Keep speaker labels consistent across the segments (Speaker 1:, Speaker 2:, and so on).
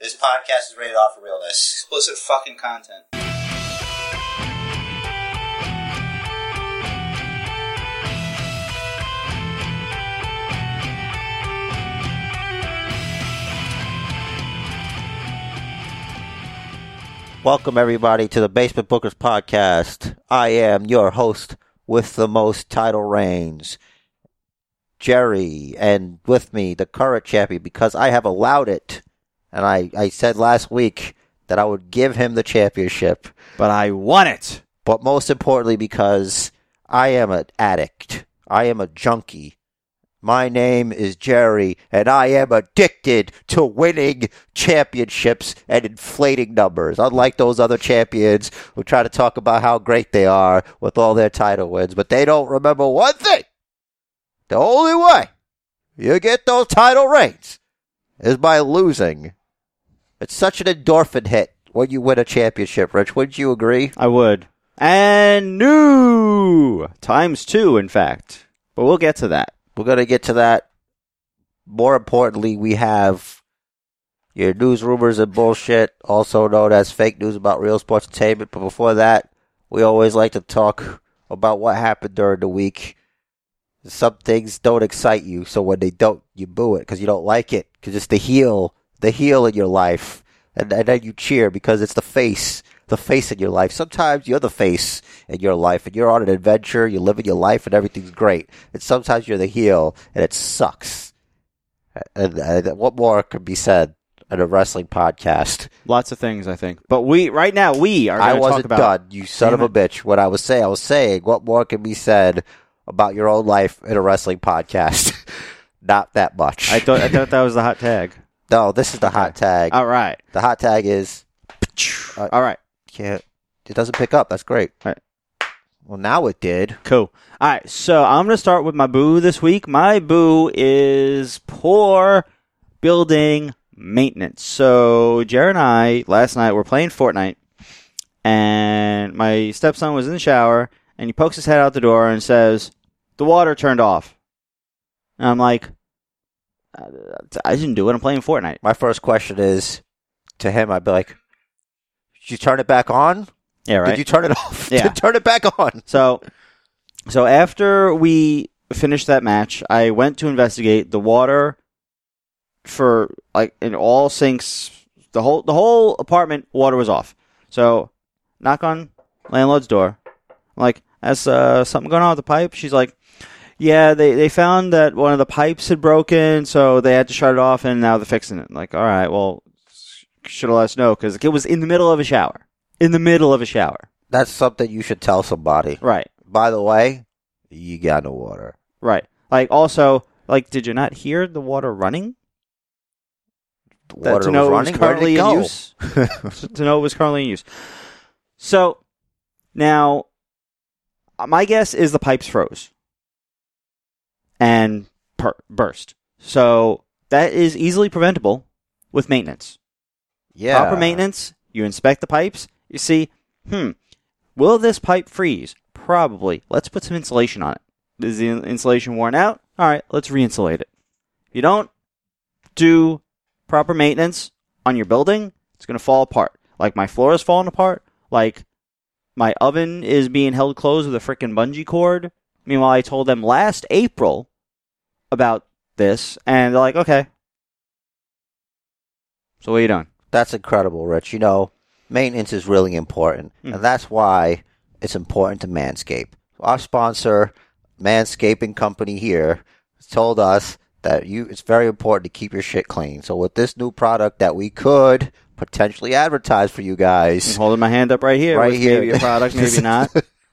Speaker 1: This podcast is rated off for realness.
Speaker 2: Explicit fucking content.
Speaker 1: Welcome everybody to the Basement Bookers podcast. I am your host with the most title reigns, Jerry, and with me the current champion because I have allowed it, and I I said last week that I would give him the championship,
Speaker 3: but I won it.
Speaker 1: but most importantly because I am an addict. I am a junkie. My name is Jerry, and I am addicted to winning championships and inflating numbers. Unlike those other champions who try to talk about how great they are with all their title wins, but they don't remember one thing. The only way you get those title reigns is by losing. It's such an endorphin hit when you win a championship, Rich. Wouldn't you agree?
Speaker 3: I would. And new times two, in fact. But we'll get to that.
Speaker 1: We're going to get to that. More importantly, we have your news, rumors, and bullshit, also known as fake news about real sports entertainment. But before that, we always like to talk about what happened during the week. Some things don't excite you, so when they don't, you boo it because you don't like it because it's the heel, the heel in your life, and, and then you cheer because it's the face, the face in your life. Sometimes you're the face in your life, and you're on an adventure, you're living your life, and everything's great. And sometimes you're the heel, and it sucks. And, and what more could be said in a wrestling podcast?
Speaker 3: Lots of things, I think. But we, right now, we are
Speaker 1: I
Speaker 3: going to talk
Speaker 1: wasn't
Speaker 3: about.
Speaker 1: done, you son
Speaker 3: Damn
Speaker 1: of a bitch. What I was saying, I was saying, what more can be said about your own life in a wrestling podcast? Not that much.
Speaker 3: I thought, I thought that was the hot tag.
Speaker 1: no, this is the hot tag.
Speaker 3: All right.
Speaker 1: the hot tag is Uh,
Speaker 3: All right.
Speaker 1: can't. It doesn't pick up. That's great.
Speaker 3: Right.
Speaker 1: Well, now it did.
Speaker 3: Cool. All right. So I'm going to start with my boo this week. My boo is poor building maintenance. So Jared and I last night were playing Fortnite, and my stepson was in the shower, and he pokes his head out the door and says, "The water turned off." And I'm like, "I- "I didn't do it. I'm playing Fortnite."
Speaker 1: My first question is to him. I'd be like, "Did you turn it back on?
Speaker 3: Yeah. Right.
Speaker 1: Did you turn it off?
Speaker 3: Yeah.
Speaker 1: turn it back on."
Speaker 3: So, so after we finished that match, I went to investigate the water for like in all sinks. The whole the whole apartment water was off. So, knock on landlord's door. Like, as uh, something going on with the pipe? She's like, yeah, they they found that one of the pipes had broken, so they had to shut it off, and now they're fixing it. Like, all right, well, should have let us know because it was in the middle of a shower. In the middle of a shower.
Speaker 1: That's something you should tell somebody.
Speaker 3: Right.
Speaker 1: By the way, you got no water.
Speaker 3: Right. Like also, like did you not hear the water running?
Speaker 1: The
Speaker 3: That-
Speaker 1: water
Speaker 3: to know it
Speaker 1: was running.
Speaker 3: was currently
Speaker 1: Where did
Speaker 3: in
Speaker 1: it
Speaker 3: use.
Speaker 1: go?
Speaker 3: So- to know it was currently in use. So now, uh, my guess is the pipes froze and per- burst. So that is easily preventable with maintenance.
Speaker 1: yeah.
Speaker 3: Proper maintenance. You inspect the pipes. You see, hmm, will this pipe freeze? Probably. Let's put some insulation on it. Is the in- insulation worn out? All right, let's re-insulate it. If you don't do proper maintenance on your building, it's going to fall apart. Like my floor is falling apart. Like my oven is being held closed with a freaking bungee cord. Meanwhile, I told them last April about this, and they're like, okay. So what are you doing?
Speaker 1: That's incredible, Rich. You know, maintenance is really important,
Speaker 3: Mm.
Speaker 1: and that's why it's important to Manscaped. Our sponsor, Manscaping Company here, told us that you it's very important to keep your shit clean. So with this new product that we could potentially advertise for you guys,
Speaker 3: I'm holding my hand up right here.
Speaker 1: Right
Speaker 3: with
Speaker 1: here.
Speaker 3: Maybe your product,
Speaker 1: This
Speaker 3: maybe
Speaker 1: is-
Speaker 3: not.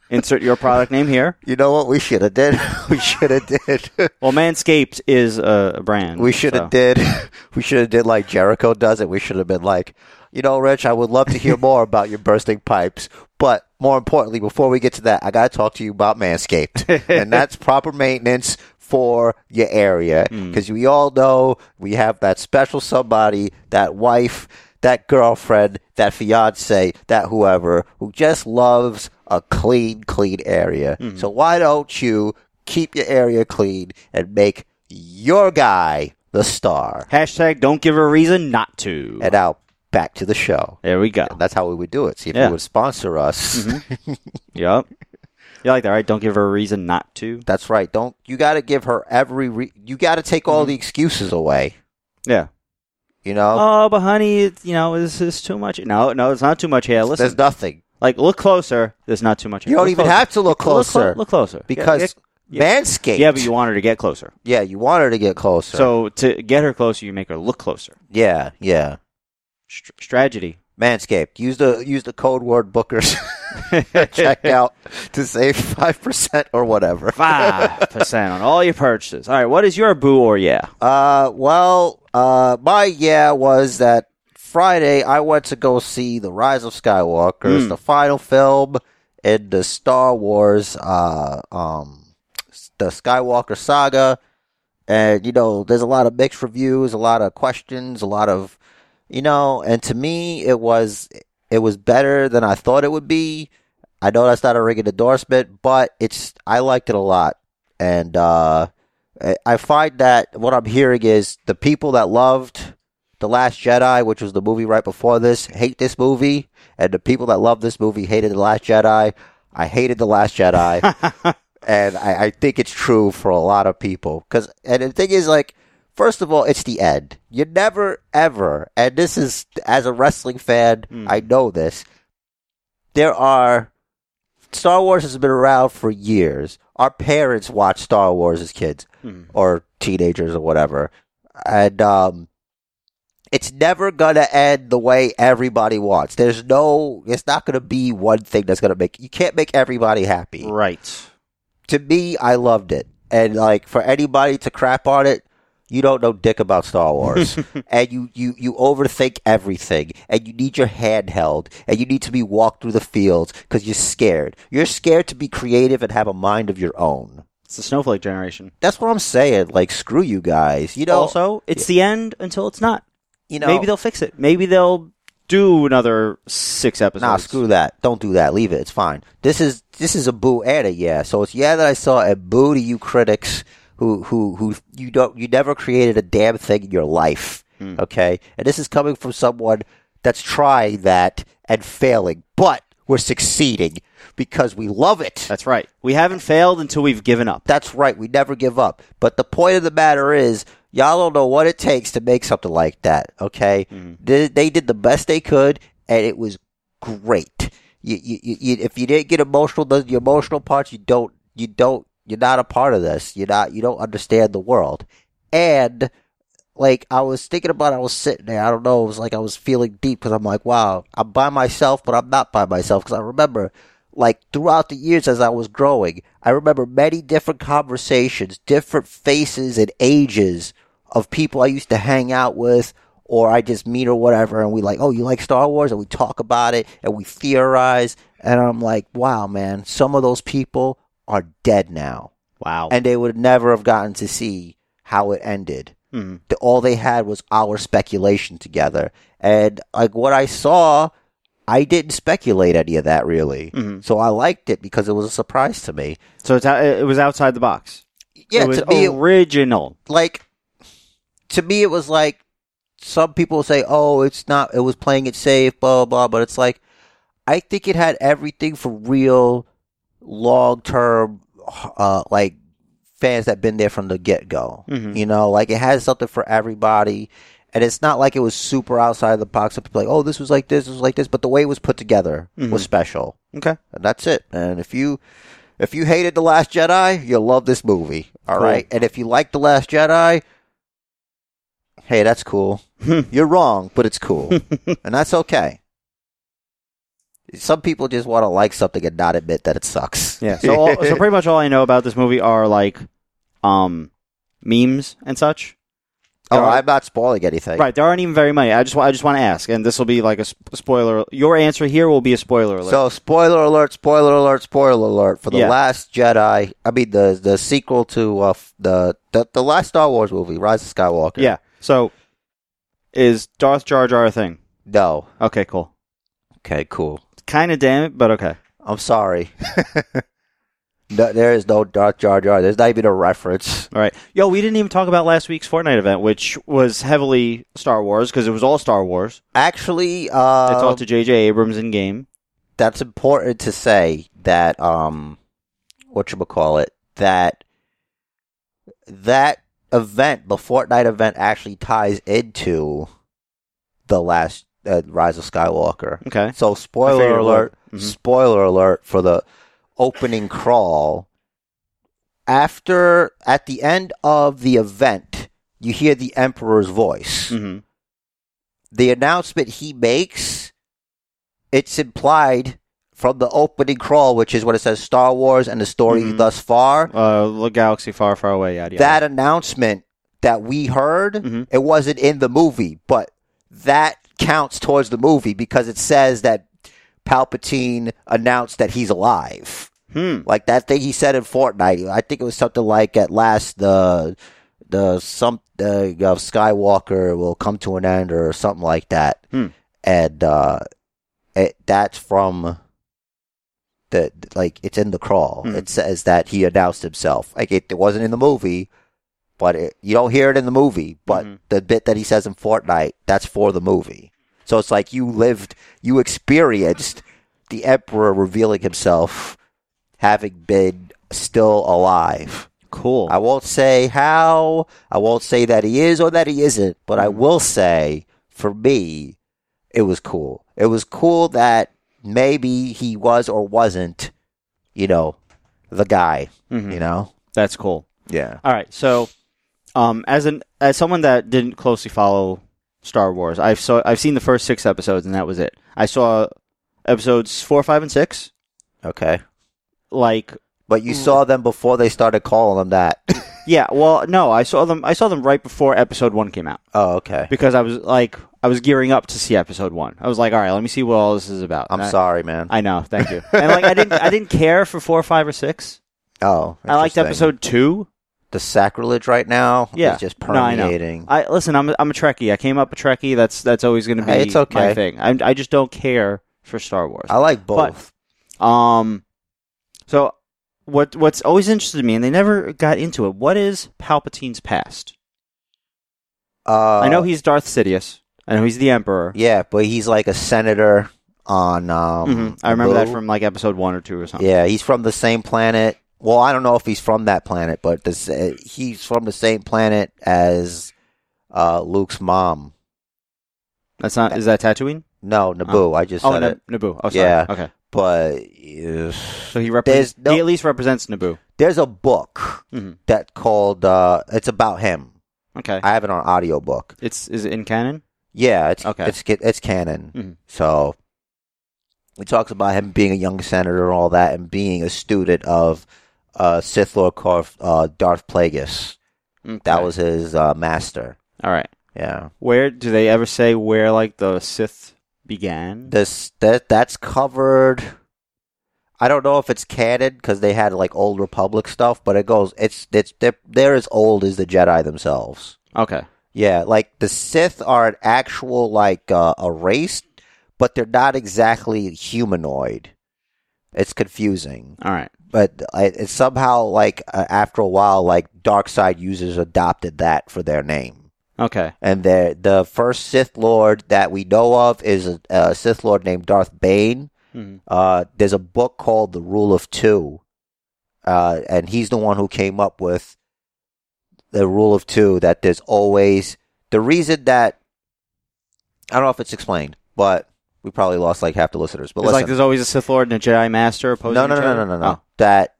Speaker 3: Insert your product name here.
Speaker 1: you know what we should have did? we should have did.
Speaker 3: Well, Manscaped is a a brand.
Speaker 1: We should have
Speaker 3: so.
Speaker 1: did. We should have did like Jericho does it. We should have been like, you know, Rich, I would love to hear more about your bursting pipes, but more importantly, before we get to that, I got to talk to you about Manscaped, and that's proper maintenance for your area because we all know we have that special somebody, that wife, that girlfriend, that fiance, that whoever who just loves a clean, clean area. So why don't you keep your area clean and make your guy the star.
Speaker 3: Hashtag don't give a reason not to.
Speaker 1: And now back to the show.
Speaker 3: There we go.
Speaker 1: And that's how we would do it. See if
Speaker 3: Yeah. Mm-hmm.
Speaker 1: they would sponsor us.
Speaker 3: Yep. You like that, right? Don't give her a reason not to.
Speaker 1: That's right. Don't you got to give her every re- you got to take all the excuses away.
Speaker 3: Yeah.
Speaker 1: You know,
Speaker 3: Mm-hmm. Oh, but honey, it, you know, this is too much. No, no, it's not too much here. Listen,
Speaker 1: there's nothing.
Speaker 3: like, look closer. There's not too much here.
Speaker 1: You don't
Speaker 3: Look
Speaker 1: even
Speaker 3: closer.
Speaker 1: have to look
Speaker 3: Look clo-
Speaker 1: closer
Speaker 3: Look, closer.
Speaker 1: because
Speaker 3: yeah, yeah.
Speaker 1: Manscaped.
Speaker 3: yeah, yeah, but you want her to get closer.
Speaker 1: yeah, you want her to get closer.
Speaker 3: So to get her closer, you make her look closer.
Speaker 1: yeah, yeah.
Speaker 3: Str- strategy.
Speaker 1: Manscaped. Use the use the code word bookers check out to save five percent or whatever.
Speaker 3: Five percent on all your purchases. All right, what is your boo or yeah?
Speaker 1: Uh, well, uh, my yeah was that Friday I went to go see The Rise of Skywalker, it's
Speaker 3: Hmm.
Speaker 1: the final film in the Star Wars, uh, um, s- the Skywalker saga. And, you know, there's a lot of mixed reviews, a lot of questions, a lot of, you know, and to me, it was, it was better than I thought it would be. I know that's not a rigged endorsement, but it's, I liked it a lot. And, uh, I- I find that what I'm hearing is the people that loved The Last Jedi, which was the movie right before this, hate this movie, and the people that love this movie hated The Last Jedi. I hated The Last Jedi, and I, I think it's true for a lot of people. Cause, and the thing is, like, first of all, it's the end. You never, ever, and this is, as a wrestling fan,
Speaker 3: Mm.
Speaker 1: I know this. There are, Star Wars has been around for years. Our parents watched Star Wars as kids
Speaker 3: Hmm.
Speaker 1: or teenagers or whatever. And um, it's never going to end the way everybody wants. There's no, it's not going to be one thing that's going to make, you can't make everybody happy.
Speaker 3: Right.
Speaker 1: To me, I loved it. And like for anybody to crap on it, you don't know dick about Star Wars. and you, you, you overthink everything. And you need your hand held. And you need to be walked through the fields because you're scared. You're scared to be creative and have a mind of your own.
Speaker 3: It's the snowflake generation.
Speaker 1: That's what I'm saying. Like, screw you guys. You know,
Speaker 3: also, it's the end until it's not.
Speaker 1: you know,
Speaker 3: Maybe they'll fix it. Maybe they'll do another six episodes.
Speaker 1: nah, screw that. Don't do that. Leave it. It's fine. This is this is a boo and a yeah. So it's yeah that I saw and boo to you critics who who who you don't you never created a damn thing in your life.
Speaker 3: Hmm.
Speaker 1: Okay, and this is coming from someone that's trying that and failing, but we're succeeding because we love it.
Speaker 3: That's right. We haven't failed until we've given up.
Speaker 1: That's right. We never give up. But the point of the matter is, y'all don't know what it takes to make something like that. Okay, they, they did the best they could, and it was great. You, you, you, you- if you didn't get emotional, the, the emotional parts, you don't, you don't, you're not a part of this. You're not, you don't understand the world. And like I was thinking about, it, I was sitting there. I don't know. It was like I was feeling deep because I'm like, wow, I'm by myself, but I'm not by myself because I remember, like throughout the years as I was growing, I remember many different conversations, different faces and ages of people I used to hang out with or I just meet or whatever, and we like, oh, you like Star Wars, and we talk about it and we theorize, and I'm like, wow, man, some of those people are dead now,
Speaker 3: Wow.
Speaker 1: and they would never have gotten to see how it ended
Speaker 3: Mhm.
Speaker 1: the, all they had was our speculation together. And like what I saw, I didn't speculate any of that really.
Speaker 3: Mhm.
Speaker 1: So I liked it because it was a surprise to me.
Speaker 3: So it's, out- it was outside the box.
Speaker 1: Yeah,
Speaker 3: it was
Speaker 1: to me, it,
Speaker 3: original.
Speaker 1: like to me, it was like some people say, "Oh, it's not. It was playing it safe." Blah blah. But it's like I think it had everything for real, long term, uh, like fans that been there from the get go.
Speaker 3: Mhm.
Speaker 1: You know, like it has something for everybody. And it's not like it was super outside the box. Of people like, oh, this was like this, this was like this, but the way it was put together was special.
Speaker 3: Okay.
Speaker 1: And that's it. And if you if you hated The Last Jedi, you'll love this movie. All right.
Speaker 3: Cool.
Speaker 1: And if you like The Last Jedi, hey, that's cool.
Speaker 3: Hmm.
Speaker 1: You're wrong, but it's cool. and that's okay. Some people just want to like something and not admit that it sucks.
Speaker 3: Yeah. So, all, so pretty much all I know about this movie are like, um, memes and such.
Speaker 1: oh,
Speaker 3: There are-
Speaker 1: I'm not spoiling anything.
Speaker 3: right. There aren't even very many. I just wa- I just want to ask, and this will be like a sp- spoiler. Your answer here will be a spoiler alert.
Speaker 1: So, spoiler alert, spoiler alert, spoiler alert for the
Speaker 3: Yeah.
Speaker 1: Last Jedi. I mean, the the sequel to uh, f- the, the the last Star Wars movie, Rise of Skywalker.
Speaker 3: yeah. So is Darth Jar Jar a thing?
Speaker 1: No.
Speaker 3: Okay. Cool.
Speaker 1: Okay. Cool.
Speaker 3: Kind of damn it, but okay.
Speaker 1: I'm sorry. No, there is no Dark Jar Jar. There's not even a reference.
Speaker 3: All right. Yo, we didn't even talk about last week's Fortnite event, which was heavily Star Wars because it was all Star Wars.
Speaker 1: Actually,
Speaker 3: They
Speaker 1: uh,
Speaker 3: talked to J.J. Abrams in game.
Speaker 1: that's important to say that um, what you call it that that event, the Fortnite event, actually ties into the last uh, Rise of Skywalker.
Speaker 3: Okay.
Speaker 1: So
Speaker 3: I figured
Speaker 1: spoiler
Speaker 3: it would.
Speaker 1: alert,
Speaker 3: Mhm.
Speaker 1: spoiler alert for the opening crawl. After at the end of the event, you hear the Emperor's voice.
Speaker 3: hmm
Speaker 1: The announcement he makes, it's implied from the opening crawl, which is what it says Star Wars and the story
Speaker 3: Mhm.
Speaker 1: thus far.
Speaker 3: Uh, look, galaxy far, far away. Yada yada.
Speaker 1: That announcement that we heard,
Speaker 3: Mhm.
Speaker 1: it wasn't in the movie, but that counts towards the movie because it says that Palpatine announced that he's alive.
Speaker 3: Hmm.
Speaker 1: Like that thing he said in Fortnite. I think it was something like at last uh, the the some the uh, Skywalker will come to an end or something like that.
Speaker 3: Hmm.
Speaker 1: And uh it, that's from the like it's in the crawl.
Speaker 3: Hmm.
Speaker 1: It says that he announced himself. Like it, it wasn't in the movie, but it, you don't hear it in the movie. But
Speaker 3: Mhm.
Speaker 1: the bit that he says in Fortnite, that's for the movie. So it's like you lived, you experienced the Emperor revealing himself having been still alive.
Speaker 3: Cool.
Speaker 1: I won't say how, I won't say that he is or that he isn't, but
Speaker 3: Mm-hmm.
Speaker 1: I will say for me, it was cool. It was cool that maybe he was or wasn't, you know, the guy,
Speaker 3: Mhm.
Speaker 1: you know?
Speaker 3: That's cool.
Speaker 1: Yeah.
Speaker 3: All right. So, um, as an as someone that didn't closely follow Star Wars, I've saw I've seen the first six episodes, and that was it. I saw episodes four, five, and six.
Speaker 1: Okay.
Speaker 3: Like,
Speaker 1: But
Speaker 3: Mm.
Speaker 1: you saw them before they started calling them that.
Speaker 3: yeah. Well, no, I saw them. I saw them right before episode one came out
Speaker 1: oh, okay.
Speaker 3: because I was like, I was gearing up to see episode one. I was like, all right, let me see what all this is about.
Speaker 1: I'm
Speaker 3: And I-
Speaker 1: sorry, man.
Speaker 3: I know. Thank you. and like, I didn't I didn't care for four, five, or six.
Speaker 1: oh,
Speaker 3: I liked
Speaker 1: interesting.
Speaker 3: episode two.
Speaker 1: The sacrilege right now
Speaker 3: Yeah.
Speaker 1: is just
Speaker 3: No, I know.
Speaker 1: permeating.
Speaker 3: I listen. I'm a, I'm a Trekkie. I came up a Trekkie. That's that's always going to be
Speaker 1: Hey, it's okay.
Speaker 3: my thing. I'm, I just don't care for Star Wars.
Speaker 1: I, like
Speaker 3: But-
Speaker 1: both.
Speaker 3: Um, so what what's always interested me, and they never got into it. What is Palpatine's past?
Speaker 1: uh,
Speaker 3: I know he's Darth Sidious. I know he's the Emperor.
Speaker 1: Yeah, but he's like a senator on. Um,
Speaker 3: Mhm. I remember that
Speaker 1: Naboo.
Speaker 3: from like episode one or two or something.
Speaker 1: Yeah, he's from the same planet. Well, I don't know if he's from that planet, but this, uh, he's from the same planet as uh, Luke's mom.
Speaker 3: That's not. Is that Tatooine?
Speaker 1: No, Naboo. I just
Speaker 3: Oh,
Speaker 1: said
Speaker 3: Na-
Speaker 1: it.
Speaker 3: Naboo. Oh, sorry.
Speaker 1: Yeah.
Speaker 3: Okay.
Speaker 1: But uh,
Speaker 3: So he represents.
Speaker 1: There's no-
Speaker 3: he at least represents Naboo.
Speaker 1: there's a book
Speaker 3: Mhm.
Speaker 1: that called. Uh, it's about him.
Speaker 3: Okay.
Speaker 1: I have it on audiobook.
Speaker 3: it's is it in canon?
Speaker 1: Yeah, it's
Speaker 3: Okay.
Speaker 1: it's it's canon.
Speaker 3: Mhm.
Speaker 1: So he talks about him being a young senator and all that, and being a student of uh, Sith Lord Carf, uh, Darth Plagueis. That
Speaker 3: Okay.
Speaker 1: was his uh, master.
Speaker 3: all right.
Speaker 1: Yeah,
Speaker 3: Where do they ever say where like the Sith began?
Speaker 1: this that that's covered. I don't know if it's canon because they had like old Republic stuff, but it goes. It's it's they're, they're as old as the Jedi themselves.
Speaker 3: okay.
Speaker 1: Yeah, like the Sith are an actual like uh, a race, but they're not exactly humanoid. It's confusing,
Speaker 3: All right.
Speaker 1: but I- it's somehow like uh, after a while, like dark side users adopted that for their name.
Speaker 3: Okay.
Speaker 1: And the the first Sith Lord that we know of is a, a Sith Lord named Darth Bane.
Speaker 3: Mhm.
Speaker 1: Uh, there's a book called The Rule of Two, uh, and he's the one who came up with the rule of two that there's always the reason that I don't know if it's explained, but we probably lost like half the listeners. But
Speaker 3: it's like
Speaker 1: listen,
Speaker 3: there's always a Sith Lord and a Jedi Master opposing
Speaker 1: no, no,
Speaker 3: each
Speaker 1: no, no,
Speaker 3: other? Oh.
Speaker 1: no, no, no, that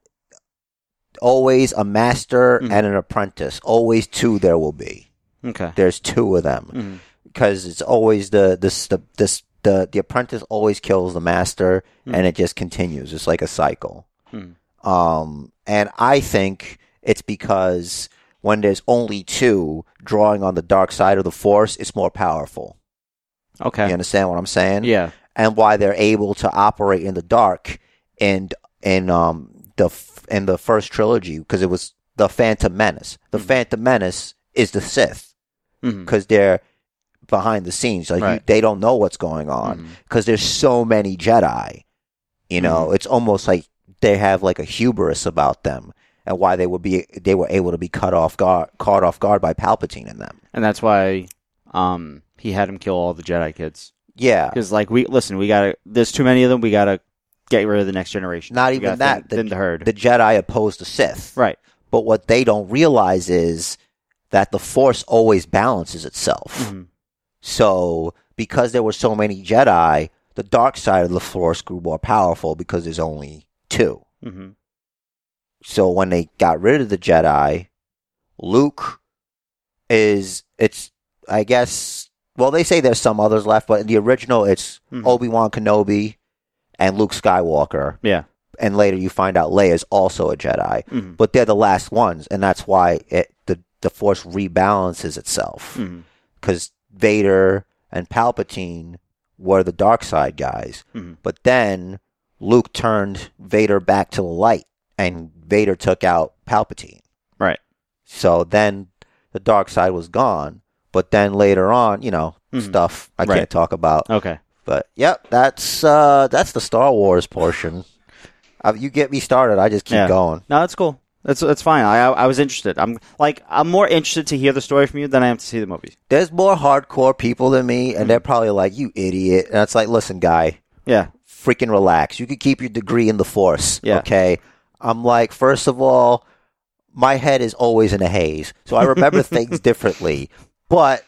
Speaker 1: always a master
Speaker 3: Mhm.
Speaker 1: and an apprentice, always two there will be.
Speaker 3: Oh, okay.
Speaker 1: There's two of them
Speaker 3: Mhm.
Speaker 1: because it's always the this the this the the apprentice always kills the master and
Speaker 3: Mhm.
Speaker 1: it just continues it's like a cycle
Speaker 3: Mhm.
Speaker 1: um and i think it's because when there's only two drawing on the dark side of the force it's more powerful you
Speaker 3: Okay.
Speaker 1: understand what i'm saying
Speaker 3: Yeah.
Speaker 1: and why they're able to operate in the dark and in um the f- in the first trilogy because it was the phantom menace the
Speaker 3: Mhm.
Speaker 1: phantom menace is the sith
Speaker 3: Mhm.
Speaker 1: because they're behind the scenes. Like you,
Speaker 3: Right.
Speaker 1: they don't know what's going on
Speaker 3: Mhm.
Speaker 1: because there's so many Jedi. You know, it's almost like they have like a hubris about them and why they would be they were able to be cut off guard caught off guard by Palpatine and them.
Speaker 3: and that's why um he had him kill all the Jedi kids
Speaker 1: Yeah.
Speaker 3: because like we listen, we gotta. There's too many of them. We gotta get rid of the next generation.
Speaker 1: Not
Speaker 3: We
Speaker 1: even
Speaker 3: gotta
Speaker 1: that,
Speaker 3: thin,
Speaker 1: the-
Speaker 3: thin the herd.
Speaker 1: The Jedi opposed the Sith.
Speaker 3: right.
Speaker 1: But what they don't realize is that the Force always balances itself.
Speaker 3: Mhm.
Speaker 1: So, because there were so many Jedi, the dark side of the Force grew more powerful because there's only two.
Speaker 3: hmm
Speaker 1: So, when they got rid of the Jedi, Luke is, it's, I guess, well, they say there's some others left, but in the original, it's
Speaker 3: Mhm.
Speaker 1: Obi Wan Kenobi and Luke Skywalker.
Speaker 3: Yeah.
Speaker 1: And later you find out Leia's also a Jedi,
Speaker 3: hmm
Speaker 1: but they're the last ones, and that's why it, the, the Force rebalances itself
Speaker 3: hmm
Speaker 1: because Vader and Palpatine were the dark side guys.
Speaker 3: Mhm.
Speaker 1: But then Luke turned Vader back to the light, and Vader took out Palpatine.
Speaker 3: Right.
Speaker 1: So then the dark side was gone. But then later on, you know,
Speaker 3: Mhm.
Speaker 1: stuff I
Speaker 3: Right. Uh-huh.
Speaker 1: can't talk about.
Speaker 3: Okay.
Speaker 1: But yep, that's uh, that's the Star Wars portion. Uh, you get me started, I just keep
Speaker 3: Yeah.
Speaker 1: going.
Speaker 3: No, that's cool. That's that's fine. I, I I was interested. I'm like I'm more interested to hear the story from you than I am to see the movie.
Speaker 1: There's more hardcore people than me, and they're
Speaker 3: Mm.
Speaker 1: probably like, "You idiot!" And it's like, "Listen, guy,
Speaker 3: Yeah.
Speaker 1: freaking relax. You could keep your degree in the force.
Speaker 3: Yeah.
Speaker 1: Okay. I'm like, first of all, my head is always in a haze. So I remember things differently. But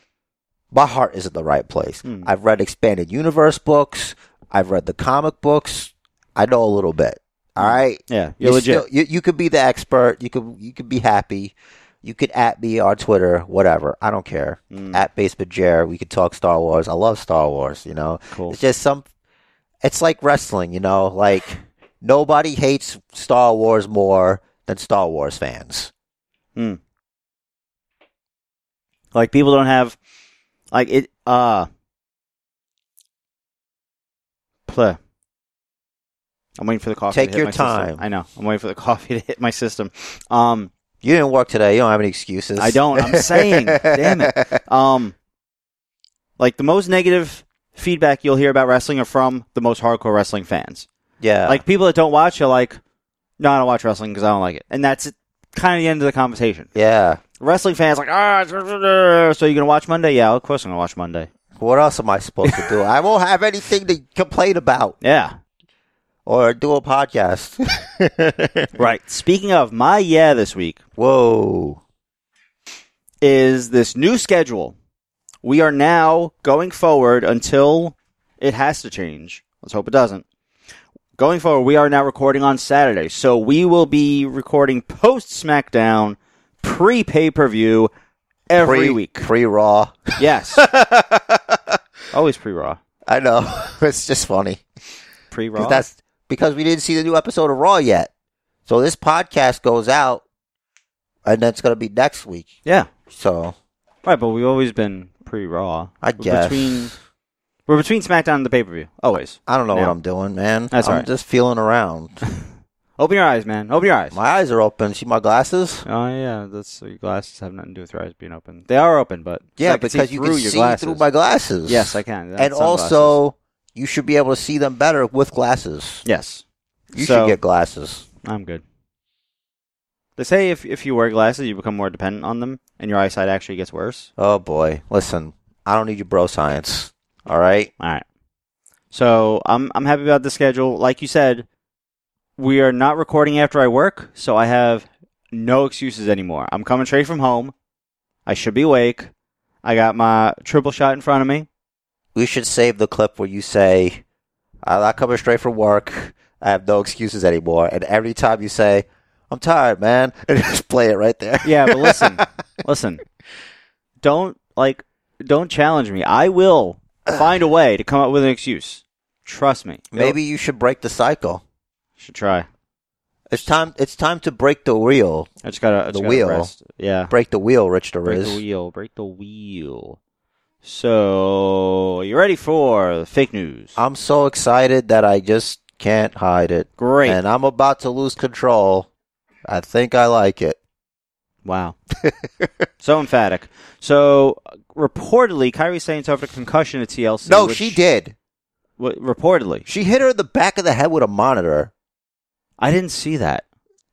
Speaker 1: my heart is in the right place.
Speaker 3: Hmm.
Speaker 1: I've read expanded universe books. I've read the comic books. I know a little bit. All right.
Speaker 3: Yeah. You're, legit.
Speaker 1: still- you, you could be the expert. You could you could be happy. You could at me on Twitter, whatever. I don't care.
Speaker 3: Mm.
Speaker 1: At Basement Jer, we could talk Star Wars. I love Star Wars. You know,
Speaker 3: cool.
Speaker 1: it's just some. It's like wrestling, you know. Like nobody hates Star Wars more than Star Wars fans.
Speaker 3: Like people don't have like it uh pleh. I'm waiting for the coffee
Speaker 1: Take
Speaker 3: to hit
Speaker 1: your
Speaker 3: my system.
Speaker 1: time.
Speaker 3: I know. I'm waiting for the coffee to hit my system. Um
Speaker 1: You didn't work today. You don't have any excuses.
Speaker 3: I don't. I'm saying. Damn it. Um like the most negative feedback you'll hear about wrestling are from the most hardcore wrestling fans.
Speaker 1: Yeah, like
Speaker 3: Like people that don't watch are like, "No, I don't watch wrestling because I don't like it." And that's kind of the end of the conversation.
Speaker 1: yeah.
Speaker 3: Wrestling fans like, "Ah, so you're going to watch Monday?" Yeah, of course I'm going to watch Monday.
Speaker 1: What else am I supposed to do? I won't have anything to complain about
Speaker 3: Yeah.
Speaker 1: or do a podcast.
Speaker 3: Right. Speaking of my yeah this week
Speaker 1: Whoa.
Speaker 3: is this new schedule. We are now going forward until it has to change. Let's hope it doesn't. Going forward, we are now recording on Saturday. So we will be recording post SmackDown, pre pay per view every
Speaker 1: Pre-
Speaker 3: week.
Speaker 1: Pre Raw.
Speaker 3: Yes. Always pre Raw.
Speaker 1: I know. It's just funny.
Speaker 3: Pre Raw.
Speaker 1: Because that's because we didn't see the new episode of Raw yet. So this podcast goes out, and that's going to be next week.
Speaker 3: Yeah.
Speaker 1: So
Speaker 3: Right, but we've always been pre Raw.
Speaker 1: I guess
Speaker 3: Between, we're between SmackDown and the pay per view. Always.
Speaker 1: I don't know
Speaker 3: now.
Speaker 1: what I'm doing, man.
Speaker 3: That's
Speaker 1: I'm
Speaker 3: all right.
Speaker 1: just feeling around.
Speaker 3: Open your eyes, man. Open your eyes.
Speaker 1: My eyes are open. See my glasses?
Speaker 3: Oh yeah, that's your glasses have nothing to do with your eyes being open. They are open, but
Speaker 1: Yeah,
Speaker 3: I can see
Speaker 1: because you can
Speaker 3: through your
Speaker 1: see
Speaker 3: glasses.
Speaker 1: through my glasses.
Speaker 3: yes, I can. That's
Speaker 1: and
Speaker 3: sunglasses.
Speaker 1: also you should be able to see them better with glasses.
Speaker 3: yes,
Speaker 1: You
Speaker 3: So-
Speaker 1: should get glasses.
Speaker 3: I'm good. They say if if you wear glasses, you become more dependent on them, and your eyesight actually gets worse.
Speaker 1: Oh boy, listen, I don't need your bro science. All right,
Speaker 3: All right. So I'm I'm happy about the schedule. Like you said, we are not recording after I work, so I have no excuses anymore. I'm coming straight from home. I should be awake. I got my triple shot in front of me.
Speaker 1: we should save the clip where you say, "I'm not coming straight from work. I have no excuses anymore." And every time you say, "I'm tired, man," and just play it right there.
Speaker 3: Yeah, but listen, listen. Don't like, don't challenge me. I will find a way to come up with an excuse. Trust me.
Speaker 1: Maybe you should break the cycle.
Speaker 3: should try.
Speaker 1: It's time. It's time to break the wheel.
Speaker 3: I just gotta I just
Speaker 1: The
Speaker 3: gotta
Speaker 1: wheel.
Speaker 3: rest. Yeah,
Speaker 1: Break the wheel, Rich there
Speaker 3: break
Speaker 1: is.
Speaker 3: the wheel. Break the wheel. So, you ready for the fake news?
Speaker 1: I'm so excited that I just can't hide it,
Speaker 3: Great.
Speaker 1: and I'm about to lose control. I think I like it.
Speaker 3: Wow. so emphatic. So, reportedly, Kyrie Sane suffered a concussion at TLC.
Speaker 1: No,
Speaker 3: which-
Speaker 1: she did.
Speaker 3: What, reportedly.
Speaker 1: She hit her in the back of the head with a monitor.
Speaker 3: I didn't see that.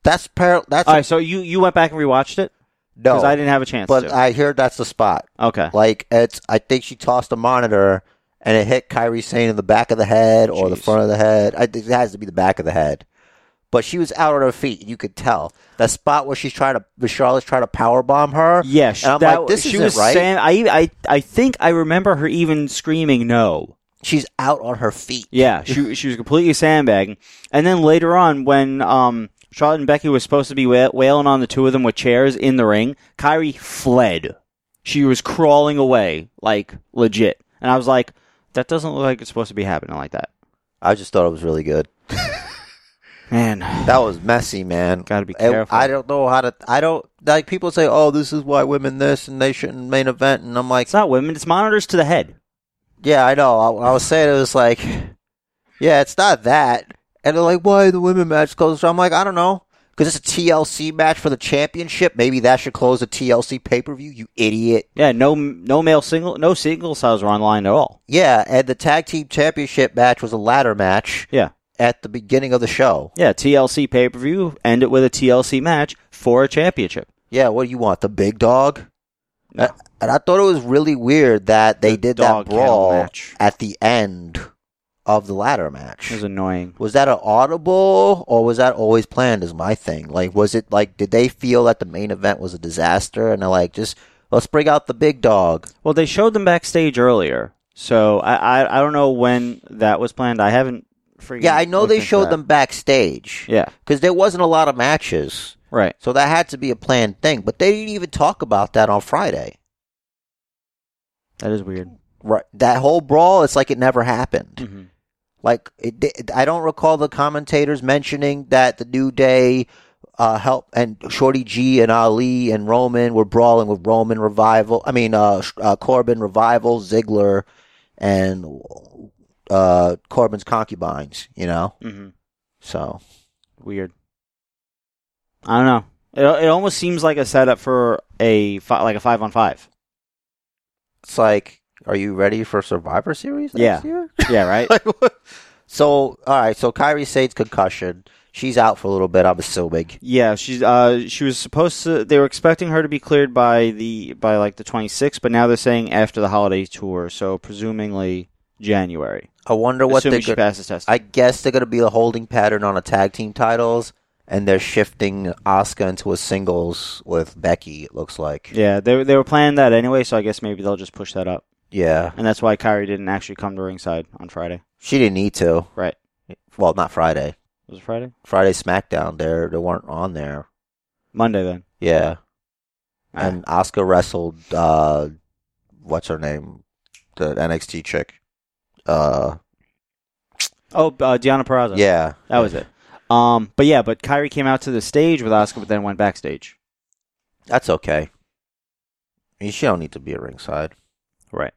Speaker 1: That's par- that's
Speaker 3: All right, so you you went back and rewatched it
Speaker 1: no.
Speaker 3: I didn't have a chance.
Speaker 1: but
Speaker 3: to.
Speaker 1: I hear that's the spot.
Speaker 3: okay,
Speaker 1: Like it's, I think she tossed a monitor and it hit Kyrie Sane in the back of the head or the
Speaker 3: Jeez.
Speaker 1: front of the head. I think it has to be the back of the head. But she was out on her feet. You could tell the spot where she's trying to, where Charlotte's trying to power bomb her.
Speaker 3: yeah, she,
Speaker 1: and I'm
Speaker 3: that,
Speaker 1: like, this
Speaker 3: she
Speaker 1: isn't
Speaker 3: was
Speaker 1: right.
Speaker 3: saying. I I I think I remember her even screaming no.
Speaker 1: She's out on her feet.
Speaker 3: Yeah, she she was completely sandbagging. And then later on, when um, Charlotte and Becky was supposed to be wha- wailing on the two of them with chairs in the ring, Kyrie fled. She was crawling away, like legit. And I was like, that doesn't look like it's supposed to be happening like that.
Speaker 1: I just thought it was really good.
Speaker 3: Man,
Speaker 1: That was messy, man.
Speaker 3: gotta be
Speaker 1: I-
Speaker 3: careful.
Speaker 1: I don't know how to. I don't like people say, "Oh, this is why women this and they shouldn't main event," and I'm like,
Speaker 3: it's not women; it's monitors to the head.
Speaker 1: "Yeah, I know." I, I was saying it was like, "Yeah, it's not that," and they're like, "Why the women match close?" I'm like, "I don't know," because it's a TLC match for the championship. Maybe that should close the TLC pay per view. You idiot.
Speaker 3: Yeah, no, no male single, no single styles are online at all.
Speaker 1: Yeah, and the tag team championship match was a ladder match
Speaker 3: Yeah,
Speaker 1: at the beginning of the show.
Speaker 3: yeah. TLC pay per view. End it with a TLC match for a championship.
Speaker 1: Yeah, what do you want? The big dog?
Speaker 3: No.
Speaker 1: Uh, and I thought it was really weird that they
Speaker 3: The
Speaker 1: did
Speaker 3: dog
Speaker 1: that
Speaker 3: kennel
Speaker 1: brawl
Speaker 3: match.
Speaker 1: at the end of the ladder match.
Speaker 3: It was annoying.
Speaker 1: Was that an audible or was that always planned is my thing. Like was it like did they feel that the main event was a disaster and they're like just let's bring out the big dog.
Speaker 3: Well, they showed them backstage earlier, so I I, I don't know when that was planned. I haven't. freaking
Speaker 1: Yeah, I know
Speaker 3: looked
Speaker 1: they
Speaker 3: into
Speaker 1: showed
Speaker 3: that.
Speaker 1: them backstage.
Speaker 3: Yeah,
Speaker 1: Cuz there wasn't a lot of matches.
Speaker 3: right.
Speaker 1: So that had to be a planned thing, but they didn't even talk about that on Friday.
Speaker 3: That is weird.
Speaker 1: Right. That whole brawl it's like it never happened.
Speaker 3: Mm-hmm.
Speaker 1: Like it, di- I don't recall the commentators mentioning that the New Day uh, help and Shorty G and Ali and Roman were brawling with Roman Revival. I mean uh, Sh- uh, Corbin Revival, Ziggler, and uh, Corbin's concubines. You know,
Speaker 3: Mm-hmm.
Speaker 1: so
Speaker 3: Weird. I don't know. It it almost seems like a setup for a fi- like a five on five.
Speaker 1: it's like, are you ready for Survivor Series? Next
Speaker 3: Yeah.
Speaker 1: Year?
Speaker 3: Yeah, right.
Speaker 1: Like, what? So all right, so Kyrie Sade's concussion. She's out for a little bit. I'm assuming.
Speaker 3: Yeah, she's uh she was supposed to they were expecting her to be cleared by the by like the 26th, but now they're saying after the holiday tour, so presumably January.
Speaker 1: I wonder what
Speaker 3: assuming
Speaker 1: they're
Speaker 3: she
Speaker 1: go-
Speaker 3: passes test.
Speaker 1: I guess they're going to be a holding pattern on a tag team titles, and they're shifting Oscar into a singles with Becky. It looks like.
Speaker 3: yeah, they they were planning that anyway, so I guess maybe they'll just push that up.
Speaker 1: Yeah,
Speaker 3: And that's why Kyrie didn't actually come to ringside on Friday.
Speaker 1: she didn't need to.
Speaker 3: Right.
Speaker 1: Well, not Friday.
Speaker 3: Was it Friday?
Speaker 1: Friday SmackDown. There, they weren't on there.
Speaker 3: Monday then.
Speaker 1: Yeah,
Speaker 3: Ah.
Speaker 1: and Oscar wrestled. uh What's her name? The NXT chick. Uh,
Speaker 3: Oh, uh, Deanna Peraza.
Speaker 1: yeah,
Speaker 3: That was it. Um but yeah, but Kyrie came out to the stage with Oscar but then went backstage.
Speaker 1: That's okay. I mean, She don't need to be at ringside.
Speaker 3: Right.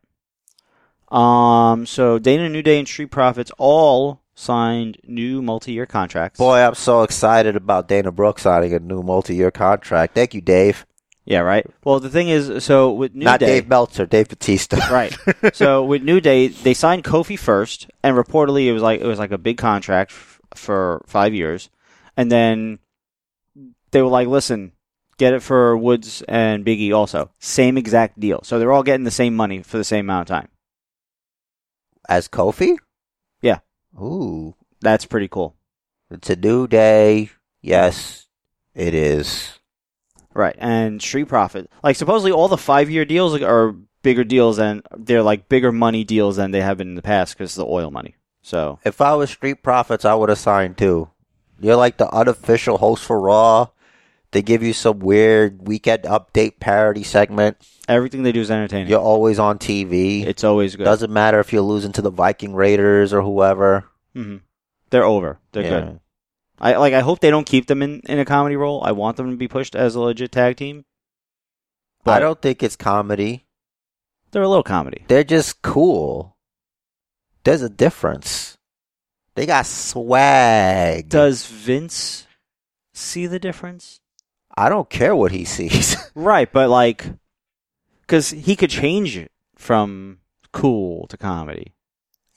Speaker 3: Um. So Dana, New Day, and Street Profits all signed new multi-year contracts.
Speaker 1: Boy, I'm so excited about Dana Brooke signing a new multi-year contract. Thank you, Dave.
Speaker 3: Yeah. Right. Well, the thing is, so with New
Speaker 1: Not
Speaker 3: Day,
Speaker 1: Dave Meltzer, Dave Batista.
Speaker 3: right? so with New Day, they signed Kofi first, and reportedly it was like it was like a big contract f- for five years, and then they were like, "Listen, get it for Woods and Biggie also, same exact deal." So they're all getting the same money for the same amount of time.
Speaker 1: As Kofi?
Speaker 3: Yeah.
Speaker 1: Ooh.
Speaker 3: That's pretty cool.
Speaker 1: It's a new day. Yes, it is.
Speaker 3: Right. And Street Profit. Like, supposedly all the five year deals are bigger deals and they're like bigger money deals than they have been in the past because of the oil money. So,
Speaker 1: If I was Street Profits, I would have signed too. You're like the unofficial host for Raw. They give you some weird weekend update parody segment.
Speaker 3: everything they do is entertaining.
Speaker 1: You're always on TV.
Speaker 3: It's always good.
Speaker 1: Doesn't matter if you're losing to the Viking Raiders or whoever.
Speaker 3: hmm They're over. They're
Speaker 1: Yeah.
Speaker 3: good. I like. I hope they don't keep them in, in a comedy role. I want them to be pushed as a legit tag team. But
Speaker 1: I don't think it's comedy.
Speaker 3: They're a little comedy.
Speaker 1: They're just cool. There's a difference. They got swag.
Speaker 3: Does Vince see the difference?
Speaker 1: I don't care what he sees.
Speaker 3: Right, but like, because he could change it from cool to comedy.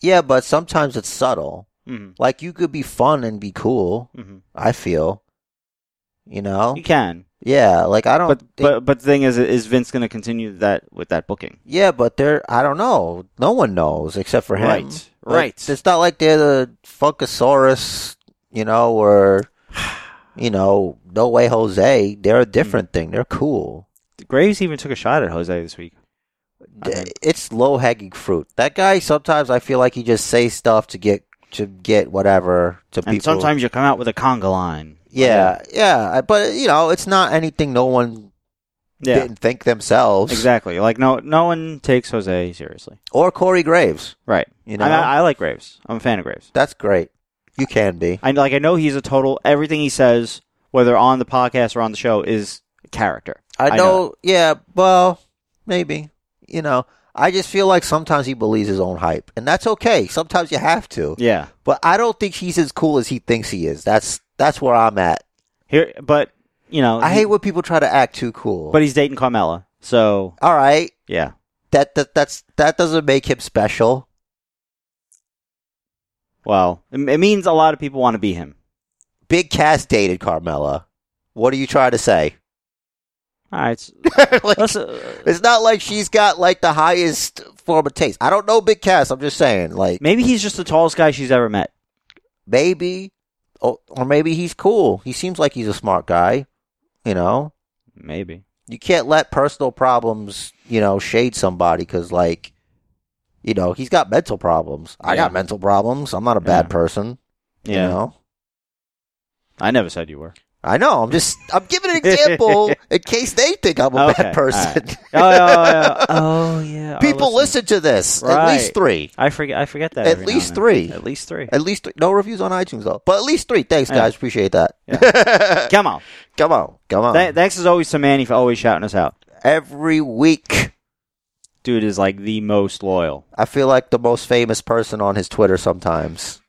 Speaker 1: yeah, but sometimes it's subtle.
Speaker 3: hmm
Speaker 1: Like you could be fun and be cool.
Speaker 3: hmm
Speaker 1: I feel, you know,
Speaker 3: You can,
Speaker 1: yeah. Like I don't.
Speaker 3: but
Speaker 1: think-
Speaker 3: but but the thing is, is Vince going to continue that with that booking?
Speaker 1: yeah, but they're. I don't know. No one knows except for him.
Speaker 3: Right,
Speaker 1: Like,
Speaker 3: right.
Speaker 1: It's not like they're the Funkasaurus, you know, or you know, No Way Jose. They're a different thing. They're cool.
Speaker 3: Graves even took a shot at Jose this week. I mean-
Speaker 1: It's low hanging fruit. That guy. Sometimes I feel like he just says stuff to get to get whatever to
Speaker 3: And
Speaker 1: people.
Speaker 3: sometimes you come out with a conga line.
Speaker 1: Yeah, yeah, I- but you know, it's not anything no one
Speaker 3: yeah,
Speaker 1: didn't think themselves,
Speaker 3: exactly. Like no, no one takes Jose seriously,
Speaker 1: or Corey Graves.
Speaker 3: right?
Speaker 1: You know,
Speaker 3: I, I like Graves. I'm a fan of Graves.
Speaker 1: that's great. You can be.
Speaker 3: I like. I know he's a total. Everything he says, whether on the podcast or on the show, is character.
Speaker 1: I know.
Speaker 3: I know.
Speaker 1: Yeah. Well, maybe. You know, I just feel like sometimes he believes his own hype, and that's okay. Sometimes you have to.
Speaker 3: Yeah.
Speaker 1: But I don't think he's as cool as he thinks he is. That's that's where I'm at.
Speaker 3: Here, but you know,
Speaker 1: I
Speaker 3: he-
Speaker 1: hate when people try to act too cool.
Speaker 3: But he's dating Carmella, so
Speaker 1: all right,
Speaker 3: yeah.
Speaker 1: that that that's that doesn't make him special.
Speaker 3: Well, it it means a lot of people want to be him.
Speaker 1: Big Cass dated Carmella. What are you trying to say?
Speaker 3: All right. s-
Speaker 1: Like,
Speaker 3: let's, uh,
Speaker 1: It's not like she's got like the highest form of taste. I don't know Big Cass. I'm just saying, like
Speaker 3: maybe he's just the tallest guy she's ever met.
Speaker 1: maybe, or, or maybe he's cool. He seems like he's a smart guy. You know,
Speaker 3: Maybe.
Speaker 1: you can't let personal problems, you know, shade somebody because, like, you know, he's got mental problems. I got
Speaker 3: Yeah.
Speaker 1: mental problems. I'm not a bad
Speaker 3: Yeah.
Speaker 1: person.
Speaker 3: Yeah.
Speaker 1: You know,
Speaker 3: I never said you were.
Speaker 1: I know. I'm just I'm giving an example in case they think I'm a
Speaker 3: Okay,
Speaker 1: bad person.
Speaker 3: Oh, yeah. yeah. Oh, yeah. our
Speaker 1: People
Speaker 3: listeners.
Speaker 1: listen to this. At
Speaker 3: Right.
Speaker 1: least three.
Speaker 3: I forget. I forget that.
Speaker 1: At
Speaker 3: every now
Speaker 1: least
Speaker 3: and then.
Speaker 1: three.
Speaker 3: At least three.
Speaker 1: At least three, no reviews on iTunes though, but at least three. Thanks,
Speaker 3: Yeah.
Speaker 1: guys. Appreciate that.
Speaker 3: Come on.
Speaker 1: come on, come on.
Speaker 3: Th- thanks as always to Manny for always shouting us out.
Speaker 1: Every week,
Speaker 3: Dude is like the most loyal,
Speaker 1: I feel like the most famous person on his Twitter sometimes,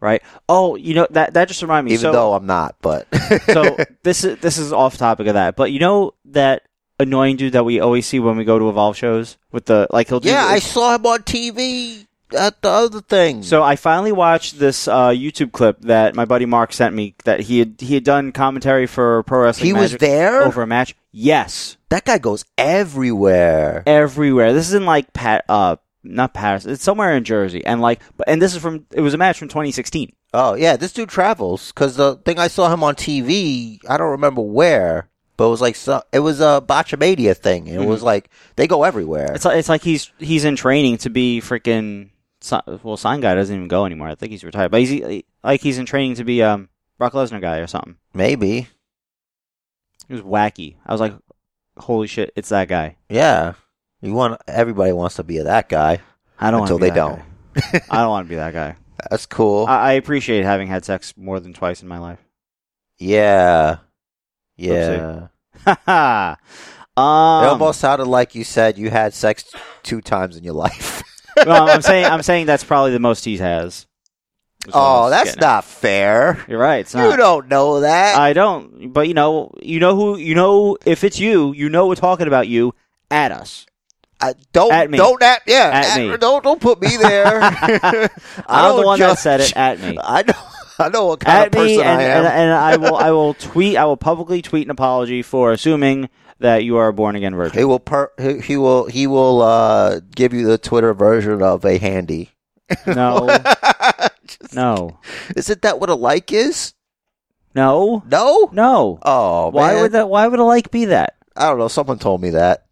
Speaker 3: right? Oh, you know that that just reminded me.
Speaker 1: even
Speaker 3: so,
Speaker 1: though I'm not. But
Speaker 3: so this is this is off topic of that, but you know that annoying dude that we always see when we go to Evolve shows with the like he'll do
Speaker 1: yeah, I saw him on TV at the other thing.
Speaker 3: So I finally watched this uh, YouTube clip that my buddy Mark sent me that he had he had done commentary for Pro Wrestling.
Speaker 1: he was
Speaker 3: Magic
Speaker 1: there.
Speaker 3: over a match. Yes,
Speaker 1: that guy goes everywhere.
Speaker 3: everywhere. This is in like Pat, uh, not Patterson. It's somewhere in Jersey, and like, but- and this is from it was a match from 2016.
Speaker 1: Oh yeah, this dude travels because the thing I saw him on TV, I don't remember where, but it was like so, it was a botchamania thing. It was like they go everywhere.
Speaker 3: Mm-hmm. It's like it's like he's he's in training to be freaking si- well. Sign guy doesn't even go anymore. I think he's retired, but he's like he's in training to be um Brock Lesnar guy or something.
Speaker 1: Maybe
Speaker 3: It was wacky. I was like, holy shit, it's that guy.
Speaker 1: yeah. You want everybody wants to be that guy.
Speaker 3: I don't wanna
Speaker 1: Until
Speaker 3: be
Speaker 1: they
Speaker 3: that
Speaker 1: don't. Oh.
Speaker 3: guy. I don't want to be that guy.
Speaker 1: That's cool.
Speaker 3: I, I appreciate having had sex more than twice in my life.
Speaker 1: yeah. Yeah.
Speaker 3: Oopsie. Ha ha.
Speaker 1: it almost sounded like you said you had sex two times in your life.
Speaker 3: well, I'm saying I'm saying that's probably the most he has. Is what I
Speaker 1: oh,
Speaker 3: was
Speaker 1: that's
Speaker 3: getting at.
Speaker 1: not fair.
Speaker 3: You're right. It's
Speaker 1: You
Speaker 3: not. Uh,
Speaker 1: don't know that.
Speaker 3: I don't. But you know, you know who, you know, if it's you, you know, we're talking about you. At us.
Speaker 1: I, don't
Speaker 3: at me.
Speaker 1: don't at yeah.
Speaker 3: At
Speaker 1: at-
Speaker 3: me.
Speaker 1: Don't don't put me there. I
Speaker 3: I'm the
Speaker 1: don't
Speaker 3: one that
Speaker 1: judge.
Speaker 3: said it. At me.
Speaker 1: I know I know what kind
Speaker 3: At
Speaker 1: of person
Speaker 3: me, and,
Speaker 1: I am.
Speaker 3: and, and I will. I will tweet. I will publicly tweet an apology for assuming that you are a born again virgin.
Speaker 1: he will per, he, he will he will uh, give you the Twitter version of a handy.
Speaker 3: No, no,
Speaker 1: Isn't that what a like is?
Speaker 3: no,
Speaker 1: No?
Speaker 3: no.
Speaker 1: Oh,
Speaker 3: why
Speaker 1: man.
Speaker 3: would that? Why would a like be that?
Speaker 1: I don't know. Someone told me that.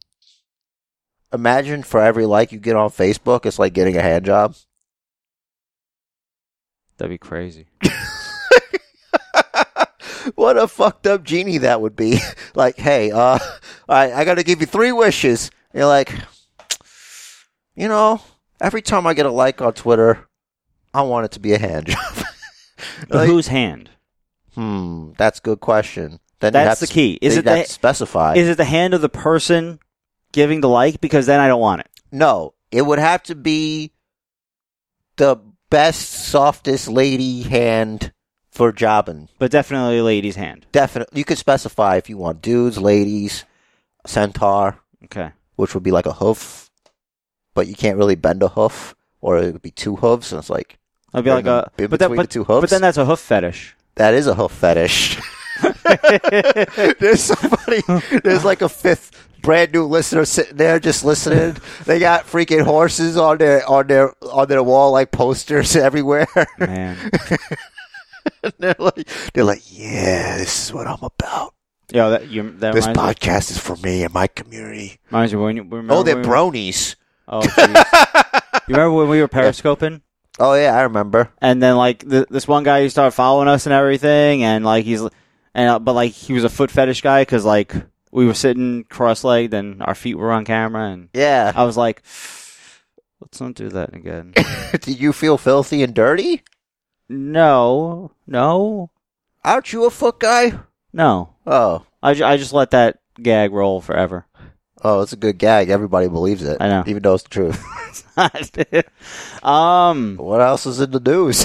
Speaker 1: Imagine for every like you get on Facebook, it's like getting a hand job.
Speaker 3: That'd be crazy.
Speaker 1: what a fucked up genie that would be. like, hey, uh, all right, I got to give you three wishes. And you're like, you know, every time I get a like on Twitter, I want it to be a hand job.
Speaker 3: But
Speaker 1: Like-
Speaker 3: whose hand?
Speaker 1: hmm, that's a good question. Then you have
Speaker 3: That's the
Speaker 1: to
Speaker 3: key. Is
Speaker 1: then
Speaker 3: it
Speaker 1: you have
Speaker 3: the
Speaker 1: to specify?
Speaker 3: is it the hand of the person giving the like? Because then I don't want it.
Speaker 1: No, it would have to be the best, softest lady hand for jobbing.
Speaker 3: But definitely a lady's hand.
Speaker 1: Definitely, you could specify if you want dudes, ladies, centaur,
Speaker 3: Okay.
Speaker 1: which would be like a hoof, but you can't really bend a hoof, or it would be two hooves, and it's like
Speaker 3: That'd be like a
Speaker 1: In
Speaker 3: but, that,
Speaker 1: between
Speaker 3: but,
Speaker 1: the two hoofs?
Speaker 3: but then that's a hoof fetish.
Speaker 1: That is a hoof fetish. there's somebody, there's like a fifth brand new listener sitting there just listening. They got freaking horses on their on their on their wall like posters everywhere.
Speaker 3: Man,
Speaker 1: And they're like they're like, yeah, this is what I'm about.
Speaker 3: yo, that you that
Speaker 1: This
Speaker 3: reminds, me-
Speaker 1: podcast is for me and my community.
Speaker 3: reminds me when you remember
Speaker 1: Oh, they're
Speaker 3: when-
Speaker 1: bronies.
Speaker 3: Oh, geez. you remember when we were periscoping?
Speaker 1: Oh yeah, I remember.
Speaker 3: and then like th- this one guy who started following us and everything, and like he's and uh, but like he was a foot fetish guy because like we were sitting cross legged and our feet were on camera, and
Speaker 1: Yeah.
Speaker 3: I was like, let's not do that again.
Speaker 1: Do you feel filthy and dirty?
Speaker 3: no, no,
Speaker 1: Aren't you a foot guy?
Speaker 3: no.
Speaker 1: Oh.
Speaker 3: I, ju- I just let that gag roll forever.
Speaker 1: Oh, it's a good gag. Everybody believes it.
Speaker 3: I know.
Speaker 1: Even though it's the truth.
Speaker 3: um,
Speaker 1: what else is in the news?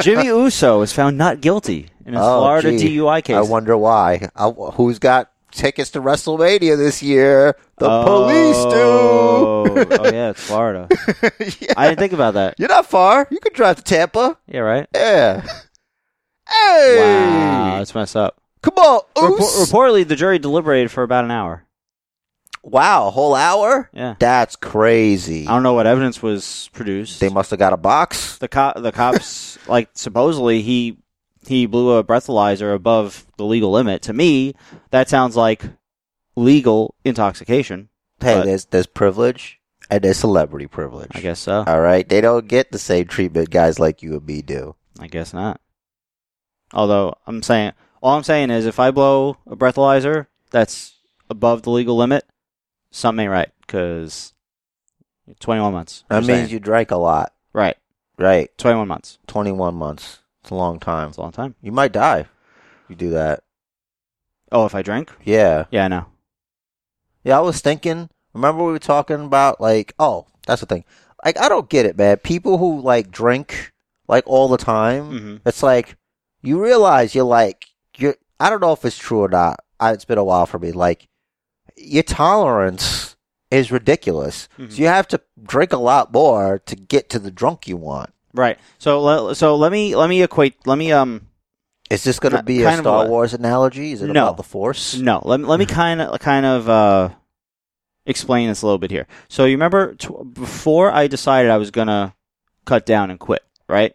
Speaker 3: Jimmy Uso is found not guilty in his
Speaker 1: Oh,
Speaker 3: Florida
Speaker 1: gee.
Speaker 3: DUI case.
Speaker 1: I wonder why. I, who's got tickets to WrestleMania this year? The
Speaker 3: Oh.
Speaker 1: police do.
Speaker 3: oh yeah, it's Florida.
Speaker 1: Yeah.
Speaker 3: I didn't think about that.
Speaker 1: You're not far. You could drive to Tampa.
Speaker 3: Yeah, right.
Speaker 1: Yeah. Hey.
Speaker 3: Wow, that's messed up.
Speaker 1: Come on,
Speaker 3: Repo-
Speaker 1: Oos.
Speaker 3: reportedly, the jury deliberated for about an hour.
Speaker 1: Wow, a whole hour?
Speaker 3: Yeah,
Speaker 1: That's crazy.
Speaker 3: I don't know what evidence was produced.
Speaker 1: They must have got a box.
Speaker 3: the cop, the cops, like supposedly he he blew a breathalyzer above the legal limit. To me, that sounds like legal intoxication.
Speaker 1: Hey,
Speaker 3: But-
Speaker 1: there's there's privilege and there's celebrity privilege.
Speaker 3: I guess so.
Speaker 1: All right, they don't get the same treatment guys like you and me do.
Speaker 3: I guess not. Although I'm saying, all I'm saying is, if I blow a breathalyzer that's above the legal limit, something ain't right because 21 months.
Speaker 1: That
Speaker 3: Just
Speaker 1: means
Speaker 3: saying.
Speaker 1: you drank a lot,
Speaker 3: right?
Speaker 1: right?
Speaker 3: 21 months.
Speaker 1: 21 months. It's a long time.
Speaker 3: That's a long time.
Speaker 1: You might die. if You do that.
Speaker 3: Oh, if I drink?
Speaker 1: Yeah.
Speaker 3: Yeah, I know.
Speaker 1: Yeah, I was thinking, remember we were talking about like, oh, that's the thing. Like I don't get it, man. People who like drink like all the time,
Speaker 3: Mm-hmm.
Speaker 1: It's like you realize you're like you're. I don't know if it's true or not. I, it's been a while for me. Like your tolerance is ridiculous.
Speaker 3: Mhm.
Speaker 1: So you have to drink a lot more to get to the drunk you want.
Speaker 3: Right. So le- so let me let me equate. Let me um
Speaker 1: Is this going to
Speaker 3: Ki-
Speaker 1: be a
Speaker 3: kind of
Speaker 1: Star
Speaker 3: what-
Speaker 1: Wars analogy? Is it
Speaker 3: No.
Speaker 1: about the Force?
Speaker 3: no let me, let me kind of kind of uh explain this a little bit here. So you remember tw- before I decided I was gonna cut down and quit, right?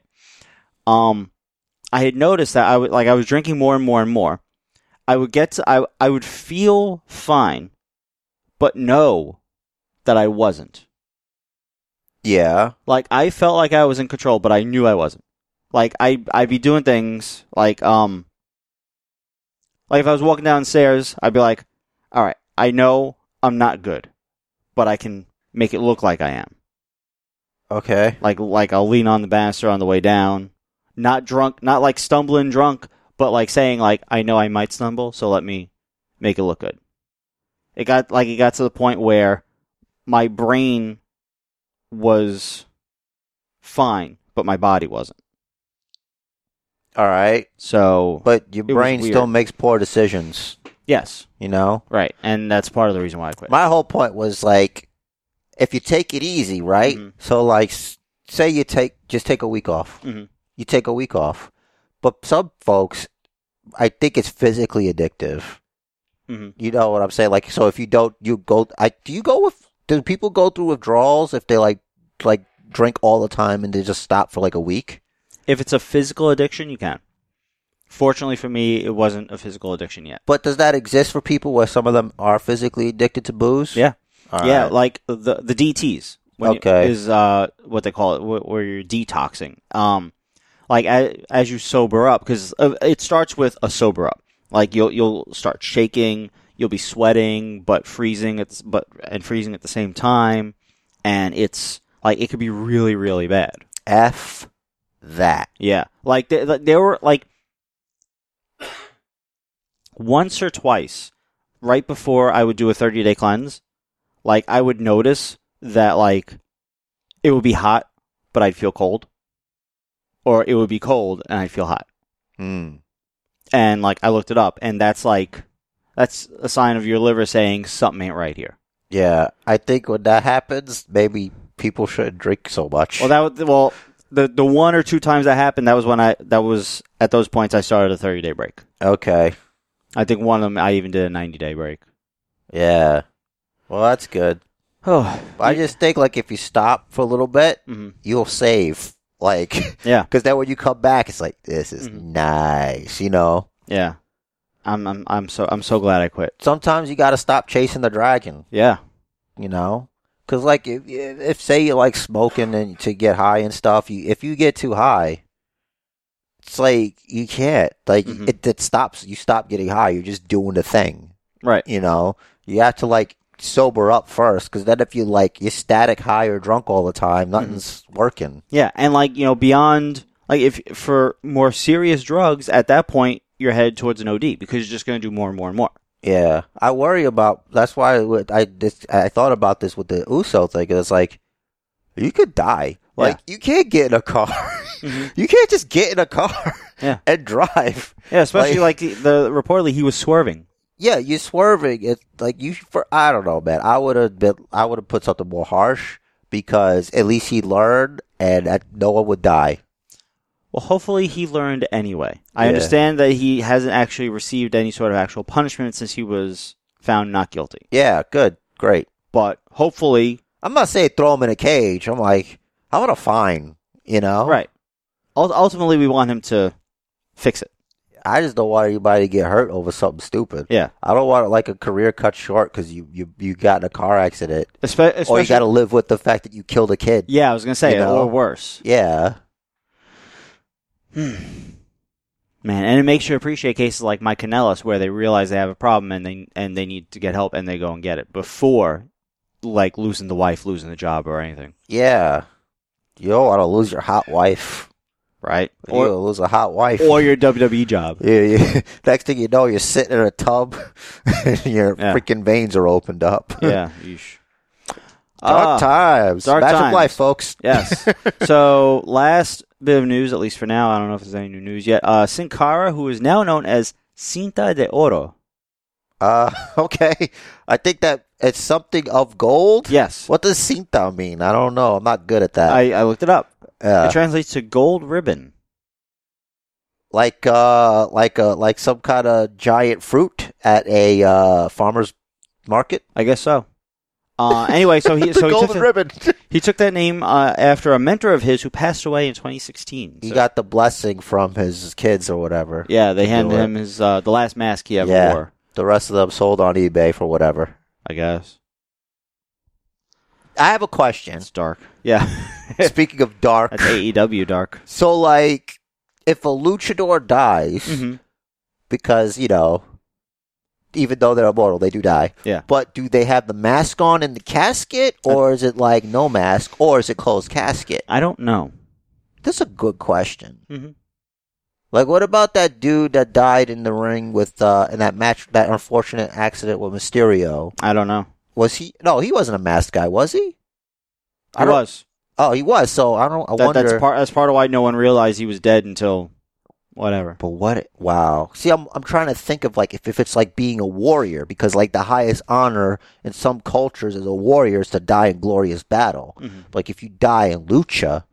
Speaker 3: Um, I had noticed that I would like I was drinking more and more and more. I would get to, I I would feel fine, but know that I wasn't.
Speaker 1: Yeah.
Speaker 3: Like I felt like I was in control, but I knew I wasn't. Like I I'd be doing things like um like if I was walking downstairs, I'd be like, "All right, I know I'm not good, but I can make it look like I am."
Speaker 1: Okay.
Speaker 3: Like like I'll lean on the banister on the way down, not drunk, not like stumbling drunk, but like saying like, "I know I might stumble, so let me make it look good." It got like it got to the point where my brain was fine, but my body wasn't.
Speaker 1: All right.
Speaker 3: So,
Speaker 1: But your
Speaker 3: It was
Speaker 1: brain
Speaker 3: weird.
Speaker 1: still makes poor decisions.
Speaker 3: yes,
Speaker 1: You know.
Speaker 3: right, and that's part of the reason why I quit.
Speaker 1: My whole point was like, if you take it easy, right?
Speaker 3: Mhm.
Speaker 1: So like, s- say you take just take a week off.
Speaker 3: Mhm.
Speaker 1: You take a week off, but some folks, I think it's physically addictive.
Speaker 3: Mhm.
Speaker 1: You know what I'm saying? Like, so if you don't, you go. I do you go with? Do people go through withdrawals if they like like drink all the time and they just stop for like a week?
Speaker 3: If it's a physical addiction, you can. Fortunately for me, it wasn't a physical addiction yet.
Speaker 1: But does that exist for people where some of them are physically addicted to booze?
Speaker 3: Yeah,
Speaker 1: All
Speaker 3: yeah,
Speaker 1: right.
Speaker 3: like the the DTS. When you-
Speaker 1: Okay.
Speaker 3: is uh what they call it, wh- where you're detoxing. Um, like as, as you sober up, because it starts with a sober up. Like you'll you'll start shaking, you'll be sweating, but freezing. It's but and freezing at the same time, and it's like it could be really really bad.
Speaker 1: F that.
Speaker 3: Yeah, like there, there were like once or twice right before I would do a thirty day cleanse. Like I would notice that like it would be hot, but I'd feel cold, or it would be cold and I'd feel hot.
Speaker 1: Mm.
Speaker 3: And like I looked it up, and that's like that's a sign of your liver saying something ain't right here.
Speaker 1: Yeah, I think when that happens, maybe people shouldn't drink so much.
Speaker 3: Well, that was, well the the one or two times that happened, that was when I that was at those points I started a thirty day break.
Speaker 1: Okay.
Speaker 3: I think one of them I even did a ninety day break.
Speaker 1: Yeah. Well, that's good.
Speaker 3: Oh,
Speaker 1: I just think like if you stop for a little bit,
Speaker 3: hmm
Speaker 1: you'll save. Like,
Speaker 3: yeah,
Speaker 1: because then when you come back, it's like this is
Speaker 3: Mhm.
Speaker 1: nice. You know.
Speaker 3: yeah. I'm I'm I'm so I'm so glad I quit.
Speaker 1: Sometimes you got to stop chasing the dragon.
Speaker 3: Yeah,
Speaker 1: You know. Because like if, if say you like smoking and to get high and stuff, you if you get too high. It's like you can't like
Speaker 3: Mhm.
Speaker 1: it, it stops. You stop getting high. You're just doing the thing.
Speaker 3: right.
Speaker 1: you know you have to like sober up first because then if you like you're static high or drunk all the time nothing's working
Speaker 3: Yeah, and like you know beyond like if for more serious drugs at that point you're headed towards an OD because you're just going to do more and more and more.
Speaker 1: yeah i worry about that's why with- i this, i thought about this with the uso thing it's like you could die like you can't get in a car you can't just get in a car
Speaker 3: Mm-hmm. Yeah.
Speaker 1: and drive
Speaker 3: Yeah, especially like, the, the reportedly he was swerving.
Speaker 1: yeah you're swerving it's like you for i don't know man i would have been i would have put something more harsh because at least he learned and that no one would die
Speaker 3: Well, hopefully he learned anyway. I
Speaker 1: Yeah.
Speaker 3: understand that he hasn't actually received any sort of actual punishment since he was found not guilty.
Speaker 1: yeah good great
Speaker 3: But hopefully,
Speaker 1: I'm not saying throw him in a cage. I'm like, how about a fine? You know,
Speaker 3: right. Ul- ultimately, we want him to fix it.
Speaker 1: I just don't want anybody to get hurt over something stupid.
Speaker 3: Yeah,
Speaker 1: I don't want like a career cut short because you, you you got in a car accident,
Speaker 3: Espe- especially.
Speaker 1: or you got to live with the fact that you killed a kid.
Speaker 3: yeah, I was gonna say,
Speaker 1: you know.
Speaker 3: or worse.
Speaker 1: Yeah, Hmm.
Speaker 3: Man, and it makes you appreciate cases like Mike Canellis where they realize they have a problem and they and they need to get help and they go and get it before like losing the wife, losing the job or anything.
Speaker 1: yeah. You don't want to lose your hot wife.
Speaker 3: Right?
Speaker 1: Or you
Speaker 3: Or
Speaker 1: lose a hot wife.
Speaker 3: or your WWE job.
Speaker 1: yeah, yeah. Next thing you know, you're sitting in a tub, and your
Speaker 3: Yeah.
Speaker 1: freaking veins are opened up.
Speaker 3: yeah. yeesh. Ah,
Speaker 1: dark times.
Speaker 3: dark
Speaker 1: Magic
Speaker 3: times.
Speaker 1: life, folks.
Speaker 3: Yes. so last bit of news, at least for now, I don't know if there's any new news yet. Uh Sin Cara, who is now known as Cinta de Oro.
Speaker 1: Uh, okay. I think that it's something of gold.
Speaker 3: Yes.
Speaker 1: What does cinta mean? I don't know. I'm not good at that.
Speaker 3: I, I looked it up.
Speaker 1: uh,
Speaker 3: It translates to gold ribbon.
Speaker 1: like uh, like a like some kind of giant fruit at a uh, farmer's market.
Speaker 3: I guess so. Uh, anyway, so he
Speaker 1: the
Speaker 3: so he took
Speaker 1: golden
Speaker 3: the-
Speaker 1: ribbon.
Speaker 3: He took that name uh, after a mentor of his who passed away in 2016.
Speaker 1: he
Speaker 3: So-
Speaker 1: got the blessing from his kids or whatever.
Speaker 3: yeah, they
Speaker 1: to
Speaker 3: handed
Speaker 1: do it.
Speaker 3: him his uh, the last mask he ever
Speaker 1: Yeah.
Speaker 3: wore,
Speaker 1: The rest of them sold on eBay for whatever.
Speaker 3: I guess.
Speaker 1: I have a question.
Speaker 3: It's dark. Yeah,
Speaker 1: Speaking of dark,
Speaker 3: that's AEW dark.
Speaker 1: so like, if a luchador dies,
Speaker 3: Mhm.
Speaker 1: because you know, even though they're immortal, they do die.
Speaker 3: Yeah. Uh,
Speaker 1: But do they have the mask on in the casket, or is it like no mask, or is it closed casket?
Speaker 3: I don't know.
Speaker 1: That's a good question.
Speaker 3: Mm-hmm.
Speaker 1: Like, what about that dude that died in the ring with uh in that match, that unfortunate accident with Mysterio?
Speaker 3: I don't know.
Speaker 1: Was he? No, he wasn't a masked guy, was he? I
Speaker 3: I
Speaker 1: don't-
Speaker 3: was.
Speaker 1: Oh, he was. So I don't. I
Speaker 3: That,
Speaker 1: wonder.
Speaker 3: that's part. That's part of why no one realized he was dead until whatever.
Speaker 1: But what? Wow. See, I'm I'm trying to think of like if, if it's like being a warrior because like the highest honor in some cultures as a warrior is to die in glorious battle.
Speaker 3: Mhm.
Speaker 1: Like if you die in lucha,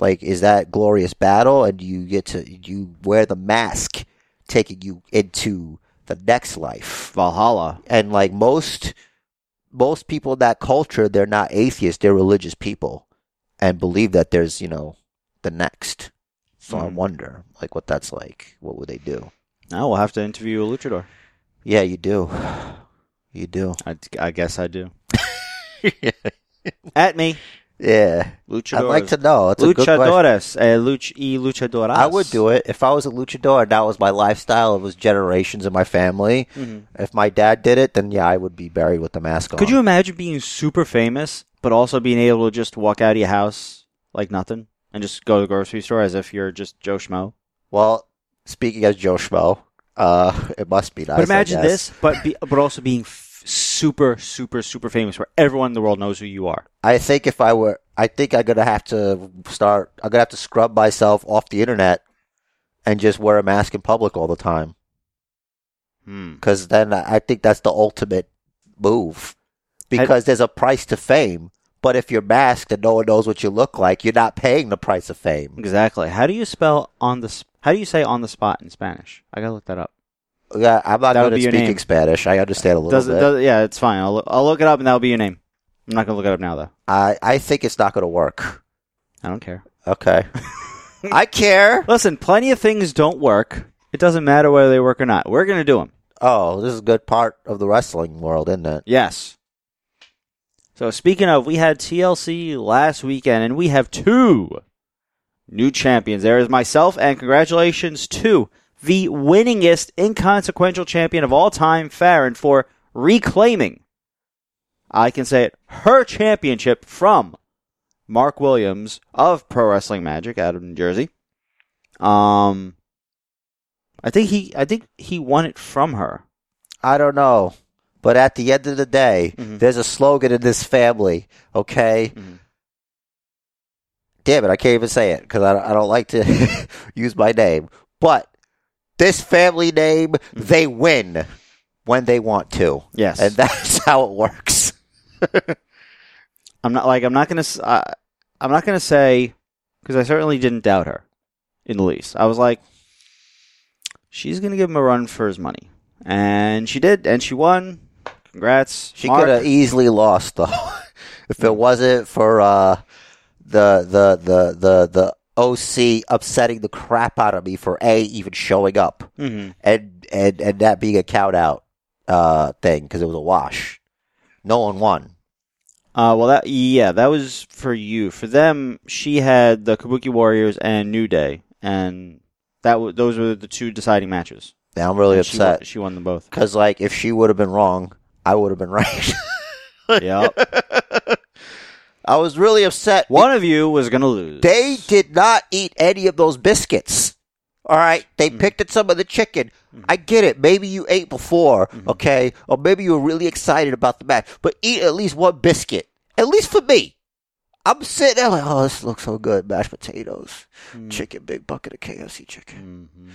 Speaker 1: like is that glorious battle and you get to you wear the mask, taking you into the next life.
Speaker 3: Valhalla.
Speaker 1: And like most most people in that culture, they're not atheists; they're religious people and believe that there's you know the next. So I
Speaker 3: Mhm.
Speaker 1: wonder, like, what that's like. What would they do?
Speaker 3: Now we'll have to interview a luchador.
Speaker 1: Yeah, you do. You do.
Speaker 3: I, I guess I do. At me,
Speaker 1: Yeah.
Speaker 3: luchador.
Speaker 1: I'd like to know. It's a good question.
Speaker 3: luchadores. eh, luch y luchadoras.
Speaker 1: I would do it if I was a luchador. and That was my lifestyle. It was generations in my family.
Speaker 3: Mm-hmm.
Speaker 1: If my dad did it, then yeah, I would be buried with the mask on.
Speaker 3: Could you imagine being super famous, but also being able to just walk out of your house like nothing and just go to the grocery store as if you're just Joe Schmo?
Speaker 1: Well, speaking as Joe Schmo, uh, it must be nice.
Speaker 3: but imagine
Speaker 1: I guess.
Speaker 3: this, but be, but also being f- super, super, super famous, where everyone in the world knows who you are.
Speaker 1: I think if I were, I think I'm gonna have to start. I'm gonna have to scrub myself off the internet and just wear a mask in public all the time.
Speaker 3: Hmm.
Speaker 1: because then I I think that's the ultimate move. Because there's a price to fame, But if you're masked and no one knows what you look like, you're not paying the price of fame.
Speaker 3: Exactly. How do you spell on the? sp- How do you say on the spot in Spanish? I gotta look that up.
Speaker 1: Yeah, I'm not
Speaker 3: That would
Speaker 1: good at
Speaker 3: be your
Speaker 1: speaking
Speaker 3: name.
Speaker 1: Spanish. I understand a little
Speaker 3: Does,
Speaker 1: bit.
Speaker 3: does yeah, it's fine. I'll look, I'll look it up and that'll be your name. I'm not gonna look it up now though.
Speaker 1: I, I think it's not going to work.
Speaker 3: I don't care.
Speaker 1: Okay. I care.
Speaker 3: Listen, plenty of things don't work. It doesn't matter whether they work or not. We're gonna do them.
Speaker 1: Oh, this is a good part of the wrestling world, isn't it?
Speaker 3: Yes. So speaking of, we had TLC last weekend, and we have two new champions. There is myself, and congratulations to the winningest, inconsequential champion of all time, Farron, for reclaiming. I can say it, her championship from Mark Williams of Pro Wrestling Magic out of New Jersey. Um, I think he, I think he won it from her.
Speaker 1: I don't know. But at the end of the day,
Speaker 3: Mhm.
Speaker 1: there's a slogan in this family, okay?
Speaker 3: Mhm.
Speaker 1: Damn it, I can't even say it because I, don't- I don't like to use my name. But this family name, they win when they want to.
Speaker 3: Yes,
Speaker 1: And that's how it works.
Speaker 3: I'm not like I'm not gonna s- I, am not gonna say because I certainly didn't doubt her in the least. I was like, she's gonna give him a run for his money, and she did, and she won. Congrats,
Speaker 1: She e-,
Speaker 3: Mark.
Speaker 1: could have easily lost, though, if it wasn't for uh, the, the, the, the, the OC upsetting the crap out of me for A, even showing up.
Speaker 3: Mhm.
Speaker 1: and and and that being a count out uh thing because it was a wash. No one won.
Speaker 3: Uh, well, that yeah, that was for you. For them, she had the Kabuki Warriors and New Day, and that w- those were the two deciding matches.
Speaker 1: Now I'm really
Speaker 3: And she won-
Speaker 1: upset
Speaker 3: She won them both.
Speaker 1: because like if she would have been wrong, I would have been right.
Speaker 3: yep.
Speaker 1: I was really upset.
Speaker 3: One of you was gonna lose.
Speaker 1: They did not eat any of those biscuits. All right, they
Speaker 3: Mhm.
Speaker 1: picked at some of the chicken.
Speaker 3: Mm-hmm.
Speaker 1: I get it. Maybe you ate before,
Speaker 3: Mhm.
Speaker 1: okay, or maybe you were really excited about the match. But eat at least one biscuit, at least for me. I'm sitting there like, oh, this looks so good. Mashed potatoes,
Speaker 3: Mm.
Speaker 1: chicken, big bucket of KFC chicken.
Speaker 3: Mhm.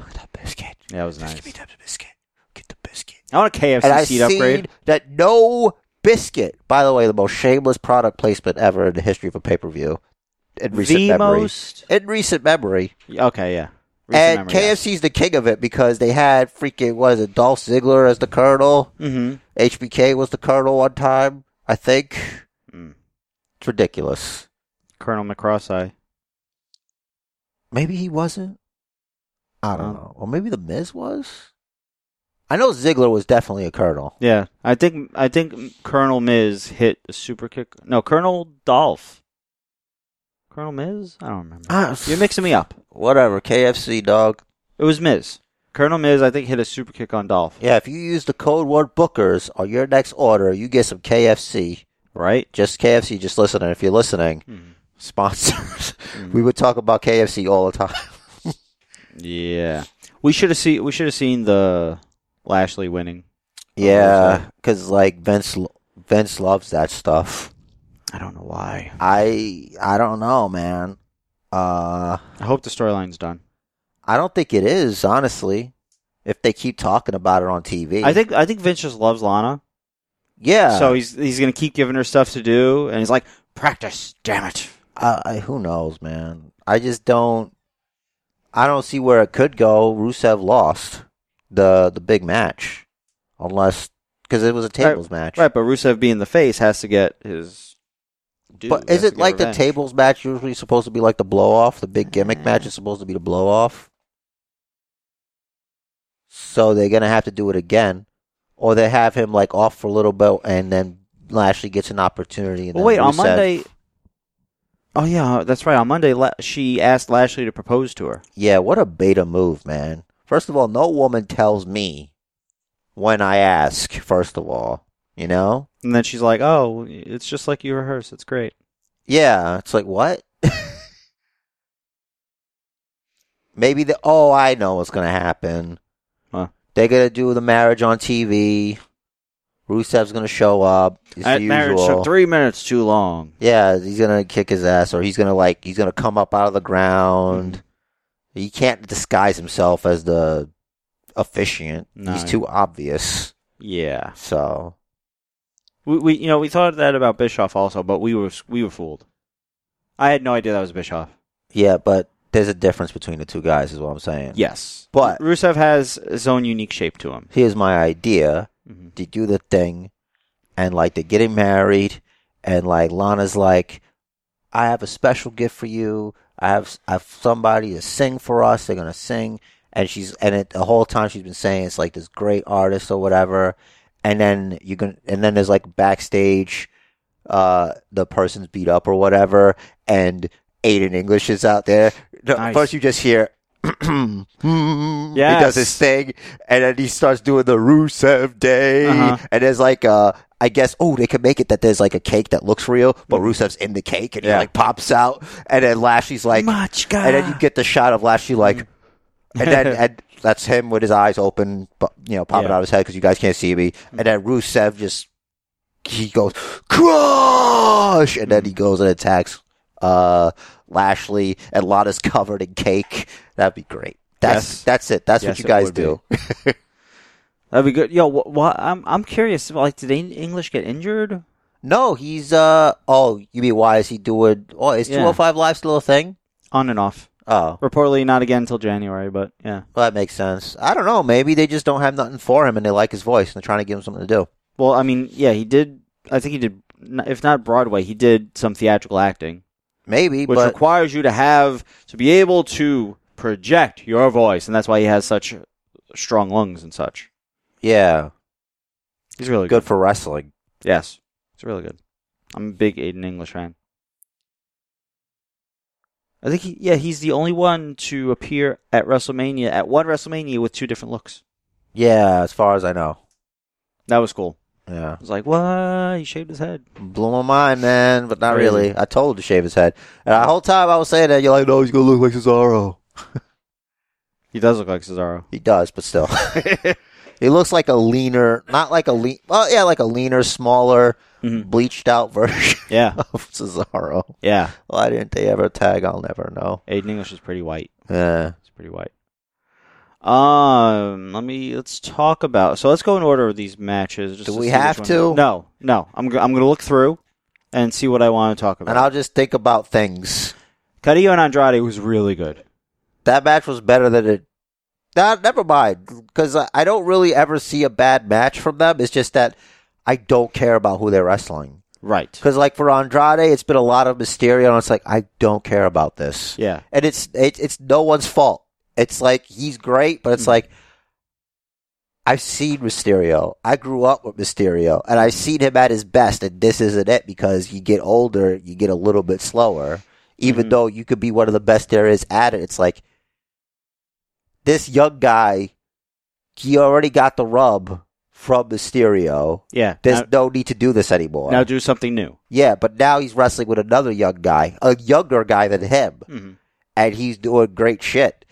Speaker 1: Look at that biscuit.
Speaker 3: Yeah, it was
Speaker 1: Just
Speaker 3: nice.
Speaker 1: give me that biscuit. Get the biscuit.
Speaker 3: I want a KFC
Speaker 1: and I
Speaker 3: seat
Speaker 1: seen
Speaker 3: upgrade.
Speaker 1: that no biscuit. By the way, the most shameless product placement ever in the history of a pay per view in recent
Speaker 3: the
Speaker 1: memory.
Speaker 3: most.
Speaker 1: In recent memory,
Speaker 3: Okay, yeah.
Speaker 1: and KFC's the king of it because they had freaking what is it? Dolph Ziggler as the Colonel.
Speaker 3: Mm-hmm.
Speaker 1: HBK was the Colonel one time, I think.
Speaker 3: Mm.
Speaker 1: It's ridiculous.
Speaker 3: Colonel McCrosseye.
Speaker 1: Maybe he wasn't. I don't
Speaker 3: Um,
Speaker 1: know. Or maybe the Miz was. I know Ziggler was definitely a Colonel.
Speaker 3: Yeah, I think I think Colonel Miz hit a super kick. No, Colonel Dolph. Colonel Miz. I don't remember.
Speaker 1: Ah,
Speaker 3: You're mixing me up.
Speaker 1: Whatever, KFC dog.
Speaker 3: It was Miz. Colonel Miz, I think, hit a super kick on Dolph.
Speaker 1: Yeah, if you use the code word bookers on your next order, you get some KFC.
Speaker 3: Right.
Speaker 1: Just KFC, just listening. If you're listening,
Speaker 3: Mhm.
Speaker 1: sponsors.
Speaker 3: Mhm.
Speaker 1: we would talk about KFC all the time.
Speaker 3: Yeah. We should have seen. We should have seen the Lashley winning.
Speaker 1: yeah, because like Vince, lo- Vince loves that stuff.
Speaker 3: I don't know why.
Speaker 1: I I don't know, man. Uh,
Speaker 3: I hope the storyline's done.
Speaker 1: I don't think it is honestly. If they keep talking about it on TV,
Speaker 3: I think I think Vince just loves Lana.
Speaker 1: yeah.
Speaker 3: So he's he's gonna keep giving her stuff to do, and he's like, practice, damn it.
Speaker 1: I, I, who knows, man? I just don't. I don't see where it could go. Rusev lost the the big match, unless because it was a tables match.
Speaker 3: Right, but Rusev being the face has to get his. Due.
Speaker 1: But
Speaker 3: He has
Speaker 1: is
Speaker 3: to
Speaker 1: it
Speaker 3: get
Speaker 1: like the
Speaker 3: revenge. Mm.
Speaker 1: tables match usually supposed to be like the blow off? The big gimmick match is supposed to be the blow off. So they're gonna have to do it again, or they have him like off for a little bit, and then Lashley gets an opportunity. And
Speaker 3: Well, wait,
Speaker 1: then
Speaker 3: on
Speaker 1: Rusev-
Speaker 3: Monday. Oh yeah, that's right. On Monday, La- she asked Lashley to propose to her.
Speaker 1: Yeah, what a beta move, man. First of all, no woman tells me when I ask, first of all. You know?
Speaker 3: And then she's like, "Oh, it's just like you rehearse. It's great."
Speaker 1: Yeah, it's like, what? Maybe the, oh, I know what's going to happen.
Speaker 3: Huh.
Speaker 1: They're going to do the marriage on TV. Rusev's going to show up. It's
Speaker 3: That
Speaker 1: the
Speaker 3: marriage
Speaker 1: usual.
Speaker 3: took three minutes too long.
Speaker 1: Yeah, he's gonna kick his ass, or he's gonna like he's gonna come up out of the ground. He can't disguise himself as the officiant.
Speaker 3: No.
Speaker 1: He's too obvious.
Speaker 3: Yeah,
Speaker 1: So
Speaker 3: We, we you know we thought that about Bischoff also, but we were we were fooled. I had no idea that was Bischoff.
Speaker 1: Yeah, but there's a difference between the two guys, is what I'm saying.
Speaker 3: Yes,
Speaker 1: But-
Speaker 3: Rusev has his own unique shape to him.
Speaker 1: Here's my idea. to do the thing and like they're getting married and like Lana's like I have a special gift for you. I have I have somebody to sing for us. They're gonna sing and she's and it the whole time she's been saying it's like this great artist or whatever and then you can and then there's like backstage uh the person's beat up or whatever and Aiden English is out there. No,
Speaker 3: Nice.
Speaker 1: First you just hear He does his
Speaker 3: Yes.
Speaker 1: thing, and then he starts doing the Rusev Day,
Speaker 3: Uh-huh.
Speaker 1: and there's like uh, I guess oh they could make it that there's like a cake that looks real, but Rusev's in the cake and he
Speaker 3: Yeah.
Speaker 1: like pops out, and then Lashley's like, and then you get the shot of Lashley like, and then and that's him with his eyes open, but you know popping
Speaker 3: Yeah.
Speaker 1: out his head because you guys can't see me, and then Rusev just he goes crush, and then he goes and attacks uh Lashley, and Lana's covered in cake. That'd be great. That's
Speaker 3: Yes.
Speaker 1: that's it. That's
Speaker 3: Yes,
Speaker 1: what you
Speaker 3: it
Speaker 1: guys
Speaker 3: would be.
Speaker 1: do.
Speaker 3: That'd be good. Yo, wh- wh- I'm I'm curious. Like, did Eng- English get injured?
Speaker 1: No, he's uh oh, you mean why is he doing oh is
Speaker 3: Yeah.
Speaker 1: two oh five live still a thing?
Speaker 3: On and off.
Speaker 1: Oh.
Speaker 3: Reportedly, not again until January. But yeah.
Speaker 1: Well that makes sense. I don't know, maybe they just don't have nothing for him and they like his voice and they're trying to give him something to do.
Speaker 3: Well, I mean, yeah, he did. I think he did. n- If not Broadway, he did some theatrical acting,
Speaker 1: Maybe,
Speaker 3: which
Speaker 1: but
Speaker 3: requires you to have to be able to project your voice, and that's why he has such strong lungs and such.
Speaker 1: yeah.
Speaker 3: He's really good.
Speaker 1: Good for wrestling.
Speaker 3: Yes, he's really good. I'm a big Aiden English fan. I think he, yeah, he's the only one to appear at WrestleMania at one WrestleMania with two different looks.
Speaker 1: Yeah, as far as I know.
Speaker 3: That was cool.
Speaker 1: Yeah.
Speaker 3: I was like, what? He shaved his head.
Speaker 1: Blew my mind, man, but not
Speaker 3: Crazy.
Speaker 1: really. I told him to shave his head. And the whole time I was saying that, you're like, no, he's gonna look like Cesaro.
Speaker 3: He does look like Cesaro. Mm-hmm.
Speaker 1: He does, but still. he looks like a leaner not like a lean well, yeah, like a leaner, smaller,
Speaker 3: Mhm.
Speaker 1: bleached out version
Speaker 3: Yeah,
Speaker 1: of Cesaro.
Speaker 3: yeah.
Speaker 1: Why didn't they ever tag? I'll never know.
Speaker 3: Aiden English is pretty white.
Speaker 1: Yeah.
Speaker 3: It's pretty white. Um, let me let's talk about. So let's go in order of these matches. Just
Speaker 1: Do
Speaker 3: to
Speaker 1: we
Speaker 3: see which
Speaker 1: have
Speaker 3: one-
Speaker 1: to?
Speaker 3: No, no. I'm go- I'm gonna look through and see what I want to talk
Speaker 1: And
Speaker 3: about.
Speaker 1: I'll just think about things.
Speaker 3: Carrillo and Andrade was really good.
Speaker 1: That match was better than it. Nah, never mind. Because I I don't really ever see a bad match from them. It's just that I don't care about who they're wrestling.
Speaker 3: Right.
Speaker 1: Because, like, for Andrade, it's been a lot of Mysterio, and it's like, I don't care about this.
Speaker 3: Yeah.
Speaker 1: And it's, it, it's no one's fault. It's like, he's great, but it's
Speaker 3: Hmm.
Speaker 1: like, I've seen Mysterio. I grew up with Mysterio, and I've seen him at his best, and this isn't it because you get older, you get a little bit slower. Even
Speaker 3: Mhm.
Speaker 1: though you could be one of the best there is at it, it's like this young guy, he already got the rub from Mysterio.
Speaker 3: Yeah.
Speaker 1: There's
Speaker 3: Now,
Speaker 1: no need to do this anymore.
Speaker 3: now do something new.
Speaker 1: yeah, but now he's wrestling with another young guy, a younger guy than him
Speaker 3: Mm-hmm.
Speaker 1: and he's doing great shit.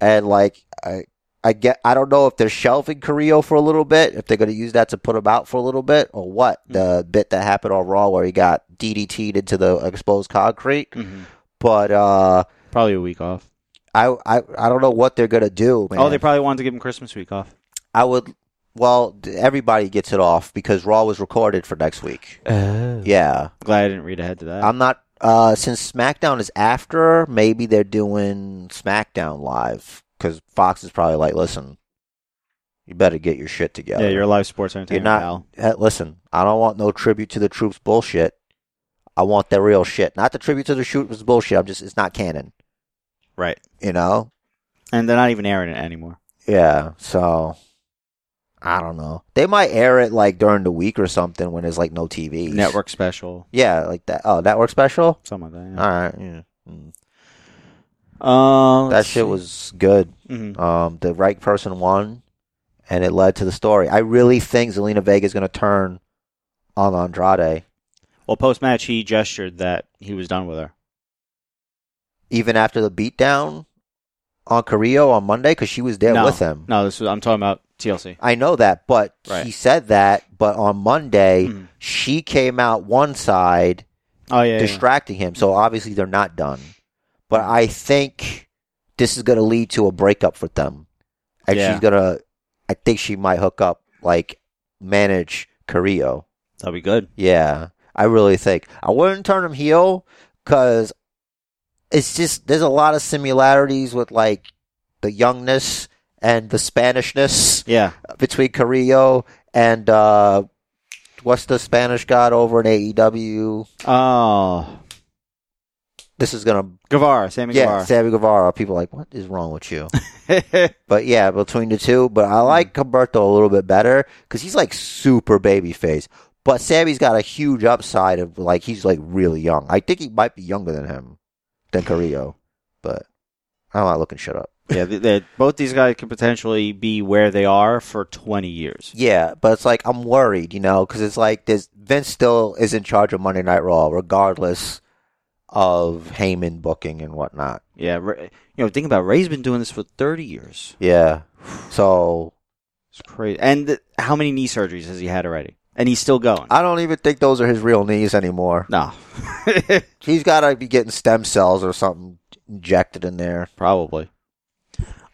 Speaker 1: And like I, I get, I don't know if they're shelving Carrillo for a little bit, if they're going to use that to put him out for a little bit, or what.
Speaker 3: Mm-hmm.
Speaker 1: The bit that happened on Raw where he got DDT'd into the exposed concrete,
Speaker 3: Mm-hmm.
Speaker 1: but uh,
Speaker 3: Probably a week off.
Speaker 1: I, I, I don't know what they're going to do. Man.
Speaker 3: Oh, they probably wanted to give him Christmas week off.
Speaker 1: I would. Well, d- everybody gets it off because Raw was recorded for next week.
Speaker 3: Oh.
Speaker 1: Yeah,
Speaker 3: Glad I didn't read ahead to that.
Speaker 1: I'm not. Uh, since SmackDown is after, maybe they're doing SmackDown live because Fox is probably like, listen, you better get your shit together.
Speaker 3: yeah, you're a live sports
Speaker 1: You're
Speaker 3: entertainment.
Speaker 1: not.
Speaker 3: pal.
Speaker 1: eh, listen, I don't want no tribute to the troops bullshit. I want the real shit, not the tribute to the troops bullshit. I'm just, it's not canon,
Speaker 3: Right.
Speaker 1: you know?
Speaker 3: And they're not even airing it anymore.
Speaker 1: Yeah. So I don't know. They might air it like during the week or something when there's like no TV
Speaker 3: Network special,
Speaker 1: Yeah, like that. Oh, network special.
Speaker 3: something like
Speaker 1: All
Speaker 3: that.
Speaker 1: right. Yeah. Mm.
Speaker 3: Yeah. Uh,
Speaker 1: That shit was good.
Speaker 3: hmm
Speaker 1: Um, the right person won, and it led to the story. I really think Zelina Vega is going to turn on Andrade,
Speaker 3: Well, post match, he gestured that he was done with her.
Speaker 1: even after the beatdown on Carrillo on Monday, because she was there
Speaker 3: no,
Speaker 1: with him.
Speaker 3: No, this was, I'm talking about TLC.
Speaker 1: I know that, but
Speaker 3: Right.
Speaker 1: he said that. But on Monday,
Speaker 3: Mhm.
Speaker 1: she came out one side,
Speaker 3: Oh yeah, yeah,
Speaker 1: distracting him. So obviously they're not done. But I think this is going to lead to a breakup for them, and
Speaker 3: Yeah.
Speaker 1: she's going to. I think she might hook up, like manage Carrillo.
Speaker 3: That'd be good.
Speaker 1: Yeah, I really think I wouldn't turn him heel because it's just there's a lot of similarities with like the youngness and the Spanishness
Speaker 3: Yeah.
Speaker 1: between Carrillo and uh, what's the Spanish god over in E AEW.
Speaker 3: Oh,
Speaker 1: This is gonna
Speaker 3: Guevara, Sammy
Speaker 1: yeah, Sammy Guevara. People are like, what is wrong with you?
Speaker 3: Guevara.
Speaker 1: But yeah, between the two, but I like
Speaker 3: Hmm.
Speaker 1: Humberto a little bit better because he's like super baby face. But Sammy's got a huge upside of like he's like really young. I think he might be younger than him, than Carrillo. But I'm not looking shit up.
Speaker 3: yeah, they, they, both these guys could potentially be where they are for 20 years.
Speaker 1: Yeah, but it's like I'm worried, you know, because it's like there's Vince still is in charge of Monday Night Raw, regardless of Heyman booking and whatnot.
Speaker 3: Yeah, Ra- you know, think about it, Ray's been doing this for 30 years.
Speaker 1: Yeah, so
Speaker 3: It's crazy. And th- how many knee surgeries has he had already? And he's still going.
Speaker 1: I don't even think those are his real knees anymore.
Speaker 3: no,
Speaker 1: He's got to be getting stem cells or something injected in there.
Speaker 3: probably.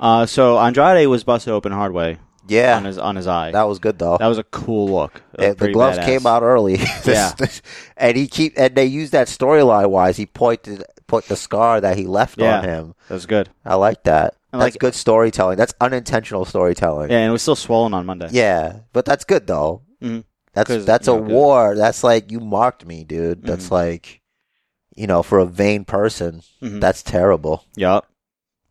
Speaker 3: Uh, so Andrade was busted open hard way on
Speaker 1: Yeah,
Speaker 3: his on his eye.
Speaker 1: that was good though.
Speaker 3: That was a cool look. That was
Speaker 1: Yeah, the
Speaker 3: pretty
Speaker 1: gloves
Speaker 3: badass.
Speaker 1: came out early.
Speaker 3: Yeah.
Speaker 1: and he keep and they used that storyline wise. He pointed put the scar that he left
Speaker 3: Yeah.
Speaker 1: on him.
Speaker 3: That was good.
Speaker 1: I like that.
Speaker 3: I
Speaker 1: that's
Speaker 3: like-
Speaker 1: good storytelling. That's unintentional storytelling.
Speaker 3: Yeah, and it was still swollen on Monday.
Speaker 1: Yeah, but that's good though.
Speaker 3: Mhm.
Speaker 1: That's
Speaker 3: 'Cause,
Speaker 1: that's
Speaker 3: you
Speaker 1: a
Speaker 3: know, 'cause-
Speaker 1: war. That's like you marked me, dude. That's
Speaker 3: Mhm.
Speaker 1: like, you know, for a vain person,
Speaker 3: Mhm.
Speaker 1: that's terrible.
Speaker 3: Yep.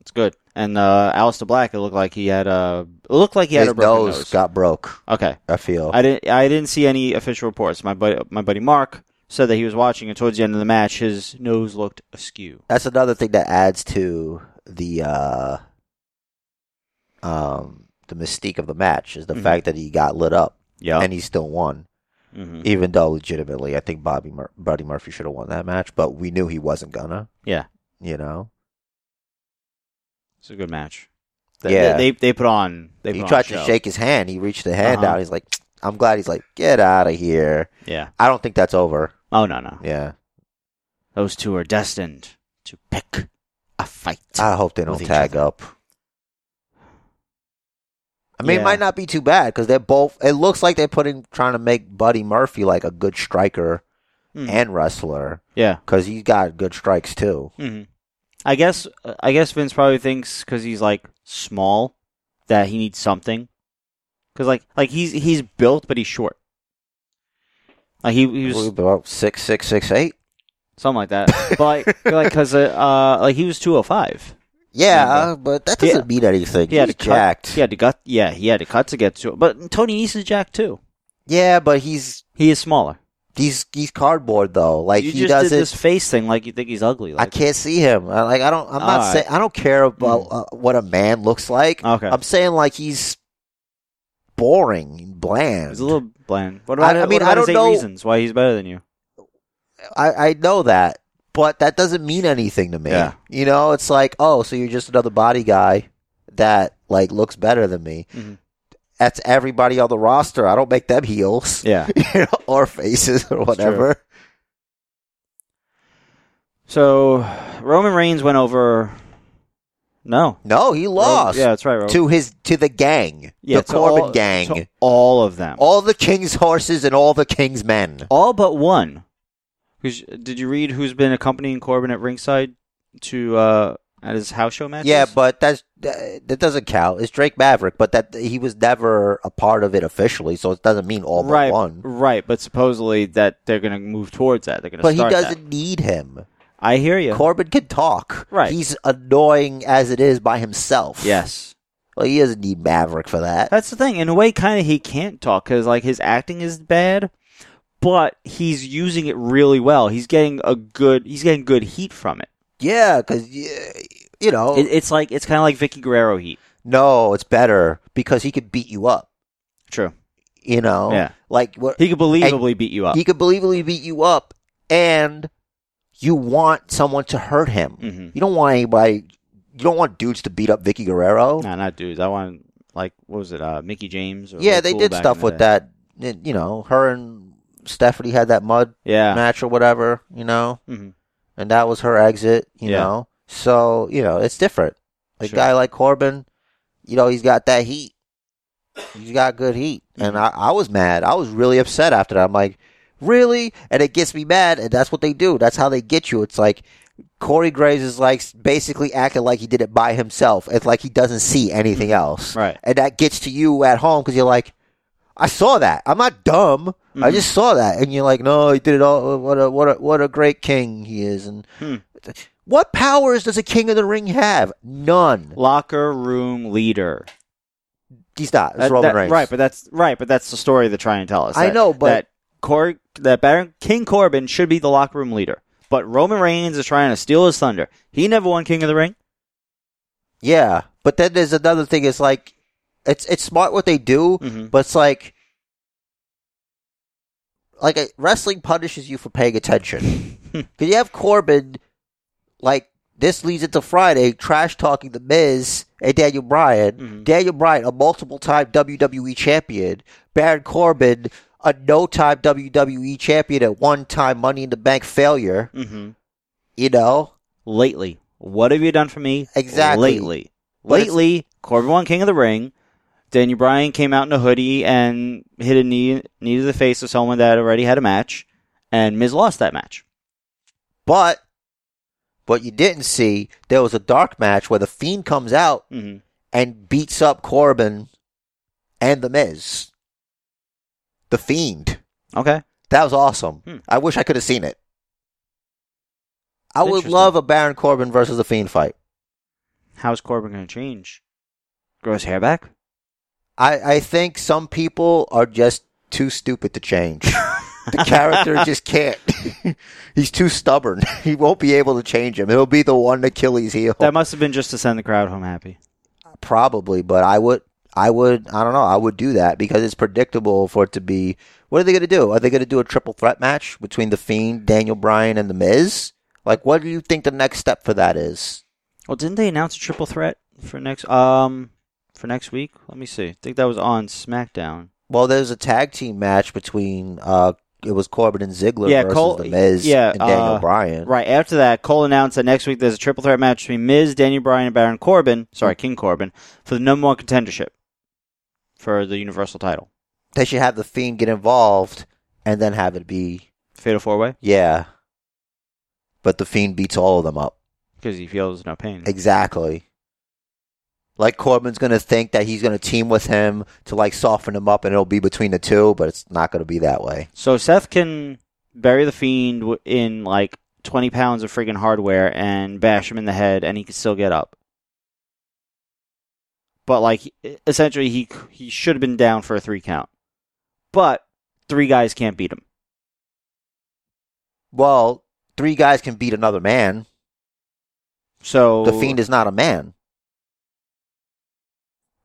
Speaker 3: It's good. And uh Alistair Black, it looked like he had a it looked like he had
Speaker 1: His
Speaker 3: a broken
Speaker 1: nose,
Speaker 3: nose.
Speaker 1: got broke.
Speaker 3: okay.
Speaker 1: I feel.
Speaker 3: I didn't I didn't see any official reports. My buddy my buddy Mark said that he was watching and towards the end of the match his nose looked askew.
Speaker 1: that's another thing that adds to the uh um the mystique of the match is the
Speaker 3: Mhm.
Speaker 1: fact that he got lit up
Speaker 3: Yeah.
Speaker 1: and he still won
Speaker 3: hmm
Speaker 1: even though legitimately i think bobby Mur- buddy murphy should have won that match but we knew he wasn't gonna
Speaker 3: Yeah.
Speaker 1: you know
Speaker 3: It's a good match.
Speaker 1: Yeah.
Speaker 3: They, they they put on they
Speaker 1: he
Speaker 3: put on
Speaker 1: tried
Speaker 3: a
Speaker 1: to
Speaker 3: show.
Speaker 1: shake his hand he reached the hand
Speaker 3: Uh-huh.
Speaker 1: out he's like i'm glad he's like get out of here
Speaker 3: Yeah.
Speaker 1: i don't think that's over
Speaker 3: Oh no no.
Speaker 1: yeah
Speaker 3: Those two are destined to pick a fight.
Speaker 1: i hope they
Speaker 3: With
Speaker 1: don't
Speaker 3: each
Speaker 1: tag
Speaker 3: other.
Speaker 1: up I mean,
Speaker 3: Yeah.
Speaker 1: it might not be too bad because they're both. It looks like they're putting trying to make Buddy Murphy like a good striker
Speaker 3: Mhm.
Speaker 1: and wrestler
Speaker 3: yeah.
Speaker 1: because he's got good strikes too.
Speaker 3: hmm I guess uh, I guess Vince probably thinks because he's like small that he needs something. Because like like he's he's built but he's short. Like he, he was
Speaker 1: about six, six, six, eight.
Speaker 3: something like that. but like like because uh, uh like he was two oh five.
Speaker 1: Yeah, uh,
Speaker 3: Yeah.
Speaker 1: but that
Speaker 3: Yeah.
Speaker 1: doesn't mean anything.
Speaker 3: He had
Speaker 1: he's
Speaker 3: to cut-
Speaker 1: jacked.
Speaker 3: He had to gut. Yeah, he had to cut to get to. But Tony Nese is jacked too.
Speaker 1: Yeah, but he's
Speaker 3: He is smaller.
Speaker 1: he's he's cardboard though. Like
Speaker 3: you
Speaker 1: he
Speaker 3: just
Speaker 1: doesn't.
Speaker 3: did this face thing like you think he's ugly.
Speaker 1: I
Speaker 3: Like
Speaker 1: can't see him. I, like I don't. I'm not
Speaker 3: Alright.
Speaker 1: saying. I don't care about
Speaker 3: Hmm.
Speaker 1: uh, what a man looks like.
Speaker 3: okay,
Speaker 1: I'm saying like he's boring and bland.
Speaker 3: he's a little bland. What
Speaker 1: I-
Speaker 3: about,
Speaker 1: I
Speaker 3: what
Speaker 1: mean, I
Speaker 3: about his
Speaker 1: don't
Speaker 3: eight
Speaker 1: know-
Speaker 3: reasons why he's better than you.
Speaker 1: I, I know that, but that doesn't mean anything to me.
Speaker 3: Yeah.
Speaker 1: You know, it's like, oh, so you're just another body guy that like looks better than me.
Speaker 3: Mhm.
Speaker 1: That's everybody on the roster. I don't make them heels
Speaker 3: Yeah.
Speaker 1: you know, or faces or whatever.
Speaker 3: So Roman Reigns went over. No,
Speaker 1: No, he lost
Speaker 3: Yeah, that's right. Roman.
Speaker 1: to his to the gang,
Speaker 3: yeah,
Speaker 1: the
Speaker 3: to
Speaker 1: Corbin
Speaker 3: all-
Speaker 1: gang,
Speaker 3: to all of them, all,
Speaker 1: all the king's horses and all the king's men.
Speaker 3: but one. Who's, did you read who's been accompanying Corbin at ringside to uh, at his house show matches?
Speaker 1: Yeah, but that's that that doesn't count. It's Drake Maverick, but that he was never a part of it officially, so it doesn't mean all but
Speaker 3: right,
Speaker 1: one.
Speaker 3: right. But supposedly that they're gonna move towards that. They're gonna.
Speaker 1: But he
Speaker 3: start that.
Speaker 1: doesn't need him.
Speaker 3: I hear you.
Speaker 1: Corbin can talk.
Speaker 3: Right.
Speaker 1: He's annoying as it is by himself.
Speaker 3: yes,
Speaker 1: Well, he doesn't need Maverick for that.
Speaker 3: that's the thing. In a way, kind of he can't talk because like his acting is bad. But he's using it really well. He's getting a good. He's getting good heat from it.
Speaker 1: Yeah, because, you know,
Speaker 3: It, it's like it's kind of like Vicky Guerrero heat.
Speaker 1: no, it's better because he could beat you up.
Speaker 3: True.
Speaker 1: You know?
Speaker 3: Yeah.
Speaker 1: Like, what,
Speaker 3: He could believably beat you up.
Speaker 1: Oh. he could believably beat you up, and you want someone to hurt him.
Speaker 3: Mhm.
Speaker 1: You don't want anybody, you don't want dudes to beat up Vicky Guerrero.
Speaker 3: Nah, not dudes. I want like what was it? Uh, Mickey James. Or
Speaker 1: yeah,
Speaker 3: Will
Speaker 1: they
Speaker 3: Cool
Speaker 1: did
Speaker 3: back in
Speaker 1: stuff
Speaker 3: the
Speaker 1: with
Speaker 3: day.
Speaker 1: that. You know, her and Stephanie had that mud
Speaker 3: Yeah.
Speaker 1: match or whatever, you know?
Speaker 3: hmm
Speaker 1: and that was her exit, you
Speaker 3: Yeah.
Speaker 1: know. So, you know, it's different. A
Speaker 3: Sure.
Speaker 1: guy like Corbin, you know, he's got that heat. He's got good heat.
Speaker 3: Mm-hmm.
Speaker 1: And I, I was mad. I was really upset after that. I'm like, really? And it gets me mad. And that's what they do. That's how they get you. It's like Corey Graves is like basically acting like he did it by himself. It's like he doesn't see anything else.
Speaker 3: Right.
Speaker 1: And that gets to you at home because you're like, I saw that. I'm not dumb.
Speaker 3: Mm-hmm.
Speaker 1: I just saw that. And you're like, no, he did it all. What a, what a, what a great king he is. And
Speaker 3: Hmm.
Speaker 1: what powers does a king of the ring have? None.
Speaker 3: Locker room leader.
Speaker 1: He's not. It's
Speaker 3: That-
Speaker 1: Roman
Speaker 3: that-
Speaker 1: Reigns.
Speaker 3: Right, but that's right, but that's the story they're trying to tell us.
Speaker 1: I
Speaker 3: that-
Speaker 1: know, but-
Speaker 3: that Cor- that Baron King Corbin should be the locker room leader. But Roman Reigns is trying to steal his thunder. He never won King of the Ring.
Speaker 1: Yeah, but then there's another thing. It's like it's it's smart what they do,
Speaker 3: Mhm.
Speaker 1: but it's like like uh, wrestling punishes you for paying attention because you have Corbin like this leads into Friday trash talking the Miz and Daniel Bryan.
Speaker 3: Mhm.
Speaker 1: Daniel Bryan, a multiple time WWE champion, Baron Corbin, a no time WWE champion, at one time Money in the Bank failure.
Speaker 3: Mm-hmm.
Speaker 1: You know,
Speaker 3: Lately, what have you done for me?
Speaker 1: Exactly.
Speaker 3: Lately,
Speaker 1: But it's-
Speaker 3: lately, Corbin won King of the Ring. Daniel Bryan came out in a hoodie and hit a knee knee to the face of someone that already had a match, and Miz lost that match.
Speaker 1: But what you didn't see, there was a dark match where the Fiend comes out
Speaker 3: Mm-hmm.
Speaker 1: and beats up Corbin and the Miz. The Fiend.
Speaker 3: Okay.
Speaker 1: That was awesome.
Speaker 3: Hmm.
Speaker 1: I wish I could have seen it. I would
Speaker 3: Interesting.
Speaker 1: love a Baron Corbin versus the Fiend fight.
Speaker 3: How's Corbin going to change? Grow his hair back?
Speaker 1: I, I think some people are just too stupid to change. the character just can't. He's too stubborn. He won't be able to change him. He'll be the one Achilles heel.
Speaker 3: That must have been just to send the crowd home happy.
Speaker 1: Probably, but I would, I would, I don't know, I would do that because it's predictable for it to be. What are they going to do? Are they going to do a triple threat match between the Fiend, Daniel Bryan, and the Miz? Like, what do you think the next step for that is?
Speaker 3: Well, didn't they announce a triple threat for next um for next week? Let me see. I think that was on SmackDown.
Speaker 1: Well, there's a tag team match between uh, it was Corbin and Ziggler
Speaker 3: Yeah,
Speaker 1: versus
Speaker 3: Col-
Speaker 1: the Miz
Speaker 3: yeah,
Speaker 1: and Daniel
Speaker 3: uh,
Speaker 1: Bryan.
Speaker 3: Right after that, Cole announced that next week there's a triple threat match between Miz, Daniel Bryan, and Baron Corbin. Sorry, King Corbin for the number one contendership for the Universal title,
Speaker 1: They should have the Fiend get involved and then have it be
Speaker 3: fatal four way,
Speaker 1: yeah. But the Fiend beats all of them up.
Speaker 3: because he feels no pain.
Speaker 1: Exactly. Like Corbin's gonna think that he's gonna team with him to like soften him up, and it'll be between the two, but it's not gonna be that way.
Speaker 3: So Seth can bury the fiend w- in like twenty pounds of friggin' hardware and bash him in the head, and he can still get up. But like, he- essentially, he c- he should have been down for a three count, but three guys can't beat him.
Speaker 1: Well, three guys can beat another man.
Speaker 3: So
Speaker 1: The Fiend is not a man.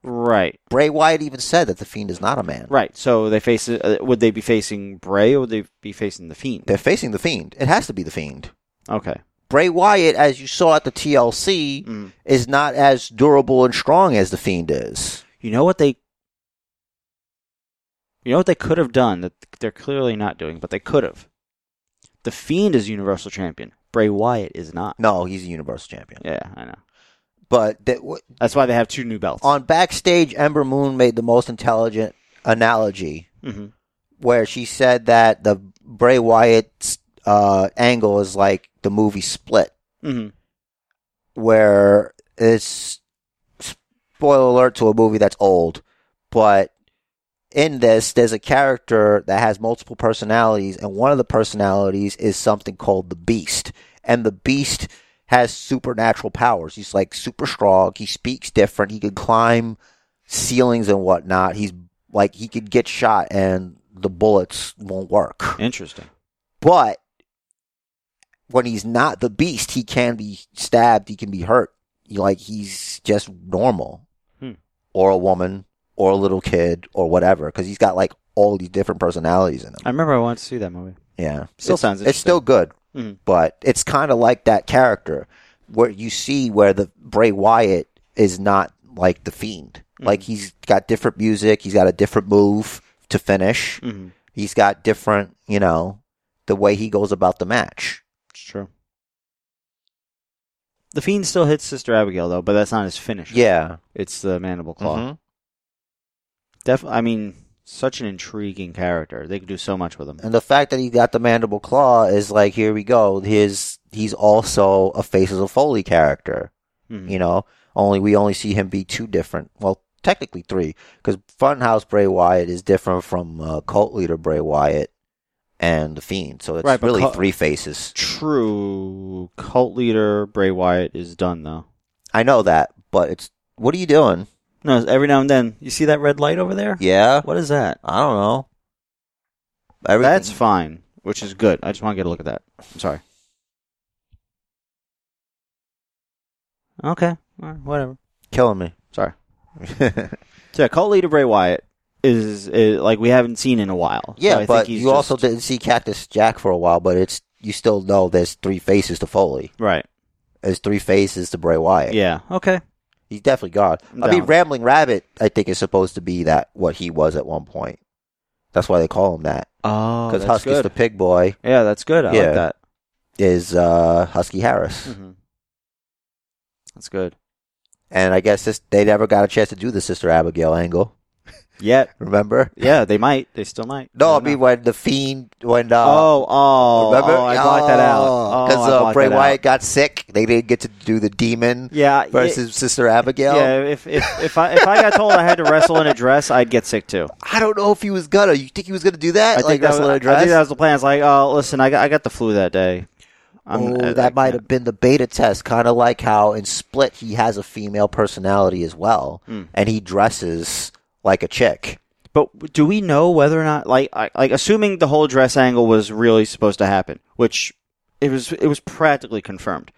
Speaker 3: right,
Speaker 1: Bray Wyatt even said that the Fiend is not a man.
Speaker 3: right. So they face uh, would they be facing Bray or would they be facing the fiend?
Speaker 1: They're facing the Fiend. It has to be the Fiend.
Speaker 3: Okay,
Speaker 1: Bray Wyatt, as you saw at the TLC,
Speaker 3: Mm.
Speaker 1: is not as durable and strong as the Fiend is.
Speaker 3: you know what they. You know what they could have done that they're clearly not doing, but they could have. The Fiend is Universal Champion. Bray Wyatt is not.
Speaker 1: No, he's a Universal Champion.
Speaker 3: Yeah, I know.
Speaker 1: But that,
Speaker 3: That's why they have two new belts.
Speaker 1: on backstage, Ember Moon made the most intelligent analogy
Speaker 3: Mhm.
Speaker 1: where she said that the Bray Wyatt uh, angle is like the movie Split,
Speaker 3: Mhm.
Speaker 1: where it's spoiler alert to a movie that's old, but in this, there's a character that has multiple personalities, and one of the personalities is something called the Beast, and the Beast has supernatural powers. He's like super strong. He speaks different. He could climb ceilings and whatnot. He's like he could get shot, and the bullets won't work
Speaker 3: Interesting.
Speaker 1: but when he's not the beast, he can be stabbed, he can be hurt. He, like he's just normal,
Speaker 3: Hmm.
Speaker 1: or a woman, or a little kid, or whatever, because he's got like all these different personalities in him.
Speaker 3: I remember I wanted to see that movie.
Speaker 1: Yeah,
Speaker 3: Still
Speaker 1: It's-
Speaker 3: sounds
Speaker 1: It's still good,
Speaker 3: Mhm.
Speaker 1: but it's kind of like that character where you see where the Bray Wyatt is not like the fiend.
Speaker 3: Hmm.
Speaker 1: Like he's got different music, he's got a different move to finish,
Speaker 3: Mm-hmm.
Speaker 1: he's got different, you know, the way he goes about the match.
Speaker 3: It's true. The Fiend still hits Sister Abigail though, but that's not his finish.
Speaker 1: Yeah.
Speaker 3: Mm-hmm. it's the mandible claw. Def. I mean, such an intriguing character. They could do so much with him.
Speaker 1: And the fact that he got the mandible claw is like, here we go. His he's also a Faces of Foley character.
Speaker 3: Mhm.
Speaker 1: You know, only we only see him be two different. Well, technically three, because Funhouse Bray Wyatt is different from uh, Cult Leader Bray Wyatt and the Fiend. So it's
Speaker 3: Right, but
Speaker 1: really
Speaker 3: Cult-
Speaker 1: three faces.
Speaker 3: True. Cult leader Bray Wyatt is done though.
Speaker 1: I know that, but it's what are you doing?
Speaker 3: No, every now and then you see that red light over there.
Speaker 1: Yeah,
Speaker 3: What is that?
Speaker 1: I don't know. Everything-
Speaker 3: That's fine, which is good. I just want to get a look at that. I'm sorry. Okay. All right, whatever.
Speaker 1: killing me.
Speaker 3: Sorry. So yeah, cult leader Bray Wyatt is, is like we haven't seen in a while. So
Speaker 1: yeah,
Speaker 3: I think
Speaker 1: but
Speaker 3: he's
Speaker 1: you
Speaker 3: just-
Speaker 1: also didn't see Cactus Jack for a while, but it's you still know there's three faces to Foley.
Speaker 3: right.
Speaker 1: There's three faces to Bray Wyatt.
Speaker 3: Yeah. Okay.
Speaker 1: He's definitely God. I
Speaker 3: Down.
Speaker 1: mean, Rambling Rabbit, I think, is supposed to be that what he was at one point. That's why they call him that.
Speaker 3: Oh,
Speaker 1: Because
Speaker 3: that's
Speaker 1: Husky's
Speaker 3: good.
Speaker 1: the pig boy
Speaker 3: yeah, that's good. I
Speaker 1: Yeah.
Speaker 3: like that.
Speaker 1: is uh, Husky Harris.
Speaker 3: Mm-hmm. That's good.
Speaker 1: And I guess this, they never got a chance to do the Sister Abigail angle.
Speaker 3: Yeah.
Speaker 1: Remember?
Speaker 3: Yeah, they might. They still might.
Speaker 1: No, I
Speaker 3: don't know.
Speaker 1: mean, when the Fiend, when. Uh,
Speaker 3: oh, oh,
Speaker 1: Remember?
Speaker 3: oh, I blocked that out. Oh,
Speaker 1: Because
Speaker 3: I
Speaker 1: uh,
Speaker 3: blocked
Speaker 1: Bray
Speaker 3: that out.
Speaker 1: Wyatt got sick. They didn't get to do the demon
Speaker 3: Yeah.
Speaker 1: versus Sister Abigail.
Speaker 3: Yeah, if if if I if I got told I had to wrestle in a dress, I'd get sick too.
Speaker 1: I don't know if he was gonna. You think he was gonna do that?
Speaker 3: I
Speaker 1: like
Speaker 3: think that was,
Speaker 1: wrestle in a
Speaker 3: I
Speaker 1: dress?
Speaker 3: think that was the plan. It's like, oh, listen, I got I got the flu that day. I'm-
Speaker 1: oh,
Speaker 3: I- I
Speaker 1: that might
Speaker 3: can't-
Speaker 1: have been the beta test, kind of like how in Split he has a female personality as well,
Speaker 3: Hmm.
Speaker 1: and he dresses like a chick.
Speaker 3: But do we know whether or not like I, like assuming the whole dress angle was really supposed to happen, which it was it was practically confirmed.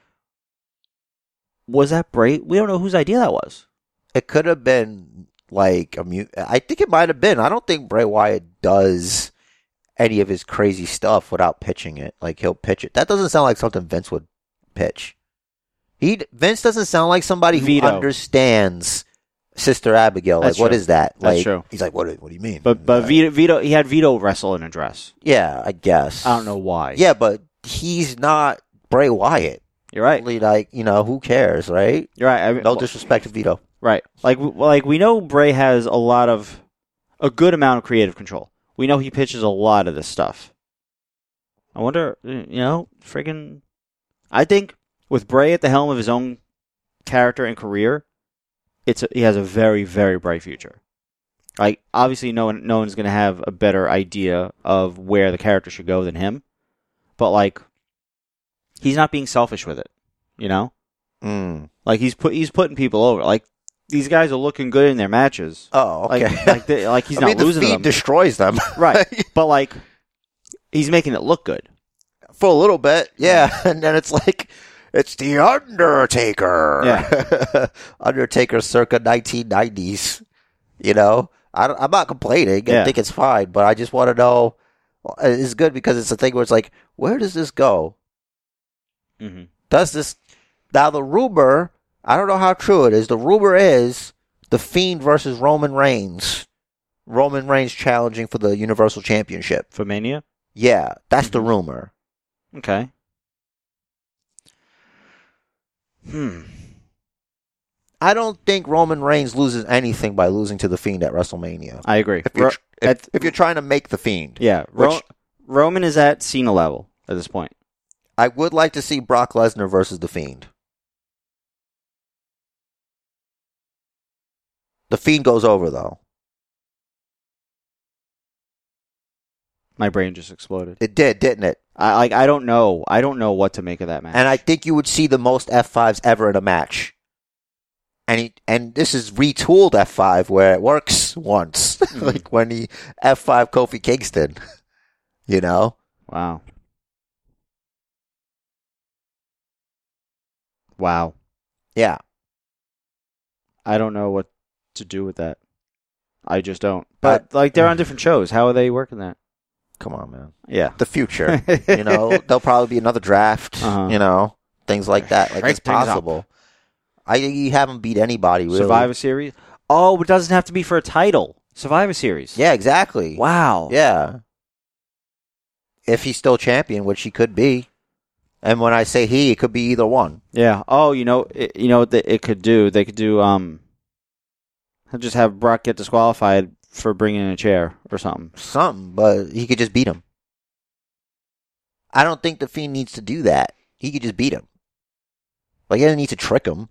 Speaker 3: Was that Bray? We don't know whose idea that was.
Speaker 1: It could have been like a mu- I think it might have been. I don't think Bray Wyatt does any of his crazy stuff without pitching it. Like he'll pitch it. That doesn't sound like something Vince would pitch. He Vince doesn't sound like somebody
Speaker 3: Vito.
Speaker 1: who understands Sister Abigail.
Speaker 3: That's
Speaker 1: like what
Speaker 3: true.
Speaker 1: is that?
Speaker 3: That's
Speaker 1: like
Speaker 3: true.
Speaker 1: he's like what? do- What do you mean?
Speaker 3: But but
Speaker 1: Like,
Speaker 3: Vito, Vito he had Vito wrestle in a dress.
Speaker 1: yeah, I guess
Speaker 3: I don't know why.
Speaker 1: Yeah, but he's not Bray Wyatt.
Speaker 3: you're right.
Speaker 1: Really, Like, you know, who cares, right?
Speaker 3: You're right. I mean,
Speaker 1: No disrespect to Vito.
Speaker 3: Right. Like w- like we know Bray has a lot of a good amount of creative control. We know he pitches a lot of this stuff. I wonder, you know, friggin' I think with Bray at the helm of his own character and career, it's a, he has a very very bright future. Like obviously no one no one's going to have a better idea of where the character should go than him. But like he's not being selfish with it, you know?
Speaker 1: Mm.
Speaker 3: Like he's put he's putting people over. Like these guys are looking good in their matches.
Speaker 1: Oh, okay.
Speaker 3: Like like, they, like he's
Speaker 1: I
Speaker 3: not
Speaker 1: mean,
Speaker 3: losing
Speaker 1: the feed
Speaker 3: them.
Speaker 1: destroys them
Speaker 3: right. But like he's making it look good.
Speaker 1: for a little bit, yeah, and then it's like it's the Undertaker. Undertaker circa 1990s. You know, I don't, I'm not complaining. I
Speaker 3: Yeah.
Speaker 1: think it's fine, but I just want to know. uh, It's good because it's a thing where it's like, where does this go?
Speaker 3: Mm-hmm.
Speaker 1: does this now the rumor i don't know how true it is the rumor is the fiend versus roman reigns roman reigns challenging for the universal championship
Speaker 3: For Mania.
Speaker 1: yeah that's
Speaker 3: Mm-hmm.
Speaker 1: the rumor
Speaker 3: Okay. Hmm.
Speaker 1: i don't think roman reigns loses anything by losing to the fiend at wrestlemania
Speaker 3: I agree.
Speaker 1: if you're,
Speaker 3: Ro-
Speaker 1: tr- if,
Speaker 3: at-
Speaker 1: if you're trying to make the fiend
Speaker 3: yeah. Ro- Roman is at Cena level at this point.
Speaker 1: i would like to see brock lesnar versus the fiend the fiend goes over though
Speaker 3: My brain just exploded.
Speaker 1: it did didn't it
Speaker 3: I like I don't know. I don't know what to make of that match.
Speaker 1: and I think you would see the most F5s ever in a match. And he, and this is retooled F5 where it works once, like when he F5 Kofi Kingston, you know.
Speaker 3: wow. Wow.
Speaker 1: Yeah,
Speaker 3: I don't know what to do with that. I just don't. But like they're on different shows. How are they working that?
Speaker 1: come on, man.
Speaker 3: Yeah.
Speaker 1: The future, you know. There'll probably be another draft,
Speaker 3: Uh-huh.
Speaker 1: you know, things like that. Like
Speaker 3: Shake
Speaker 1: it's
Speaker 3: things up.
Speaker 1: possible. I think you haven't beat anybody really.
Speaker 3: Survivor Series. Oh, it doesn't have to be for a title. Survivor Series.
Speaker 1: Yeah, exactly.
Speaker 3: Wow.
Speaker 1: Yeah. If he's still champion, which he could be, and when I say he, it could be either one.
Speaker 3: Yeah. Oh, you know, it, you know what they, it could do. They could do um, just have Brock get disqualified for bringing in a chair or something.
Speaker 1: something, but he could just beat him. I don't think the Fiend needs to do that. He could just beat him. Like he doesn't need to trick him.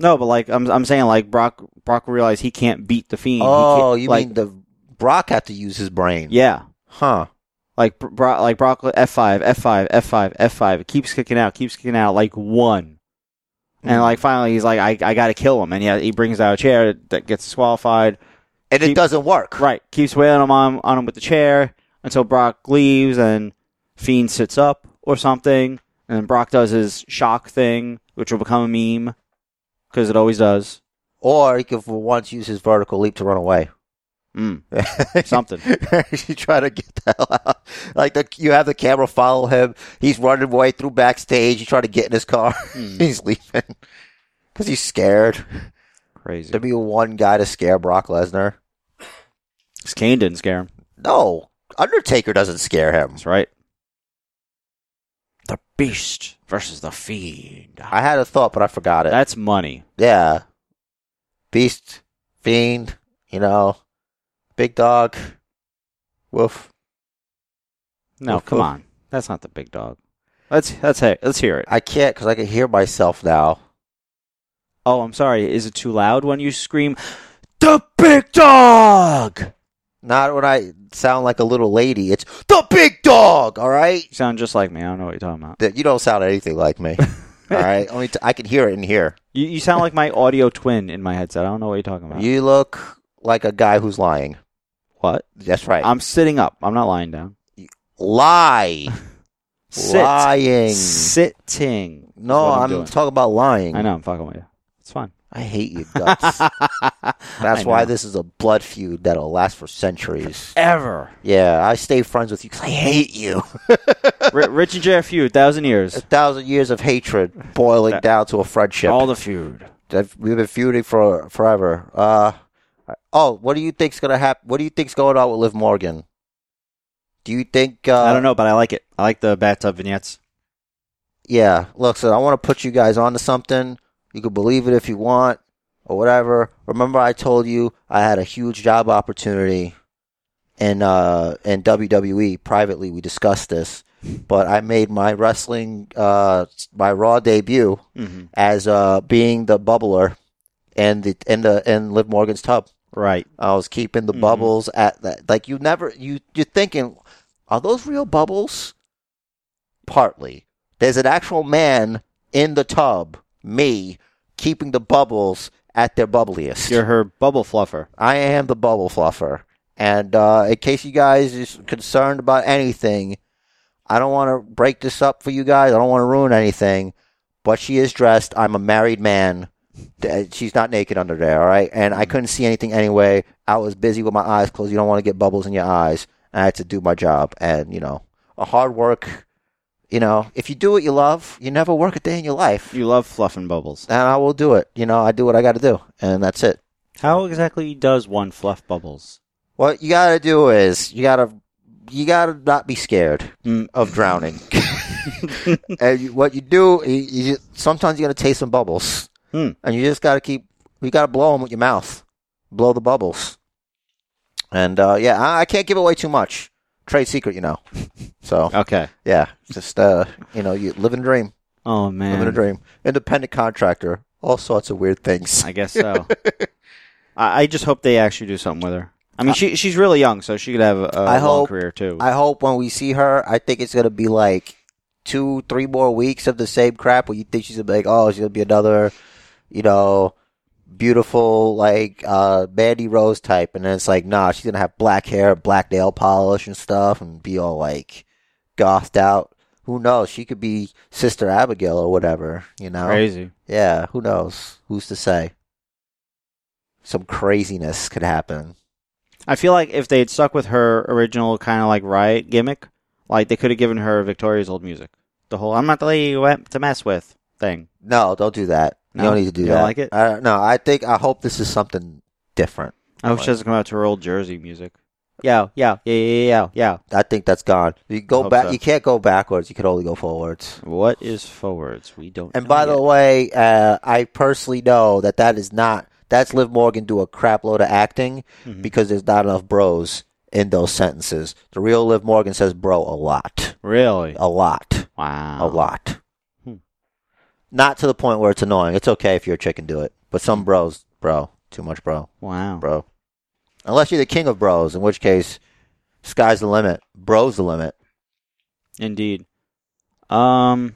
Speaker 3: No, but like I'm I'm saying like Brock Brock realized he can't beat the fiend. He
Speaker 1: oh,
Speaker 3: can't-
Speaker 1: you
Speaker 3: like,
Speaker 1: mean the Brock had to use his brain?
Speaker 3: yeah.
Speaker 1: Huh.
Speaker 3: Like Bro- Brock, like Brock, F five, F five, F five, F five. It keeps kicking out, keeps kicking out. Like one, and like finally he's like, I, I got to kill him, and yeah, he brings out a chair that gets disqualified.
Speaker 1: and it
Speaker 3: keep-
Speaker 1: doesn't work.
Speaker 3: Right, keeps wailing him on, on him with the chair until Brock leaves and Fiend sits up or something, and Brock does his shock thing, which will become a meme because it always does.
Speaker 1: Or he could for once use his vertical leap to run away.
Speaker 3: Mm, something.
Speaker 1: you try to get the hell out. Like the, you have the camera follow him. He's running away through backstage. You try to get in his car. he's leaving because he's scared.
Speaker 3: Crazy.
Speaker 1: There'd be one guy to scare Brock Lesnar.
Speaker 3: Kane didn't scare him.
Speaker 1: No, Undertaker doesn't scare him.
Speaker 3: That's right. The Beast versus the Fiend.
Speaker 1: I had a thought, but I forgot it.
Speaker 3: That's money.
Speaker 1: yeah, Beast, Fiend, you know, Big Dog, Woof.
Speaker 3: No,
Speaker 1: Oof,
Speaker 3: come
Speaker 1: oof.
Speaker 3: on. That's not the big dog. Let's let's hey, let's hear it.
Speaker 1: I can't because I can hear myself now.
Speaker 3: Oh, I'm sorry. Is it too loud when you scream, "The big dog"?
Speaker 1: Not when I sound like a little lady. It's the Big Dog. All right.
Speaker 3: You sound just like me. I don't know what you're talking about.
Speaker 1: That- You don't sound anything like me. all right. Only t- I can hear it in here.
Speaker 3: You, you sound like my audio twin in my headset. I don't know what you're talking about.
Speaker 1: You look like a guy who's lying.
Speaker 3: what?
Speaker 1: That's right.
Speaker 3: I'm sitting up. I'm not lying down.
Speaker 1: Lie.
Speaker 3: Sit.
Speaker 1: Lying.
Speaker 3: Sitting. is
Speaker 1: No,
Speaker 3: what
Speaker 1: I'm,
Speaker 3: doing.
Speaker 1: talking about lying.
Speaker 3: I know. I'm fucking with you. It's fine.
Speaker 1: I hate you guts. That's
Speaker 3: I
Speaker 1: why
Speaker 3: know.
Speaker 1: this is a blood feud that'll last for centuries.
Speaker 3: Ever.
Speaker 1: Yeah, I stay friends with you because I hate you.
Speaker 3: R- Rich and Jerry feud. Thousand
Speaker 1: A
Speaker 3: years.
Speaker 1: thousand years of hatred boiling
Speaker 3: That-
Speaker 1: down to a friendship.
Speaker 3: All the feud.
Speaker 1: That- We've been feuding for forever. Uh, oh, what do you think's gonna happen? What do you think's going on with Liv Morgan? Do you think? Uh,
Speaker 3: I don't know, but I like it. I like the bathtub vignettes.
Speaker 1: Yeah, look, so I want to put you guys onto something. You can believe it if you want, or whatever. Remember, I told you I had a huge job opportunity in uh, in WWE. Privately, we discussed this, but I made my wrestling uh, my Raw debut
Speaker 3: Mm-hmm.
Speaker 1: as uh, being the bubbler and the in the in Liv Morgan's tub.
Speaker 3: Right.
Speaker 1: I was keeping the
Speaker 3: Mhm.
Speaker 1: bubbles at that. Like you never you you're thinking, are those real bubbles? Partly, there's an actual man in the tub, me, keeping the bubbles at their bubbliest.
Speaker 3: You're her bubble fluffer.
Speaker 1: I am the bubble fluffer, and uh, in case you guys is concerned about anything, I don't want to break this up for you guys. I don't want to ruin anything, but she is dressed. I'm a married man. Th- She's not naked under there, all right? And I couldn't see anything anyway. I was busy with my eyes closed. You don't want to get bubbles in your eyes. I had to do my job. And, you know, a hard work, you know, if you do what you love, you never work a day in your life.
Speaker 3: You love fluffing bubbles.
Speaker 1: And I will do it. You know, I do what I got to do. And that's it.
Speaker 3: How exactly does one fluff bubbles?
Speaker 1: What you got to do is you got to. You gotta not be scared of drowning. and you, what you do, you, you, sometimes you gotta taste some bubbles.
Speaker 3: Hmm.
Speaker 1: and you just got to keep you got to blow them with your mouth blow the bubbles and uh yeah I, I can't give away too much trade secret you know so
Speaker 3: Okay.
Speaker 1: yeah just uh you know you live in a dream
Speaker 3: Oh
Speaker 1: live
Speaker 3: man.
Speaker 1: in a dream independent contractor all sorts of weird things
Speaker 3: I guess so. I, I just hope they actually do something with her. I mean, she she's really young, so she could have a, a
Speaker 1: I
Speaker 3: long
Speaker 1: hope-
Speaker 3: career too.
Speaker 1: i hope when we see her i think it's gonna be like two three more weeks of the same crap where you think she's gonna be like oh she's gonna be another you know beautiful like uh Mandy Rose type and then it's like nah she's gonna have black hair black nail polish and stuff and be all like gothed out who knows she could be sister Abigail or whatever you know
Speaker 3: Crazy.
Speaker 1: yeah who knows who's to say some craziness could happen
Speaker 3: I feel like if they had stuck with her original kind of like riot gimmick, like they could have given her Victoria's old music, the whole "I'm not the lady you went to mess with" thing.
Speaker 1: no don't do that you
Speaker 3: No?
Speaker 1: don't need to do
Speaker 3: You
Speaker 1: that
Speaker 3: don't like it?
Speaker 1: I don't know I think I hope this is something different
Speaker 3: I hope
Speaker 1: Like-
Speaker 3: Oh, she doesn't come out to her old Jersey music. Yeah, yeah, yeah, yeah, yeah,
Speaker 1: I think that's gone you go
Speaker 3: hope
Speaker 1: back
Speaker 3: so.
Speaker 1: you can't go backwards you can only go forwards
Speaker 3: yeah. What is forwards? We don't.
Speaker 1: And
Speaker 3: know
Speaker 1: by the
Speaker 3: yet.
Speaker 1: way, uh, I personally know that that is not That's Liv Morgan do a crap load of acting
Speaker 3: Mhm.
Speaker 1: because there's not enough bros in those sentences. The real Liv Morgan says bro a lot.
Speaker 3: Really?
Speaker 1: A lot.
Speaker 3: Wow.
Speaker 1: A lot.
Speaker 3: Hmm.
Speaker 1: Not to the point where it's annoying. It's okay if you're a chick and do it. But
Speaker 3: Hmm.
Speaker 1: some bros, bro. Too much bro.
Speaker 3: Wow.
Speaker 1: Bro. Unless you're the king of bros, in which case, sky's the limit. Bro's the limit.
Speaker 3: Indeed. Um.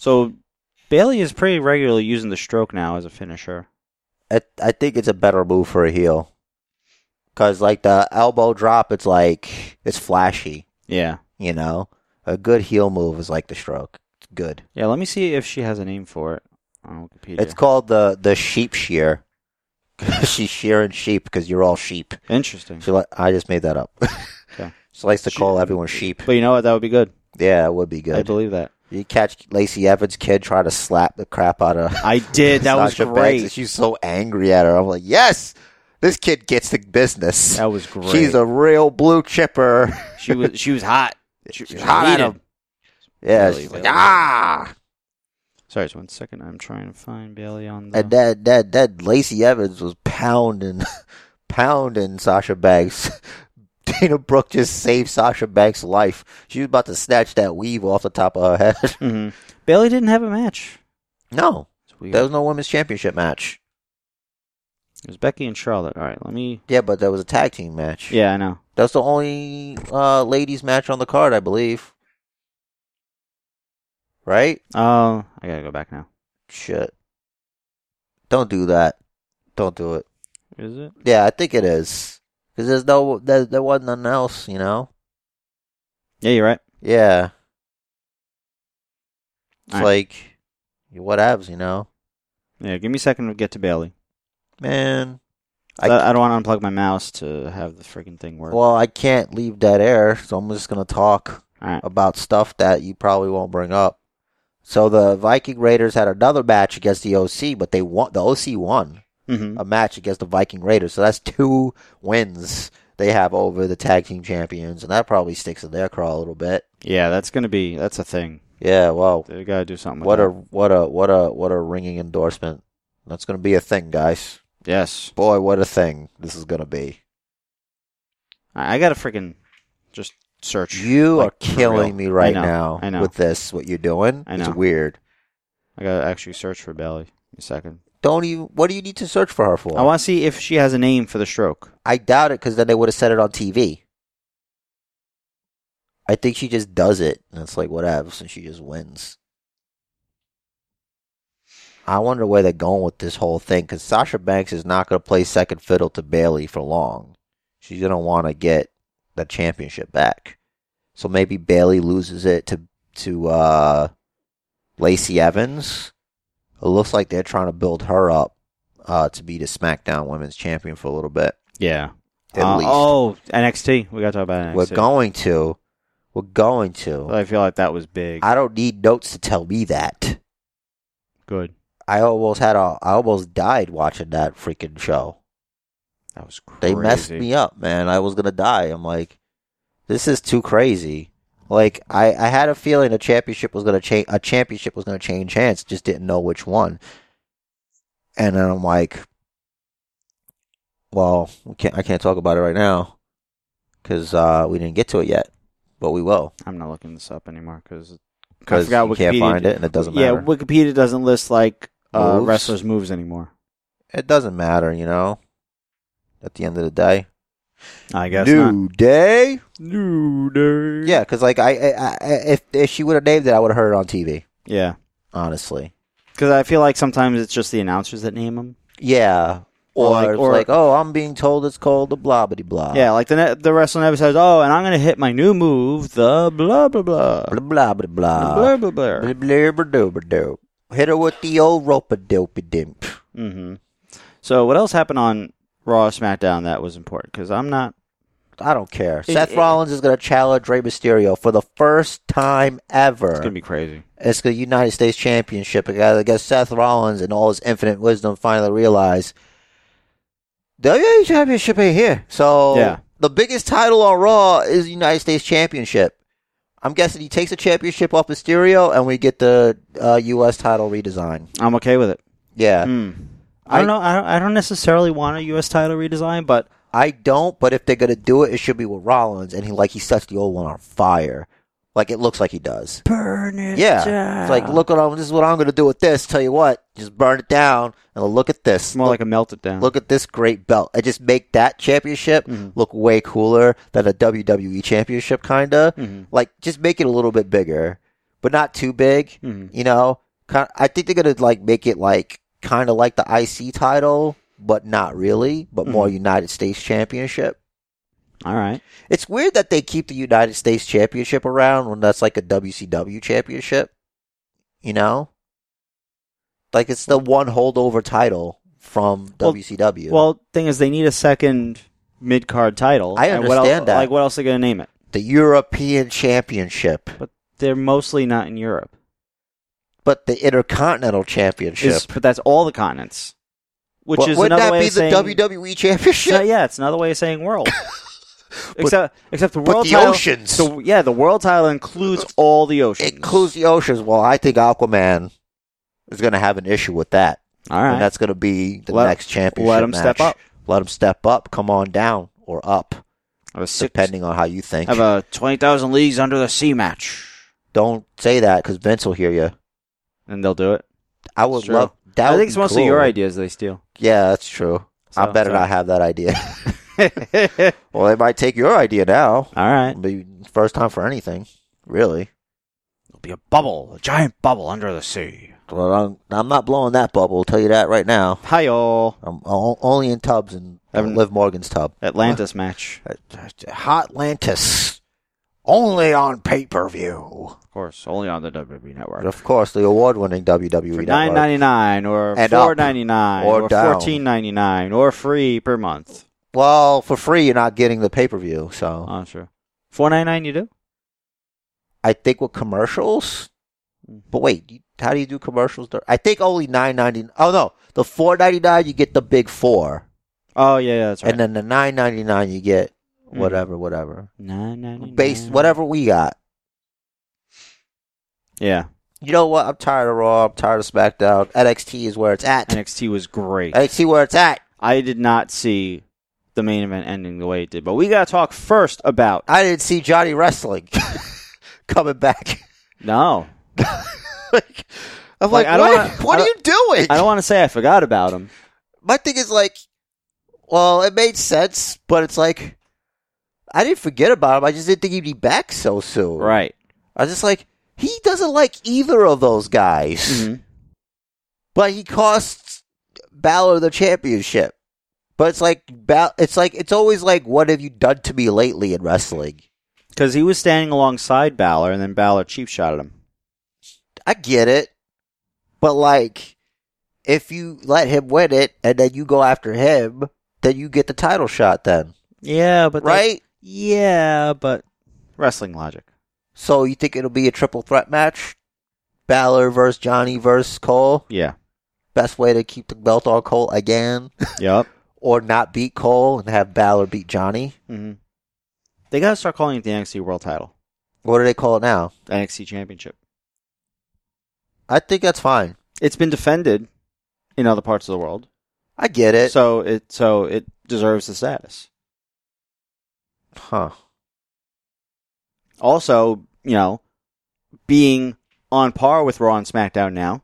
Speaker 3: So Bailey is pretty regularly using the stroke now as a finisher.
Speaker 1: I, I think it's a better move for a heel. Because, like, the elbow drop, it's like, it's flashy,
Speaker 3: Yeah.
Speaker 1: you know? A good heel move is like the stroke. It's good.
Speaker 3: Yeah. Let me see if she has a name for it on Wikipedia.
Speaker 1: It's called the, the sheep shear. She's shearing sheep because you're all sheep.
Speaker 3: interesting.
Speaker 1: She like I just made that up.
Speaker 3: Okay.
Speaker 1: She likes to call
Speaker 3: She-
Speaker 1: everyone sheep.
Speaker 3: But you know what? That would be good.
Speaker 1: Yeah, it would be
Speaker 3: I
Speaker 1: good.
Speaker 3: believe that.
Speaker 1: You catch Lacey Evans' kid try to slap the crap out of
Speaker 3: I did. That was
Speaker 1: Sasha Banks, and
Speaker 3: great.
Speaker 1: She's so angry at her. I'm like, yes, this kid gets the business.
Speaker 3: That was great.
Speaker 1: She's a real blue chipper.
Speaker 3: she was she was hot. She,
Speaker 1: She's hot at
Speaker 3: heated.
Speaker 1: him. Yeah,
Speaker 3: Really,
Speaker 1: she's like,
Speaker 3: really.
Speaker 1: ah.
Speaker 3: Sorry, just one second. I'm trying to find Bailey on the.
Speaker 1: And that that that Lacey Evans was pounding, pounding Sasha Banks. Dana Brooke just saved Sasha Banks' life. She was about to snatch that weave off the top of her head.
Speaker 3: Mhm. Bailey didn't have a match.
Speaker 1: no,
Speaker 3: It's weird.
Speaker 1: there was no women's championship match.
Speaker 3: it was Becky and Charlotte. All right, let me.
Speaker 1: Yeah, but there was a tag team match.
Speaker 3: Yeah, I know.
Speaker 1: That's the only uh, ladies match on the card, I believe. Right?
Speaker 3: Oh, I gotta go back now.
Speaker 1: Shit. Don't do that. Don't do it.
Speaker 3: Is it?
Speaker 1: Yeah, I think it is. Because there's no, there, there wasn't nothing else, you know?
Speaker 3: Yeah, you're right.
Speaker 1: Yeah. It's
Speaker 3: Alright.
Speaker 1: like, what abs, you know?
Speaker 3: Yeah, give me a second to get to Bailey.
Speaker 1: Man.
Speaker 3: I,
Speaker 1: I-
Speaker 3: I don't want to unplug my mouse to have the freaking thing work.
Speaker 1: Well, I can't leave dead air, so I'm just going to talk
Speaker 3: All right.
Speaker 1: about stuff that you probably won't bring up. So the Viking Raiders had another match against the OC, but they won. The OC won
Speaker 3: Mm-hmm.
Speaker 1: a match against the Viking Raiders, so that's two wins they have over the tag team champions, and that probably sticks in their craw a little bit.
Speaker 3: Yeah, that's gonna be that's a thing.
Speaker 1: Yeah, well,
Speaker 3: They gotta do something. With
Speaker 1: what
Speaker 3: that.
Speaker 1: a what a what a what a ringing endorsement. That's going to be a thing, guys.
Speaker 3: yes.
Speaker 1: Boy, what a thing this is going to be.
Speaker 3: I, I gotta freaking just search.
Speaker 1: You
Speaker 3: like,
Speaker 1: are
Speaker 3: for
Speaker 1: killing
Speaker 3: real.
Speaker 1: me right
Speaker 3: I know,
Speaker 1: now
Speaker 3: I know.
Speaker 1: with this. What you're doing?
Speaker 3: I know.
Speaker 1: It's weird.
Speaker 3: I gotta actually search for Bailey. A second.
Speaker 1: Don't even. What do you need to search for her for?
Speaker 3: I want to see if she has a name for the stroke.
Speaker 1: I doubt it because then they would have said it on TV. I think she just does it, and it's like whatever, and she just wins. I wonder where they're going with this whole thing because Sasha Banks is not going to play second fiddle to Bailey for long. She's going to want to get the championship back, so maybe Bailey loses it to to uh, Lacey Evans. It looks like they're trying to build her up uh, to be the SmackDown Women's Champion for a little bit
Speaker 3: Yeah.
Speaker 1: at
Speaker 3: Uh,
Speaker 1: least.
Speaker 3: Oh, NXT. We gotta talk about NXT.
Speaker 1: we're going to. We're going to.
Speaker 3: I feel like that was big.
Speaker 1: I don't need notes to tell me that.
Speaker 3: Good.
Speaker 1: I almost had a. I almost died watching that freaking show.
Speaker 3: That was crazy.
Speaker 1: They messed me up, man. I was gonna die. I'm like, this is too crazy. Like I, I had a feeling a championship was gonna change. A championship was gonna change hands. Just didn't know which one. And then I'm like, well, we can't. I can't talk about it right now because uh, we didn't get to it yet, but we will.
Speaker 3: I'm not looking this up anymore because I
Speaker 1: because
Speaker 3: forgot
Speaker 1: you
Speaker 3: Wikipedia.
Speaker 1: can't find it and it doesn't
Speaker 3: yeah,
Speaker 1: matter.
Speaker 3: Wikipedia doesn't list like uh,
Speaker 1: Moves?
Speaker 3: wrestlers' moves anymore.
Speaker 1: it doesn't matter, you know. At the end of the day,
Speaker 3: I guess
Speaker 1: new
Speaker 3: not.
Speaker 1: day.
Speaker 3: New day.
Speaker 1: Yeah, because like I, I, I, if if she would have named it, I would have heard it on TV.
Speaker 3: Yeah.
Speaker 1: Honestly,
Speaker 3: Because I feel like sometimes it's just the announcers that name them.
Speaker 1: yeah. Or,
Speaker 3: Or like-
Speaker 1: it's
Speaker 3: or-
Speaker 1: like, oh, I'm being told it's called the blah blah blah.
Speaker 3: Yeah, like the ne- the wrestler never says, "Oh, and I'm gonna hit my new move, the blah blah blah,
Speaker 1: blah blah blah blah
Speaker 3: blah blah blah."
Speaker 1: blah blah blah blah blah. Hit her with the old rope a dope dimp.
Speaker 3: Mm-hmm. So, what else happened on Raw or SmackDown that was important? Because I'm not.
Speaker 1: I don't care.
Speaker 3: It-
Speaker 1: Seth
Speaker 3: it-
Speaker 1: Rollins is going to challenge Rey Mysterio for the first time ever.
Speaker 3: It's gonna be crazy.
Speaker 1: It's the United States Championship. I guess- I guess Seth Rollins and all his infinite wisdom finally realized the WWE Championship ain't here. So
Speaker 3: Yeah.
Speaker 1: the biggest title on Raw is the United States Championship. I'm guessing he takes the championship off Mysterio and we get the uh, U.S. title redesign.
Speaker 3: I'm okay with it.
Speaker 1: Yeah.
Speaker 3: Mm. I don't know. I don't, I don't necessarily want a U.S. title redesign, but
Speaker 1: I don't, but if they're gonna do it, it should be with Rollins, and he like he sets the old one on fire, like it looks like he does.
Speaker 3: burn it.
Speaker 1: Yeah, it's like look what I'm. This is what I'm gonna do with this. Tell you what, just burn it down and look at this.
Speaker 3: It's more
Speaker 1: look,
Speaker 3: like a melted down.
Speaker 1: look at this great belt. And just make that championship
Speaker 3: Mhm.
Speaker 1: look way cooler than a WWE championship, kinda.
Speaker 3: Mhm.
Speaker 1: Like just make it a little bit bigger, but not too big.
Speaker 3: Mhm.
Speaker 1: You know, kind I think they're gonna like make it like kind of like the IC title, but not really, but more United States Championship.
Speaker 3: All right.
Speaker 1: It's weird that they keep the United States Championship around when that's like a WCW championship. You know? Like it's the one holdover title from
Speaker 3: Well-
Speaker 1: WCW.
Speaker 3: Well, thing is, they need a second mid card title.
Speaker 1: I
Speaker 3: And what
Speaker 1: understand
Speaker 3: else-
Speaker 1: that.
Speaker 3: Like, what else are they going to name it?
Speaker 1: the European Championship,
Speaker 3: They're mostly not in Europe.
Speaker 1: but the Intercontinental Championship.
Speaker 3: Is- but that's all the continents. Which
Speaker 1: Well,
Speaker 3: is
Speaker 1: wouldn't
Speaker 3: another
Speaker 1: that
Speaker 3: way
Speaker 1: be
Speaker 3: of
Speaker 1: the E
Speaker 3: saying,
Speaker 1: WWE Championship?
Speaker 3: So, yeah, it's another way of saying world. except, except the
Speaker 1: but
Speaker 3: world
Speaker 1: the
Speaker 3: title.
Speaker 1: oceans.
Speaker 3: So yeah, the world title includes all the oceans.
Speaker 1: It includes the oceans. Well, I think Aquaman is going to have an issue with that.
Speaker 3: All right.
Speaker 1: And that's going to be the
Speaker 3: Let-
Speaker 1: next championship.
Speaker 3: let 'em step
Speaker 1: match.
Speaker 3: up.
Speaker 1: Let him step up. Come on down or up,
Speaker 3: I have a six-
Speaker 1: depending on how you think.
Speaker 3: I have a twenty thousand leagues under the sea match,
Speaker 1: Don't say that because Vince will hear you.
Speaker 3: and they'll do it.
Speaker 1: I would
Speaker 3: It's true.
Speaker 1: love. That
Speaker 3: I
Speaker 1: would
Speaker 3: think it's
Speaker 1: be
Speaker 3: mostly
Speaker 1: cool.
Speaker 3: your ideas they steal.
Speaker 1: Yeah, that's true. I
Speaker 3: So,
Speaker 1: better
Speaker 3: sorry.
Speaker 1: not have that idea.
Speaker 3: all
Speaker 1: well, they might take your idea now.
Speaker 3: right.
Speaker 1: Be first time for anything, really.
Speaker 3: It'll be a bubble, a giant bubble under the sea.
Speaker 1: Well, I'm, I'm not blowing that bubble. I'll tell you that right now.
Speaker 3: Hi all.
Speaker 1: I'm o- only in tubs and
Speaker 3: Haven't-
Speaker 1: Liv Morgan's tub. Uh,
Speaker 3: Atlantis match,
Speaker 1: Hot Atlantis. Only on pay per view.
Speaker 3: of course, only on the WWE network.
Speaker 1: Of course, the award winning WWE
Speaker 3: For
Speaker 1: E network.
Speaker 3: nine ninety nine or
Speaker 1: And up.
Speaker 3: four ninety nine
Speaker 1: Or
Speaker 3: or
Speaker 1: down.
Speaker 3: fourteen ninety nine or free per month.
Speaker 1: Well, for free, you're not getting the pay per view. So
Speaker 3: Oh, sure. Four ninety nine, you do?
Speaker 1: I think with commercials.
Speaker 3: Hmm.
Speaker 1: But wait, you- how do you do commercials? Dur- I think only nine ninety. Oh no, the four ninety nine you get the big four,
Speaker 3: Oh yeah, yeah that's right.
Speaker 1: and then the nine ninety nine you get
Speaker 3: Mhm.
Speaker 1: whatever, whatever
Speaker 3: Nine ninety nine.
Speaker 1: base, whatever we got.
Speaker 3: Yeah,
Speaker 1: You know what? I'm tired of Raw. I'm tired of SmackDown. NXT is where it's at.
Speaker 3: NXT was great.
Speaker 1: NXT where it's at.
Speaker 3: I did not see the main event ending the way it did, but we gotta talk first about
Speaker 1: I didn't see Johnny wrestling coming back.
Speaker 3: no.
Speaker 1: like, I'm
Speaker 3: Like,
Speaker 1: like,
Speaker 3: I don't
Speaker 1: what,
Speaker 3: wanna-
Speaker 1: what
Speaker 3: I
Speaker 1: are you doing?
Speaker 3: I don't want to say I forgot about him.
Speaker 1: My thing is like, well, it made sense, but it's like, I didn't forget about him. I just didn't think he'd be back so soon.
Speaker 3: Right.
Speaker 1: I was just like, he doesn't like either of those guys,
Speaker 3: Mhm.
Speaker 1: but he costs Balor the championship. But it's like, Bal- it's like, it's always like, what have you done to me lately in wrestling?
Speaker 3: Because he was standing alongside Balor, and then Balor cheap shot at him.
Speaker 1: I get it. But like if you let him win it and then you go after him, then you get the title shot then.
Speaker 3: Yeah, but
Speaker 1: right?
Speaker 3: yeah, but wrestling logic.
Speaker 1: So you think it'll be a triple threat match? Balor versus Johnny versus Cole.
Speaker 3: Yeah.
Speaker 1: Best way to keep the belt on Cole again.
Speaker 3: yep.
Speaker 1: or not beat Cole and have Balor beat Johnny.
Speaker 3: hmm They gotta start calling it the NXT World Title,
Speaker 1: What do they call it now?
Speaker 3: NXT Championship.
Speaker 1: I think that's fine.
Speaker 3: It's been defended in other parts of the world,
Speaker 1: I get it.
Speaker 3: so it so it deserves the status.
Speaker 1: huh.
Speaker 3: Also, you know, being on par with Raw and SmackDown now,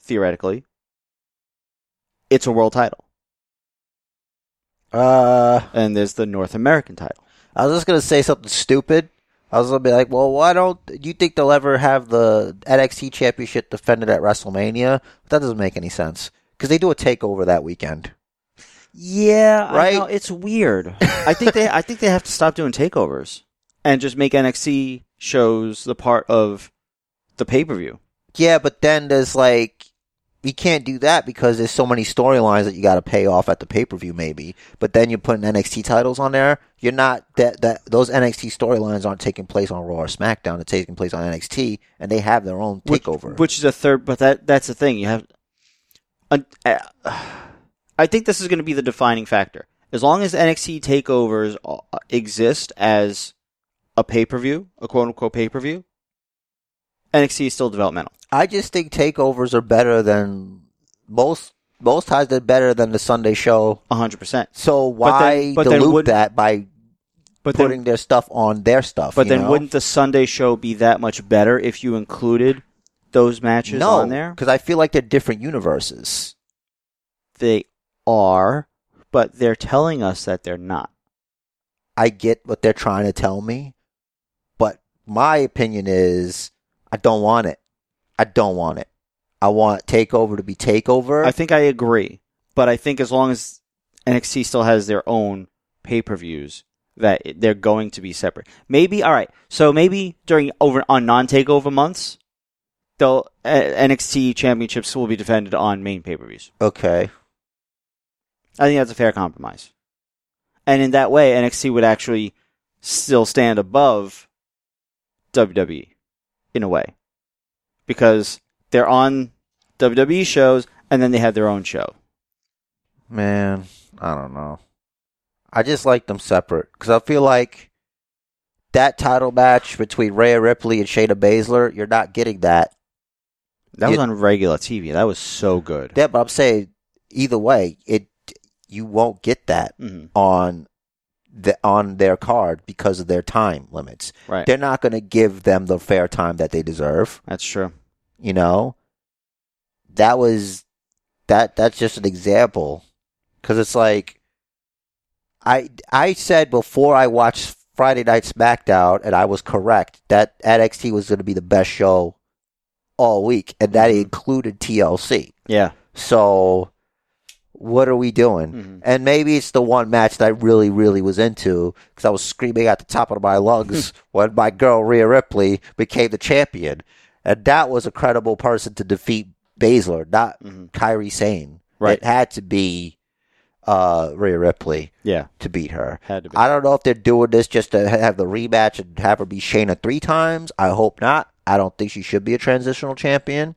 Speaker 3: theoretically, it's a world title,
Speaker 1: Uh
Speaker 3: and there's the North American title.
Speaker 1: I was just gonna say something stupid. I was gonna be like, "Well, why don't you think they'll ever have the NXT Championship defended at WrestleMania?" But that doesn't make any sense because they do a takeover that weekend.
Speaker 3: Yeah,
Speaker 1: I know,
Speaker 3: It's weird. I think they I think they have to stop doing takeovers and just make NXT shows the part of the pay per view.
Speaker 1: Yeah, but then there's like, you can't do that because there's so many storylines that you got to pay off at the pay per view, maybe. But then you're putting NXT titles on there. You're not that that those NXT storylines aren't taking place on Raw or SmackDown. It's taking place on NXT, and they have their own
Speaker 3: Which-
Speaker 1: takeover.
Speaker 3: which, is a third. But that that's the thing. You have. un- uh, I think this is going to be the defining factor. As long as NXT takeovers uh, exist as a pay per view, a quote unquote pay per view, NXT is still developmental.
Speaker 1: I just think takeovers are better than most most ties did better than the Sunday show.
Speaker 3: hundred percent. But
Speaker 1: So
Speaker 3: then-
Speaker 1: why
Speaker 3: but then
Speaker 1: dilute
Speaker 3: wouldn't-
Speaker 1: that by
Speaker 3: But
Speaker 1: putting
Speaker 3: then,
Speaker 1: their stuff on their stuff?
Speaker 3: but
Speaker 1: you
Speaker 3: then
Speaker 1: know?
Speaker 3: wouldn't the Sunday show be that much better if you included those matches
Speaker 1: no,
Speaker 3: on there?
Speaker 1: because I feel like they're different universes.
Speaker 3: They are, but they're telling us that they're not.
Speaker 1: I get what they're trying to tell me, but my opinion is I don't want it. I don't want it. I want Takeover to be Takeover.
Speaker 3: I think I agree, but I think as long as NXT still has their own pay per views, that it- they're going to be separate. Maybe all right. So maybe during over on non takeover months, they'll uh, NXT championships will be defended on main pay per views.
Speaker 1: okay.
Speaker 3: I think that's a fair compromise, and in that way, NXT would actually still stand above WWE in a way because they're on WWE shows and then they have their own show.
Speaker 1: Man, I don't know. I just like them separate because I feel like that title match between Rhea Ripley and Shayna Baszler, you're not getting that.
Speaker 3: That was
Speaker 1: Yeah.
Speaker 3: on regular TV. That was so good.
Speaker 1: Yeah, but I'm saying either way, it you won't get that
Speaker 3: hmm
Speaker 1: on the on their card because of their time limits.
Speaker 3: Right.
Speaker 1: They're not going to give them the fair time that they deserve.
Speaker 3: That's true.
Speaker 1: You know, that was that. That's just an example because it's like I I said before I watched Friday Night SmackDown, and I was correct that NXT was going to be the best show all week, and that included TLC.
Speaker 3: Yeah.
Speaker 1: So what are we doing?
Speaker 3: Mhm.
Speaker 1: And maybe it's the one match that I really, really was into because I was screaming at the top of my lungs when my girl Rhea Ripley became the champion, and that was a credible person to defeat Baszler, not
Speaker 3: Mhm.
Speaker 1: Kyrie Sane.
Speaker 3: Right.
Speaker 1: It had to be uh, Rhea Ripley
Speaker 3: Yeah.
Speaker 1: to beat her.
Speaker 3: Had to be.
Speaker 1: I don't know if they're doing this just to ha- have the rematch and have her be Shayna three times. I hope not. I don't think she should be a transitional champion.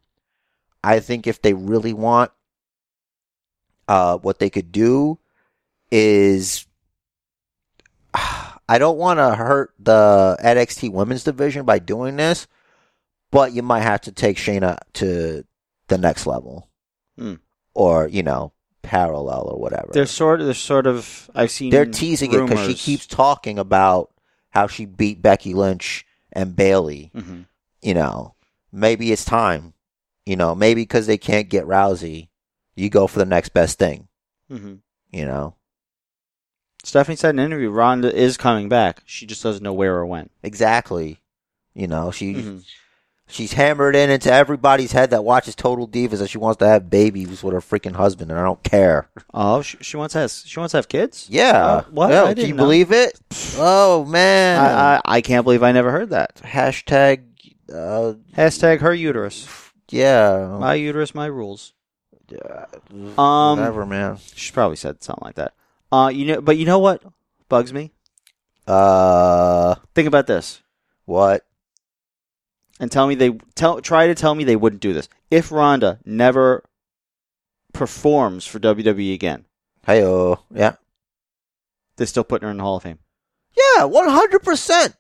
Speaker 1: I think if they really want, uh, what they could do is, I don't want to hurt the NXT women's division by doing this, but you might have to take Shayna to the next level,
Speaker 3: Hmm.
Speaker 1: or you know, parallel or whatever.
Speaker 3: They're sort of. They're sort of. I've seen.
Speaker 1: They're teasing it 'cause it because she
Speaker 3: rumors.
Speaker 1: keeps talking about how she beat Becky Lynch and Bailey.
Speaker 3: Mhm.
Speaker 1: You know, maybe it's time. You know, maybe because they can't get Rousey, you go for the next best thing.
Speaker 3: Mhm.
Speaker 1: You know,
Speaker 3: Stephanie said in an interview, Ronda is coming back. She just doesn't know where or when.
Speaker 1: exactly. You know, she
Speaker 3: Mhm.
Speaker 1: she's hammered in into everybody's head that watches Total Divas that she wants to have babies with her freaking husband, and I don't care.
Speaker 3: Oh, she, she wants to. Have, she wants to have kids.
Speaker 1: Yeah,
Speaker 3: Oh, what?
Speaker 1: Yeah,
Speaker 3: I
Speaker 1: do
Speaker 3: didn't
Speaker 1: you
Speaker 3: know.
Speaker 1: believe it? Oh man,
Speaker 3: I, I I can't believe I never heard that.
Speaker 1: hashtag. Uh,
Speaker 3: Hashtag her uterus.
Speaker 1: yeah,
Speaker 3: My uterus, my rules.
Speaker 1: Um,
Speaker 3: Um,
Speaker 1: Whatever, man.
Speaker 3: She probably said something like that. Uh, you know, but you know what bugs me?
Speaker 1: Uh,
Speaker 3: Think about this.
Speaker 1: what?
Speaker 3: and tell me they tell try to tell me they wouldn't do this. If Ronda never performs for WWE again,
Speaker 1: Hey, oh, yeah,
Speaker 3: they're still putting her in the Hall of Fame.
Speaker 1: yeah, one hundred percent.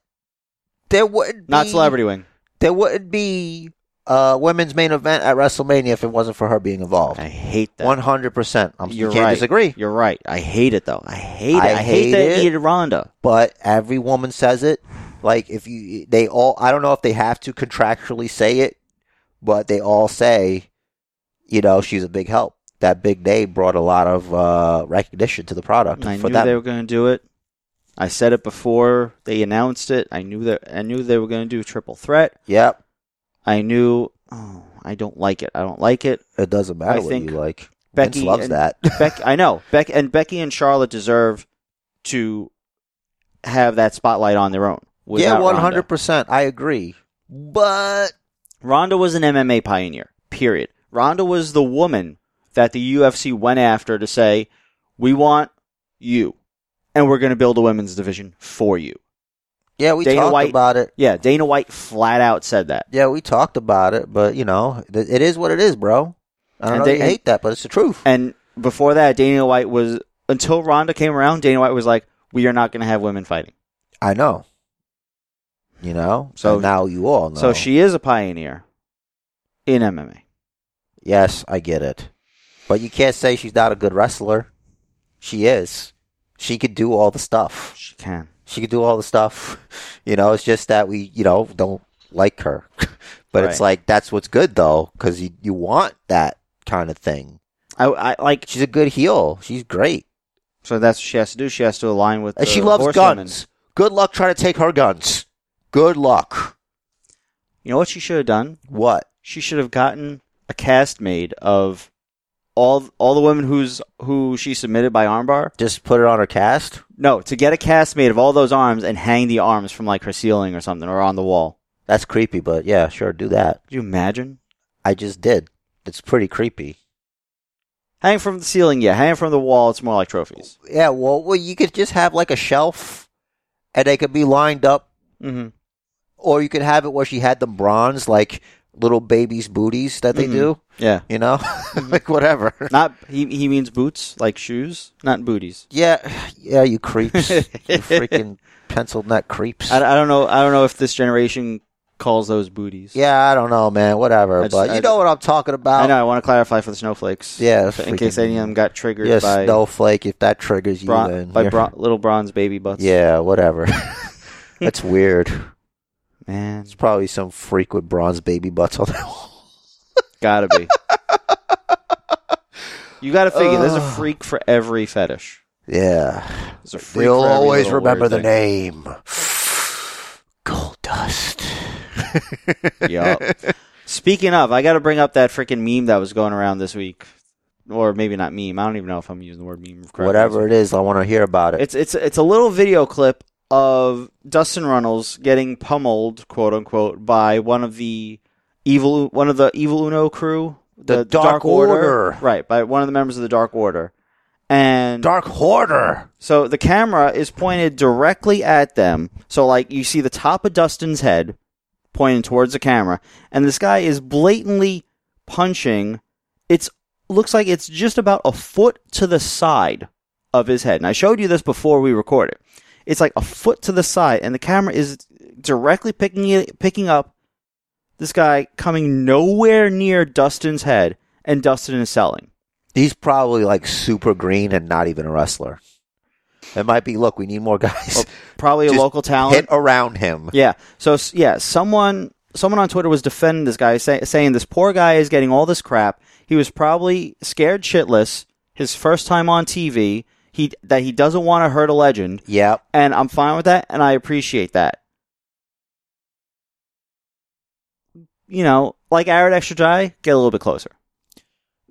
Speaker 1: There wouldn't
Speaker 3: Not
Speaker 1: be,
Speaker 3: celebrity wing.
Speaker 1: There wouldn't be a women's main event at WrestleMania if it wasn't for her being involved.
Speaker 3: I hate that.
Speaker 1: Oh. One hundred percent. I'm you
Speaker 3: You're
Speaker 1: can't
Speaker 3: right.
Speaker 1: disagree.
Speaker 3: You're right. I hate it though. I hate it.
Speaker 1: I
Speaker 3: I,
Speaker 1: hate
Speaker 3: hate, that
Speaker 1: it.
Speaker 3: it needed Ronda.
Speaker 1: But every woman says it. Like if you, they all. I don't know if they have to contractually say it, but they all say, you know, she's a big help. That big name brought a lot of uh, recognition to the product.
Speaker 3: I
Speaker 1: for
Speaker 3: knew
Speaker 1: that
Speaker 3: they were going to do it. I said it before they announced it. I knew that. I knew they were going to do triple threat.
Speaker 1: Yep.
Speaker 3: I knew. Oh, I don't like it. I don't like it.
Speaker 1: It doesn't
Speaker 3: I
Speaker 1: matter what
Speaker 3: think
Speaker 1: you like.
Speaker 3: Becky
Speaker 1: Vince loves
Speaker 3: and-
Speaker 1: that.
Speaker 3: Beck, I know. Beck and Becky and Charlotte deserve to have that spotlight on their own.
Speaker 1: yeah, one
Speaker 3: without
Speaker 1: hundred
Speaker 3: Ronda.
Speaker 1: percent. I agree. But
Speaker 3: Ronda was an MMA pioneer. Period. Ronda was the woman that the UFC went after to say, "We want you, and we're going to build a women's division for you."
Speaker 1: yeah, we
Speaker 3: Dana
Speaker 1: talked
Speaker 3: White-
Speaker 1: about it.
Speaker 3: Yeah, Dana White flat out said that.
Speaker 1: Yeah, we talked about it. But you know, th- it is what it is, bro. I don't
Speaker 3: And
Speaker 1: know
Speaker 3: they-
Speaker 1: you hate that, but it's the truth.
Speaker 3: And before that, Dana White was until Ronda came around. Dana White was like, "We are not going to have women fighting."
Speaker 1: I know. You know. So
Speaker 3: So-
Speaker 1: now you all know.
Speaker 3: So she is a pioneer in MMA.
Speaker 1: Yes, I get it. But you can't say she's not a good wrestler. She is. She could do all the stuff.
Speaker 3: She can.
Speaker 1: She could do all the stuff. You know, it's just that we, you know, don't like her. but it's
Speaker 3: Right.
Speaker 1: like that's what's good though, because you you want that kind of thing.
Speaker 3: I, I like.
Speaker 1: She's a good heel. She's great,
Speaker 3: So that's what she has to do. She has to align with.
Speaker 1: and
Speaker 3: the
Speaker 1: she loves
Speaker 3: horsewoman.
Speaker 1: guns. Good luck trying to take her guns. Good luck.
Speaker 3: You know what she should have done?
Speaker 1: What?
Speaker 3: She should have gotten a cast made of all all the women who's who she submitted by armbar.
Speaker 1: Just put her on her cast.
Speaker 3: No, to get a cast made of all those arms and hang the arms from like her ceiling or something or on the wall.
Speaker 1: That's creepy, but yeah, sure, do that.
Speaker 3: Could you imagine?
Speaker 1: I just did. It's pretty creepy.
Speaker 3: Hang from the ceiling, yeah. Hang from the wall. It's more like trophies.
Speaker 1: Yeah, well, well, you could just have like a shelf, and they could be lined up,
Speaker 3: Mm-hmm.
Speaker 1: or you could have it where she had the bronze, like little babies' booties that they
Speaker 3: Mhm.
Speaker 1: do.
Speaker 3: Yeah.
Speaker 1: You know, like whatever.
Speaker 3: Mm-hmm. Not he. He means boots, like shoes, not booties.
Speaker 1: Yeah, yeah, you creeps, you freaking pencil neck creeps.
Speaker 3: I, I don't know. I don't know if this generation calls those booties.
Speaker 1: yeah, I don't know, man. Whatever,
Speaker 3: I just-
Speaker 1: but you
Speaker 3: I-
Speaker 1: know what I'm talking about.
Speaker 3: I know. I want to clarify for the snowflakes.
Speaker 1: Yeah,
Speaker 3: F- in case
Speaker 1: freaking-
Speaker 3: any of them got triggered
Speaker 1: Yeah,
Speaker 3: by
Speaker 1: snowflake. If that triggers you,
Speaker 3: bron-
Speaker 1: then
Speaker 3: by
Speaker 1: you're-
Speaker 3: bron- little bronze baby butts.
Speaker 1: yeah, whatever. That's weird.
Speaker 3: man,
Speaker 1: It's probably some freak with bronze baby butts on that wall.
Speaker 3: gotta be. you gotta figure there's a
Speaker 1: Ugh.
Speaker 3: freak for every fetish.
Speaker 1: Yeah.
Speaker 3: There's a freak.
Speaker 1: We'll
Speaker 3: for every
Speaker 1: always
Speaker 3: little
Speaker 1: remember
Speaker 3: weird
Speaker 1: the
Speaker 3: thing.
Speaker 1: name. Gold dust.
Speaker 3: Yup. Speaking of, I gotta bring up that freaking meme that was going around this week, or maybe not meme. I don't even know if I'm using the word meme. correctly.
Speaker 1: Whatever it is, I want to hear about it.
Speaker 3: It's it's it's a little video clip of Dustin Runnels getting pummeled, quote unqute, by one of the evil one of the evil Uno crew,
Speaker 1: The Dark Order.
Speaker 3: right? By one of the members of the Dark Order, and
Speaker 1: Dark Hoarder.
Speaker 3: so the camera is pointed directly at them. So like you see the top of Dustin's head pointing towards the camera, and this guy is blatantly punching. It's looks like it's just about a foot to the side of his head. And I showed you this before we recorded. It's like a foot to the side, and the camera is directly picking it, picking up this guy coming nowhere near Dustin's head, and Dustin is selling.
Speaker 1: He's probably like super green and not even a wrestler. It might be, look, we need more guys.
Speaker 3: Probably a
Speaker 1: Just
Speaker 3: local talent.
Speaker 1: Hit around him.
Speaker 3: Yeah. So s- yeah, someone someone on Twitter was defending this guy, say, saying this poor guy is getting all this crap. He was probably scared shitless. His first time on TV. He that he doesn't want to hurt a legend,
Speaker 1: Yep.
Speaker 3: and I'm fine with that, and I appreciate that. You know, like Arad Extra Dry, get a little bit closer.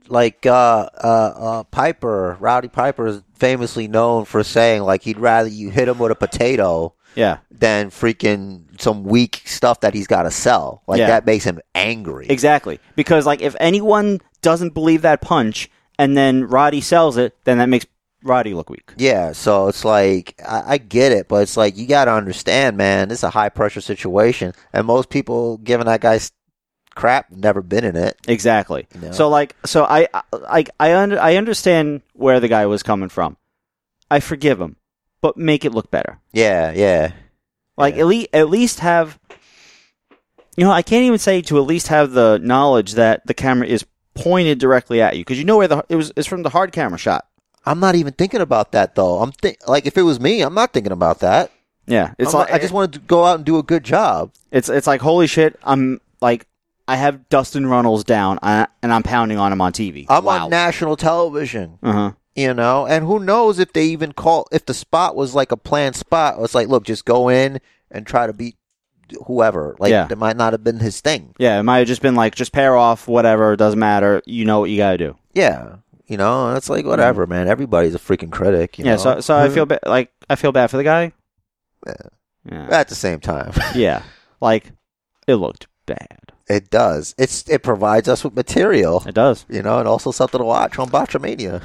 Speaker 1: Like uh, uh, uh, Piper, Rowdy Piper is famously known for saying, like, he'd rather you hit him with a potato
Speaker 3: Yeah,
Speaker 1: than freaking some weak stuff that he's got to sell. Like
Speaker 3: Yeah.
Speaker 1: that makes him angry.
Speaker 3: exactly. Because like, if anyone doesn't believe that punch, and then Roddy sells it, then that makes Roddy look weak.
Speaker 1: Yeah, so it's like I, I get it, but it's like you got to understand, man. This is a high pressure situation, and most people giving that guy s- crap never been in it.
Speaker 3: Exactly.
Speaker 1: You know?
Speaker 3: So like, so I, I, I, under, I understand where the guy was coming from. I forgive him, but make it look better.
Speaker 1: Yeah, yeah,
Speaker 3: Like
Speaker 1: Yeah.
Speaker 3: at least, at least have. You know, I can't even say to at least have the knowledge that the camera is pointed directly at you because you know where the it was. It's from the hard camera shot.
Speaker 1: I'm not even thinking about that though. I'm think like if it was me, I'm not thinking about that.
Speaker 3: Yeah, it's
Speaker 1: I'm
Speaker 3: like
Speaker 1: like, I just want to go out and do a good job.
Speaker 3: it's it's like holy shit. I'm like I have Dustin Runnels down I, and I'm pounding on him on TV.
Speaker 1: I'm
Speaker 3: wow.
Speaker 1: on national television,
Speaker 3: uh huh.
Speaker 1: you know, and who knows if they even call if the spot was like a planned spot. It's like, look, just go in and try to beat whoever. Like
Speaker 3: Yeah.
Speaker 1: that might not have been his thing.
Speaker 3: Yeah, it might have just been like just pair off, whatever. Doesn't matter. You know what you gotta do.
Speaker 1: Yeah, you know, and it's like whatever, man. Everybody's a freaking critic. You
Speaker 3: yeah,
Speaker 1: know?
Speaker 3: so so I feel ba- like I feel bad for the guy. Yeah.
Speaker 1: at the same time,
Speaker 3: Yeah. Like it looked bad.
Speaker 1: it does. It's it provides us with material,
Speaker 3: It does.
Speaker 1: you know, and also something to watch on Botchamania.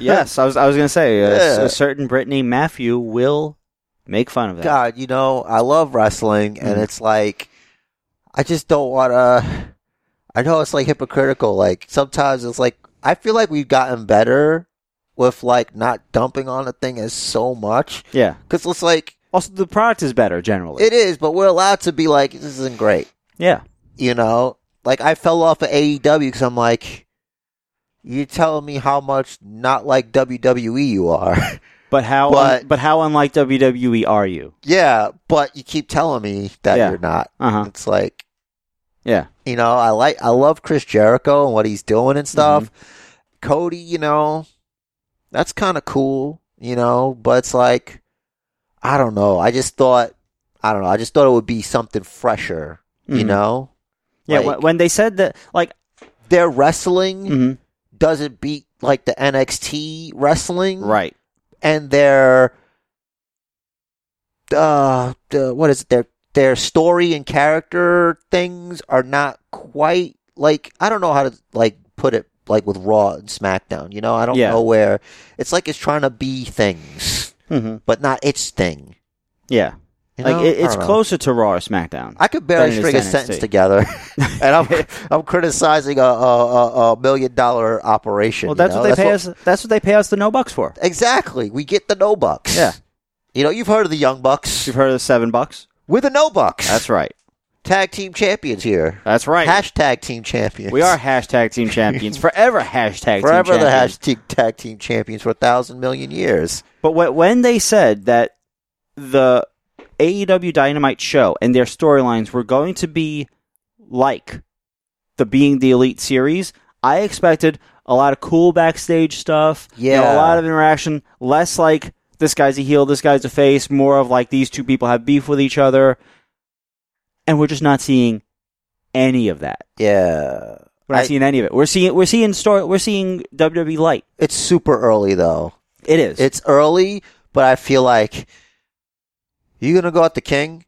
Speaker 3: Yes, I was I was going to say uh,
Speaker 1: Yeah.
Speaker 3: a certain Brittany Matthew will make fun of that.
Speaker 1: God, you know, I love wrestling, and
Speaker 3: Mm.
Speaker 1: it's like I just don't want to. I know it's like hypocritical. Like sometimes it's like I feel like we've gotten better with like not dumping on the thing as so much
Speaker 3: Yeah.
Speaker 1: because it's like
Speaker 3: Also the product is better generally.
Speaker 1: it is, but we're allowed to be like this isn't great.
Speaker 3: yeah.
Speaker 1: E you know, like I fell off of AEW because I'm like, You're telling me how much not like WWE you are.
Speaker 3: But how?
Speaker 1: But-
Speaker 3: But, how unlike WWE are you?
Speaker 1: yeah, but you keep telling me that
Speaker 3: Yeah.
Speaker 1: you're not.
Speaker 3: Uh huh.
Speaker 1: It's like
Speaker 3: Yeah.
Speaker 1: you know, I like I love Chris Jericho and what he's doing and stuff. Cody, you know, that's kind of cool, you know, but it's like I don't know. I just thought I don't know. I just thought it would be something fresher, you
Speaker 3: Mhm.
Speaker 1: know.
Speaker 3: Yeah. when-
Speaker 1: Like-
Speaker 3: when they said that, like,
Speaker 1: Their wrestling
Speaker 3: mhm.
Speaker 1: doesn't beat like the NXT wrestling,
Speaker 3: mm-hmm. right.
Speaker 1: And their uh, the, what is it? Their their story and character things are not quite like I don't know how to like put it like with Raw and SmackDown. You know, I don't
Speaker 3: Yeah.
Speaker 1: know where it's like it's trying to be things,
Speaker 3: hmm
Speaker 1: but not its thing.
Speaker 3: Yeah.
Speaker 1: you
Speaker 3: like
Speaker 1: know?
Speaker 3: it,
Speaker 1: I
Speaker 3: it's
Speaker 1: don't know.
Speaker 3: closer to Raw or SmackDown.
Speaker 1: I could barely
Speaker 3: than it is
Speaker 1: string a
Speaker 3: to
Speaker 1: sentence
Speaker 3: NXT.
Speaker 1: together, and I'm I'm criticizing a a, a, a million dollar operation.
Speaker 3: well,
Speaker 1: you
Speaker 3: that's
Speaker 1: know?
Speaker 3: what they pay
Speaker 1: what-
Speaker 3: us. That's what they pay us the no bucks for.
Speaker 1: Exactly. We get the no bucks.
Speaker 3: Yeah.
Speaker 1: You know, you've heard of the Young Bucks.
Speaker 3: You've heard of the seven bucks?
Speaker 1: We're the no bucks.
Speaker 3: That's right.
Speaker 1: Tag team champions here.
Speaker 3: That's right.
Speaker 1: Hashtag team champions.
Speaker 3: we are hashtag team champions forever. Hashtag
Speaker 1: forever
Speaker 3: team
Speaker 1: the
Speaker 3: champions.
Speaker 1: hashtag tag team champions for a thousand million years.
Speaker 3: But wh- when they said that the AEW Dynamite show and their storylines were going to be like the Being the Elite series, I expected a lot of cool backstage stuff, you know,
Speaker 1: Yeah.
Speaker 3: a lot of interaction, less like this guy's a heel, this guy's a face, more of like these two people have beef with each other. And we're just not seeing any of that.
Speaker 1: Yeah.
Speaker 3: We're not
Speaker 1: I-
Speaker 3: seeing any of it. We're seeing we're seeing story we're seeing WWE light.
Speaker 1: It's super early though.
Speaker 3: It is.
Speaker 1: It's early, but I feel like you gonna go at the king.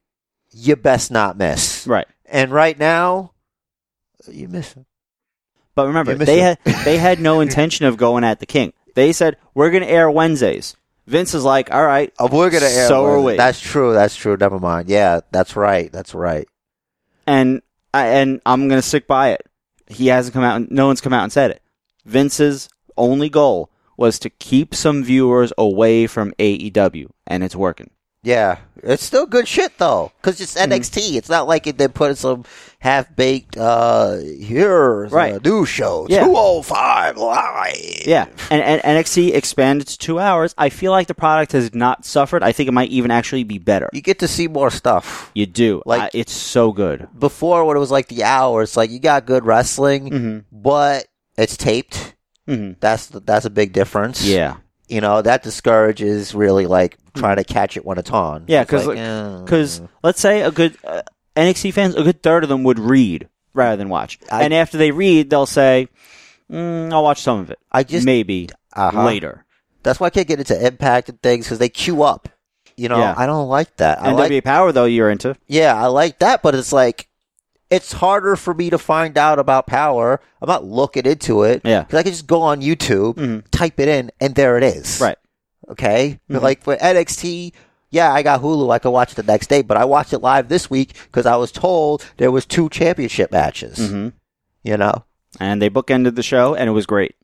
Speaker 1: You best not miss.
Speaker 3: right.
Speaker 1: And right now, you miss. him.
Speaker 3: But remember,
Speaker 1: You missed
Speaker 3: they had
Speaker 1: it.
Speaker 3: they had no intention of going at the king. They said we're going to air Wednesdays. Vince is like, all right,
Speaker 1: Oh, we're gonna air.
Speaker 3: So are
Speaker 1: one.
Speaker 3: we.
Speaker 1: That's true. That's true. Never mind. Yeah, that's right. That's right.
Speaker 3: and I, and I'm going to stick by it. He hasn't come out. and No one's come out and said it. Vince's only goal was to keep some viewers away from AEW, and it's working.
Speaker 1: Yeah, it's still good shit though, because it's
Speaker 3: Mm-hmm.
Speaker 1: NXT. It's not like it, they put some half baked uh here's a
Speaker 3: Right.
Speaker 1: new show
Speaker 3: Yeah.
Speaker 1: two oh five live.
Speaker 3: Yeah, and, and NXT expanded to two hours. I feel like the product has not suffered. I think it might even actually be better.
Speaker 1: you get to see more stuff.
Speaker 3: You do
Speaker 1: Like-
Speaker 3: I- it's so good.
Speaker 1: Before when it was like the hour, it's like you got good wrestling,
Speaker 3: Mm-hmm.
Speaker 1: but it's taped.
Speaker 3: Mm-hmm.
Speaker 1: That's that's a big difference.
Speaker 3: Yeah. Mm.
Speaker 1: you know that discourages really like trying to catch it when it's on.
Speaker 3: Yeah,
Speaker 1: It's
Speaker 3: 'cause, like,
Speaker 1: eh.
Speaker 3: Because let's say a good uh, NXT fans, a good third of them would read rather than watch,
Speaker 1: I-
Speaker 3: and after they read, they'll say, mm, "I'll watch some of it,
Speaker 1: I just
Speaker 3: maybe
Speaker 1: uh-huh.
Speaker 3: later."
Speaker 1: That's why I can't get into impact and things because they queue up. You know,
Speaker 3: Yeah.
Speaker 1: I don't like that. I
Speaker 3: NWA
Speaker 1: like
Speaker 3: Power, though, you're into.
Speaker 1: Yeah, I like that, but it's like it's harder for me to find out about power. I'm not looking into it.
Speaker 3: Yeah.
Speaker 1: Because I can just go on YouTube,
Speaker 3: Mhm.
Speaker 1: type it in, and there it is.
Speaker 3: Right.
Speaker 1: Okay. But
Speaker 3: Mhm.
Speaker 1: Like for NXT, yeah, I got Hulu. I could watch it the next day, but I watched it live this week because I was told there was two championship matches.
Speaker 3: hmm
Speaker 1: You know.
Speaker 3: And they bookended the show, and it was great.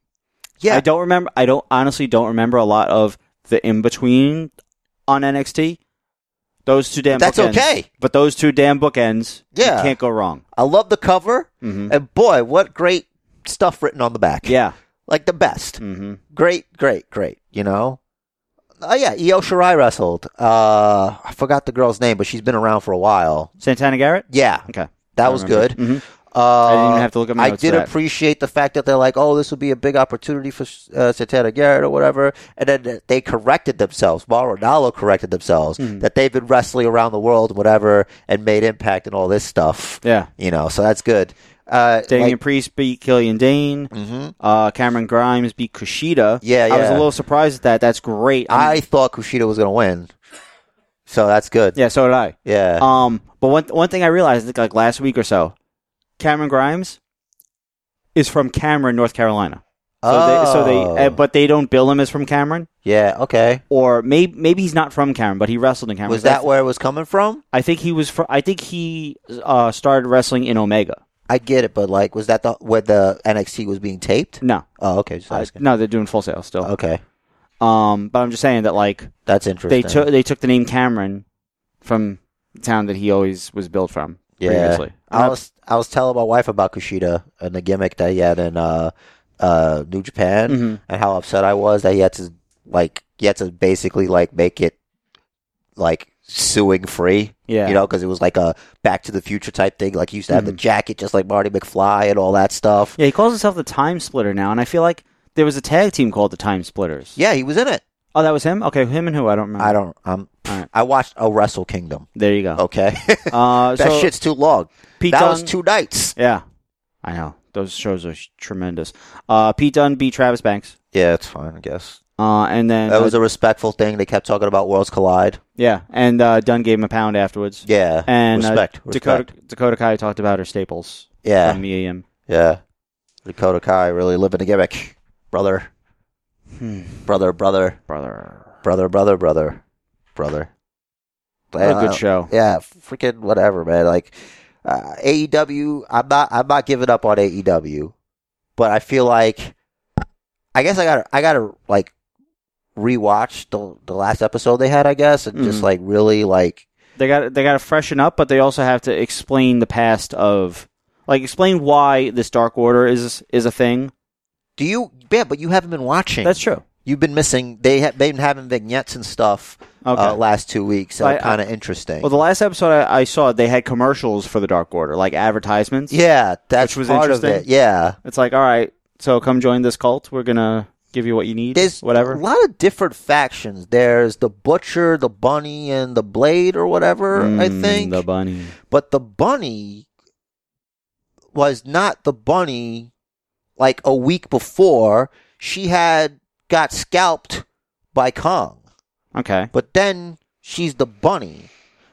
Speaker 1: Yeah.
Speaker 3: I don't remember. I don't honestly don't remember a lot of the in between on NXT. Those two damn
Speaker 1: That's
Speaker 3: bookends.
Speaker 1: okay.
Speaker 3: But those two damn bookends,
Speaker 1: Yeah.
Speaker 3: you can't go wrong.
Speaker 1: I love the cover,
Speaker 3: hmm
Speaker 1: and boy, what great stuff written on the back.
Speaker 3: Yeah.
Speaker 1: Like the best.
Speaker 3: hmm
Speaker 1: great, great, great. You know, oh yeah, Io Shirai wrestled. Uh, I forgot the girl's name, but she's been around for a while.
Speaker 3: Santana Garrett.
Speaker 1: Yeah,
Speaker 3: Okay.
Speaker 1: that was good.
Speaker 3: hmm
Speaker 1: Uh,
Speaker 3: I didn't even have to look at my
Speaker 1: I
Speaker 3: notes
Speaker 1: did
Speaker 3: for that.
Speaker 1: appreciate the fact that they're like, oh, this would be a big opportunity for uh, Santana Garrett or whatever, and then they corrected themselves. Maradallo corrected themselves
Speaker 3: Mm-hmm.
Speaker 1: that they've been wrestling around the world, and whatever, and made impact and all this stuff.
Speaker 3: Yeah.
Speaker 1: You know, so that's good. Uh,
Speaker 3: Damian Priest beat Killian Dane.
Speaker 1: hmm
Speaker 3: Uh, Cameron Grimes beat Kushida.
Speaker 1: Yeah,
Speaker 3: I was a
Speaker 1: yeah.
Speaker 3: little surprised at that. That's great. I mean-
Speaker 1: I thought Kushida was going to win, so that's good.
Speaker 3: yeah, so did I.
Speaker 1: Yeah.
Speaker 3: Um, but one one thing I realized I think, like last week or so, Cameron Grimes is from Cameron, North Carolina. So they, so
Speaker 1: Oh.
Speaker 3: they, uh, but they don't bill him as from Cameron,
Speaker 1: yeah, okay.
Speaker 3: or maybe maybe he's not from Cameron, but he wrestled in Cameron.
Speaker 1: Was
Speaker 3: So I
Speaker 1: that
Speaker 3: th-
Speaker 1: where it was coming from?
Speaker 3: I think he was. Fr- I think he uh, started wrestling in Omega.
Speaker 1: I get it, but like, was that the where the NXT was being taped?
Speaker 3: No,
Speaker 1: Oh, okay. Just
Speaker 3: I-
Speaker 1: asking.
Speaker 3: no, they're doing full sale still.
Speaker 1: Okay,
Speaker 3: Um, but I'm just saying that like
Speaker 1: that's
Speaker 3: they
Speaker 1: interesting.
Speaker 3: took they took the name Cameron from the town that he always was built from
Speaker 1: Yeah.
Speaker 3: previously.
Speaker 1: I was I was telling my wife about Kushida and the gimmick that he had in uh, uh, New Japan
Speaker 3: Mhm.
Speaker 1: and how upset I was that he had to like he had to basically like make it like suing free,
Speaker 3: Yeah.
Speaker 1: you know, because it was like a Back to the Future type thing. Like he used to have the
Speaker 3: Mhm.
Speaker 1: jacket just like Marty McFly and all that stuff.
Speaker 3: Yeah, he calls himself the Time Splitter now, and I feel like there was a tag team called the Time Splitters.
Speaker 1: Yeah, he was in it.
Speaker 3: Oh, that was him. Okay, him and who? I don't remember.
Speaker 1: I don't. I'm.
Speaker 3: All right.
Speaker 1: I watched a Wrestle Kingdom.
Speaker 3: There you go.
Speaker 1: Okay,
Speaker 3: Oh. Uh,
Speaker 1: that
Speaker 3: so
Speaker 1: shit's too long.
Speaker 3: Pete
Speaker 1: that
Speaker 3: Dunne,
Speaker 1: was two nights.
Speaker 3: Yeah, I know those shows are sh- tremendous. Uh, Pete Dunne beat Travis Banks,
Speaker 1: Yeah, it's fine. I guess
Speaker 3: uh, and then
Speaker 1: that was
Speaker 3: uh,
Speaker 1: a respectful thing. They kept talking about worlds collide.
Speaker 3: yeah, and uh, Dunne gave him a pound afterwards.
Speaker 1: Yeah,
Speaker 3: And uh,
Speaker 1: respect.
Speaker 3: Dakota
Speaker 1: respect.
Speaker 3: Dakota Kai talked about her staples
Speaker 1: Yeah,
Speaker 3: from E EAM.
Speaker 1: yeah. Dakota Kai really living the gimmick, brother,
Speaker 3: Hmm.
Speaker 1: brother, brother.
Speaker 3: Brother,
Speaker 1: brother, brother, brother, brother.
Speaker 3: what a
Speaker 1: Uh,
Speaker 3: good show.
Speaker 1: Yeah, freaking whatever, man. Like uh, AEW, I'm not, I'm not giving up on AEW, but I feel like, I guess I gotta, I gotta like rewatch the the last episode they had, I guess, and just
Speaker 3: Mhm.
Speaker 1: like really like,
Speaker 3: They got they got to freshen up, but they also have to explain the past of like explain why this Dark Order is is a thing.
Speaker 1: do you? Yeah, but you haven't been watching.
Speaker 3: That's true.
Speaker 1: You've been missing. They ha- they've been having vignettes and stuff
Speaker 3: Okay.
Speaker 1: uh, last two weeks.
Speaker 3: I-
Speaker 1: So
Speaker 3: I-
Speaker 1: kind of interesting.
Speaker 3: Well, the last episode I, I saw, they had commercials for the Dark Order, like advertisements.
Speaker 1: yeah, that's
Speaker 3: Which was
Speaker 1: part of it.
Speaker 3: interesting.
Speaker 1: Yeah.
Speaker 3: It's like, all right, so come join this cult. We're gonna give you what you need.
Speaker 1: There's a
Speaker 3: whatever.
Speaker 1: lot of different factions. There's the butcher, the bunny, and the blade, or whatever. I
Speaker 3: Mm,
Speaker 1: think,
Speaker 3: the bunny.
Speaker 1: but the bunny was not the bunny. Like a week before, she had got scalped by Kong,
Speaker 3: Okay.
Speaker 1: but then she's the bunny,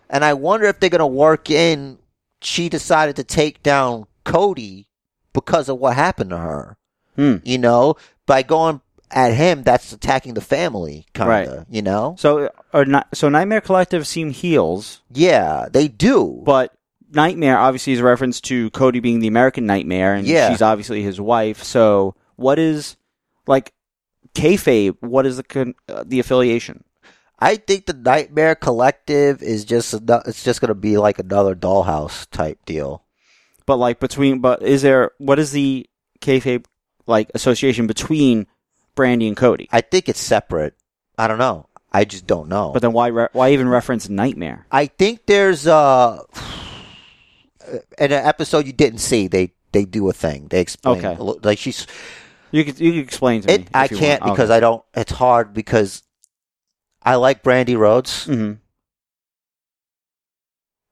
Speaker 1: and I wonder if they're gonna work in. She decided to take down Cody because of what happened to her
Speaker 3: Hmm.
Speaker 1: you know by going at him that's attacking the family kind of
Speaker 3: Right.
Speaker 1: you know
Speaker 3: So, uh, or not, so Nightmare Collective seem heels,
Speaker 1: yeah they do
Speaker 3: but Nightmare obviously is a reference to Cody being the American Nightmare, and
Speaker 1: Yeah.
Speaker 3: she's obviously his wife. So, what is like kayfabe? What is the con- uh, the affiliation?
Speaker 1: i think the nightmare collective is just ano- it's just gonna be like another dollhouse type deal
Speaker 3: But like between, but is there what is the kayfabe like association between Brandy and Cody?
Speaker 1: i think it's separate i don't know i just don't know
Speaker 3: But then why re- why even reference Nightmare?
Speaker 1: i think there's uh in an episode you didn't see they they do a thing they explain
Speaker 3: Okay.
Speaker 1: a li- like she's
Speaker 3: You could you could explain to me.
Speaker 1: it, i can't because i don't it's hard because i like brandy rhodes
Speaker 3: hmm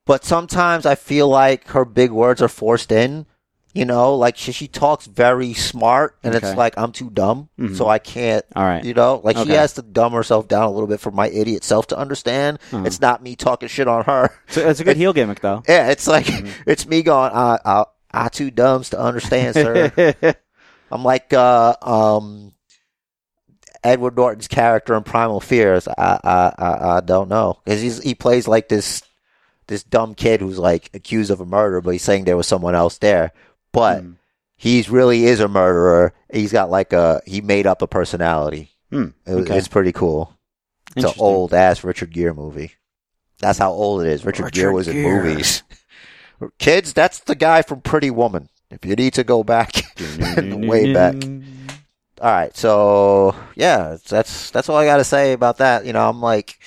Speaker 1: but sometimes I feel like her big words are forced in. You know, like she, she talks very smart, and
Speaker 3: Okay.
Speaker 1: it's like I'm too dumb,
Speaker 3: Mhm.
Speaker 1: so I can't.
Speaker 3: All right.
Speaker 1: You know, like she
Speaker 3: Okay.
Speaker 1: has to dumb herself down a little bit for my idiot self to understand.
Speaker 3: Uh-huh.
Speaker 1: It's not me talking shit on her.
Speaker 3: So it's a good heel gimmick though.
Speaker 1: Yeah, it's like
Speaker 3: Mm-hmm.
Speaker 1: it's me going, I, I, I too dumbs to understand, sir. I'm like, uh, um, Edward Norton's character in Primal Fears. I, I, I, I don't know because he's he plays like this this dumb kid who's like accused of a murder, but he's saying there was someone else there. But
Speaker 3: Mm.
Speaker 1: he's really is a murderer. He's got like a he made up a personality.
Speaker 3: Hmm.
Speaker 1: It,
Speaker 3: Okay.
Speaker 1: It's pretty cool. It's an
Speaker 3: Interesting.
Speaker 1: old ass Richard Gere movie. That's how old it is. Richard, Gere
Speaker 3: Richard
Speaker 1: was in
Speaker 3: Gere.
Speaker 1: movies. Kids, that's the guy from Pretty Woman. If you need to go back way back. All right, so yeah, that's that's all I got to say about that. You know, I'm like,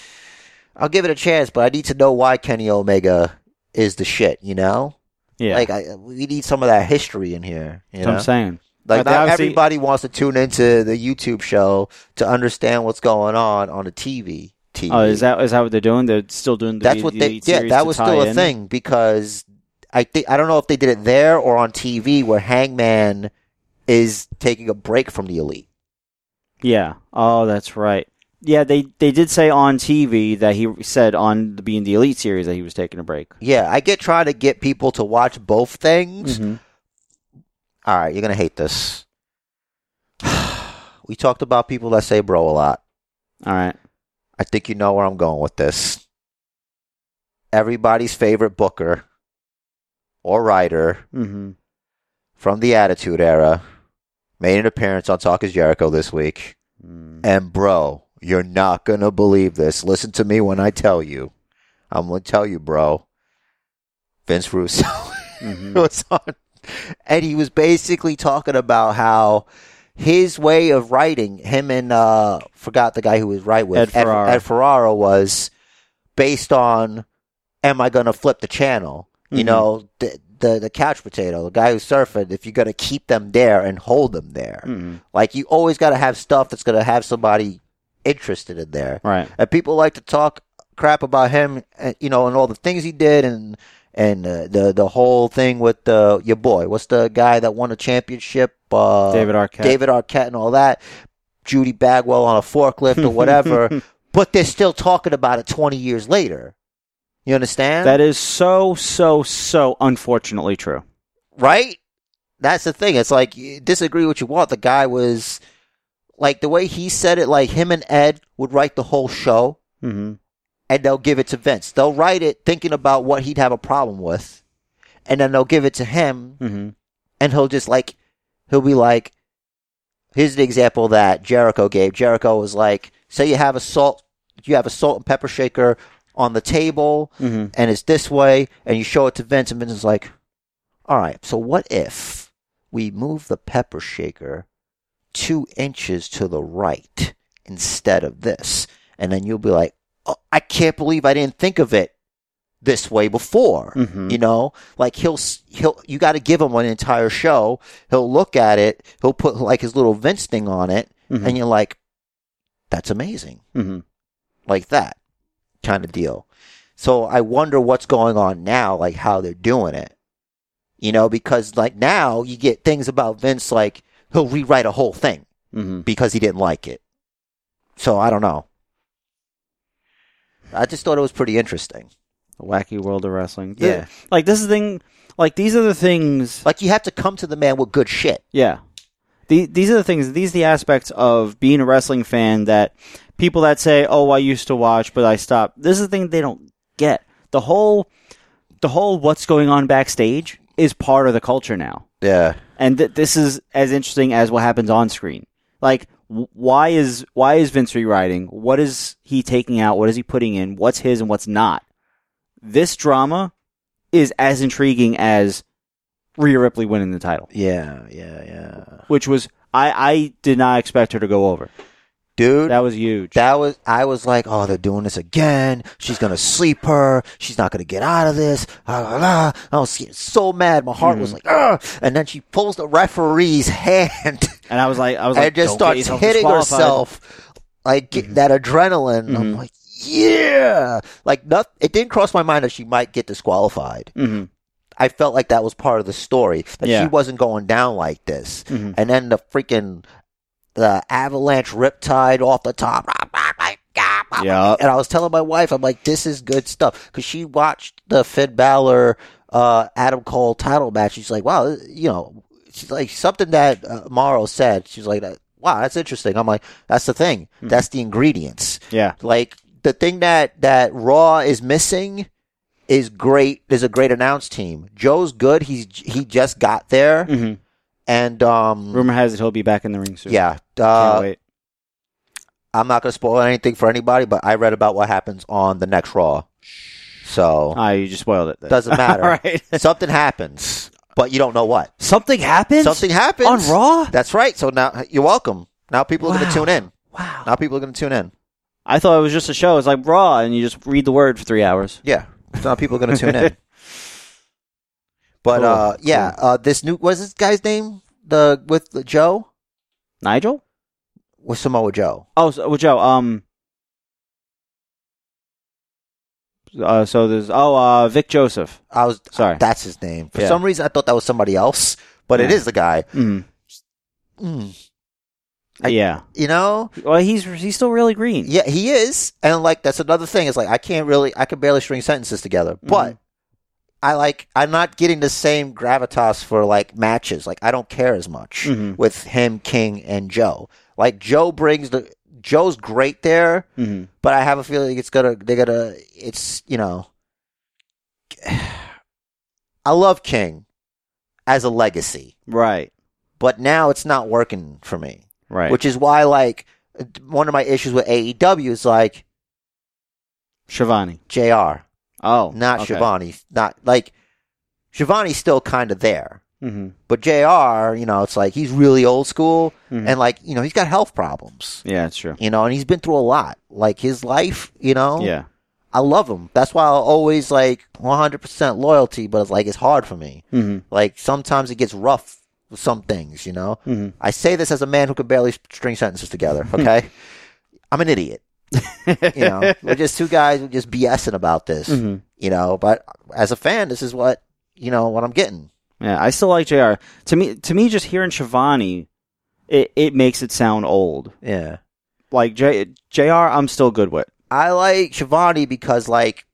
Speaker 1: I'll give it a chance, but I need to know why Kenny Omega is the shit. You know,
Speaker 3: Yeah.
Speaker 1: like I, we need some of that history in here. You
Speaker 3: that's what
Speaker 1: know,
Speaker 3: I'm saying.
Speaker 1: like
Speaker 3: But they
Speaker 1: not
Speaker 3: obviously-
Speaker 1: everybody wants to tune into the YouTube show to understand what's going on on the TV. TV.
Speaker 3: Oh, is that is that what they're doing? They're still doing the
Speaker 1: that's what they
Speaker 3: the
Speaker 1: yeah
Speaker 3: series
Speaker 1: that
Speaker 3: to
Speaker 1: was
Speaker 3: tie
Speaker 1: still a
Speaker 3: in?
Speaker 1: thing because I think I don't know if they did it there or on TV where Hangman is taking a break from the elite.
Speaker 3: Yeah. Oh, that's right. Yeah, they they did say on TV that he said on the being the Elite series that he was taking a break.
Speaker 1: Yeah, I get trying to get people to watch both things.
Speaker 3: Mhm.
Speaker 1: All right, you're gonna hate this. we talked about people that say bro a lot.
Speaker 3: All right.
Speaker 1: I think you know where I'm going with this. Everybody's favorite booker or writer
Speaker 3: Mm-hmm.
Speaker 1: from the Attitude Era made an appearance on Talk is Jericho this week.
Speaker 3: Mm-hmm.
Speaker 1: And bro, you're not gonna believe this. Listen to me when I tell you. I'm gonna tell you, bro. Vince Russo.
Speaker 3: Mm-hmm.
Speaker 1: was on, and he was basically talking about how his way of writing, him and uh forgot the guy who was right with
Speaker 3: Ed Ferraro.
Speaker 1: Ed, Ferraro was based on am I gonna flip the channel? You
Speaker 3: Mhm.
Speaker 1: know, the, the the couch potato, the guy who's surfing, if you're gonna keep them there and hold them there.
Speaker 3: Mhm.
Speaker 1: Like you always gotta have stuff that's gonna have somebody interested in there.
Speaker 3: Right.
Speaker 1: And people like to talk crap about him, uh, you know, and all the things he did, and and uh, the the whole thing with uh, your boy. What's the guy that won a championship? Uh,
Speaker 3: David Arquette.
Speaker 1: David Arquette and all that. Judy Bagwell on a forklift or whatever. but they're still talking about it twenty years later. You understand?
Speaker 3: That is so, so, so unfortunately true.
Speaker 1: right? That's the thing. It's like you disagree what you want. The guy was like the way he said it. Like him and Ed would write the whole show.
Speaker 3: Mm-hmm.
Speaker 1: and they'll give it to Vince. They'll write it thinking about what he'd have a problem with, and then they'll give it to him,
Speaker 3: Mm-hmm.
Speaker 1: and he'll just like, he'll be like, here's the example that Jericho gave. Jericho was like, say you have a salt, you have a salt and pepper shaker on the table,
Speaker 3: Mm-hmm.
Speaker 1: and it's this way, and you show it to Vince, and Vince is like, all right, so what if we move the pepper shaker two inches to the right instead of this? And then you'll be like, oh, I can't believe I didn't think of it this way before.
Speaker 3: Mhm.
Speaker 1: You know, like he'll, s- he'll, you got to give him an entire show. He'll look at it, he'll put like his little Vince thing on it,
Speaker 3: Mhm.
Speaker 1: and you're like, that's amazing
Speaker 3: Mm-hmm.
Speaker 1: like that kind of deal. So I wonder what's going on now, like how they're doing it. You know, because like now you get things about Vince like he'll rewrite a whole thing
Speaker 3: Mm-hmm.
Speaker 1: because he didn't like it. So I don't know. I just thought it was pretty interesting.
Speaker 3: The wacky world of wrestling.
Speaker 1: Yeah.
Speaker 3: The- like this is the thing. Like these are the things.
Speaker 1: Like you have to come to the man with good shit.
Speaker 3: Yeah. The, these are the things. These are the aspects of being a wrestling fan that people that say, "Oh, I used to watch, but I stopped." This is the thing they don't get. The whole, the whole what's going on backstage is part of the culture now.
Speaker 1: Yeah.
Speaker 3: and th- this is as interesting as what happens on screen. Like, w- why is why is Vince rewriting? What is he taking out? What is he putting in? What's his and what's not? This drama is as intriguing as Rhea Ripley winning the title,
Speaker 1: Yeah, yeah, yeah.
Speaker 3: which was I I did not expect her to go over.
Speaker 1: Dude,
Speaker 3: That was huge.
Speaker 1: That was I was like, oh, they're doing this again. She's gonna sleep her. She's not gonna get out of this. Ah, la, la. I was getting so mad. My heart
Speaker 3: Hmm.
Speaker 1: was like, Ugh! and then she pulls the referee's hand
Speaker 3: and I was like, I was like,
Speaker 1: and just
Speaker 3: "Don't get
Speaker 1: starts
Speaker 3: yourself
Speaker 1: hitting
Speaker 3: disqualified." Mm-hmm.
Speaker 1: herself. Like get that adrenaline. I'm
Speaker 3: Mhm.
Speaker 1: like, yeah. Like not, it didn't cross my mind that she might get disqualified.
Speaker 3: Mhm.
Speaker 1: I felt like that was part of the story that
Speaker 3: Yeah.
Speaker 1: she wasn't going down like this.
Speaker 3: Mhm.
Speaker 1: And then the freaking the avalanche riptide off the top. ah,
Speaker 3: Yeah.
Speaker 1: And I was telling my wife, I'm like, this is good stuff because she watched the Finn Balor, uh, Adam Cole title match. She's like, wow, you know, she's like something that uh, Morrow said. She's like, wow, that's interesting. I'm like, that's the thing.
Speaker 3: Hmm.
Speaker 1: That's the ingredients.
Speaker 3: Yeah.
Speaker 1: Like the thing that that Raw is missing is great. There's a great announce team. Joe's good. He's he just got there,
Speaker 3: Mhm.
Speaker 1: and um,
Speaker 3: Rumor has it he'll be back in the ring soon.
Speaker 1: Mm-hmm. yeah.
Speaker 3: Can't
Speaker 1: Uh,
Speaker 3: wait.
Speaker 1: I'm not gonna spoil anything for anybody, but I read about what happens on the next Raw, so
Speaker 3: Ah, you just spoiled it. then.
Speaker 1: Doesn't matter.
Speaker 3: All right.
Speaker 1: something happens, but you don't know what.
Speaker 3: Something happens.
Speaker 1: Something happens
Speaker 3: on Raw.
Speaker 1: That's right. So now you're welcome. Now people are gonna
Speaker 3: Wow.
Speaker 1: tune in.
Speaker 3: Wow.
Speaker 1: Now people are gonna tune in.
Speaker 3: I thought it was just a show. It's like Raw, and you just read the word for three hours.
Speaker 1: Yeah. So now people are gonna tune in. But
Speaker 3: Cool.
Speaker 1: uh, yeah, uh, this new what's this guy's name? The with the Joe
Speaker 3: Nigel?
Speaker 1: with Samoa Joe.
Speaker 3: Oh, so, well, Joe. Um. Uh, so there's oh uh, Vic Joseph.
Speaker 1: I was
Speaker 3: Sorry.
Speaker 1: That's his name. For
Speaker 3: Yeah.
Speaker 1: some reason, I thought that was somebody else, but it
Speaker 3: Yeah.
Speaker 1: is the guy.
Speaker 3: Mm.
Speaker 1: Mm, I-
Speaker 3: yeah.
Speaker 1: you know,
Speaker 3: Well, he's he's still really green.
Speaker 1: yeah, he is, and like that's another thing. It's like I can't really, I can barely string sentences together, but. I like. I'm not getting the same gravitas for like matches. Like I don't care as much
Speaker 3: Mhm.
Speaker 1: with him, King, and Joe. Like Joe brings the Joe's great there,
Speaker 3: Mhm.
Speaker 1: but I have a feeling it's gonna they're gonna it's you know I love King as a legacy,
Speaker 3: Right.
Speaker 1: but now it's not working for me,
Speaker 3: Right.
Speaker 1: which is why like one of my issues with AEW is like
Speaker 3: Shivani.
Speaker 1: Jr.
Speaker 3: Oh,
Speaker 1: not
Speaker 3: okay.
Speaker 1: Shivani, not like Shivani's still kind of there.
Speaker 3: hmm
Speaker 1: But JR, you know, it's like he's really old school
Speaker 3: Mhm.
Speaker 1: and like, you know, he's got health problems,
Speaker 3: Yeah, it's true.
Speaker 1: you know, and he's been through a lot. Like his life, you know,
Speaker 3: Yeah.
Speaker 1: I love him. That's why I'll always like 100% loyalty, but it's like it's hard for me.
Speaker 3: hmm
Speaker 1: Like sometimes it gets rough with some things, you know?
Speaker 3: hmm
Speaker 1: I say this as a man who can barely string sentences together, okay? I'm an idiot. you know, we're just two guys who just BSing about this,
Speaker 3: hmm
Speaker 1: you know, but as a fan, this is what, you know, what I'm getting.
Speaker 3: Yeah, I still like Jr. To me, to me, just hearing Shivani, it it makes it sound old.
Speaker 1: Yeah.
Speaker 3: Like J, Jr. I'm still good with.
Speaker 1: I like Shivani because like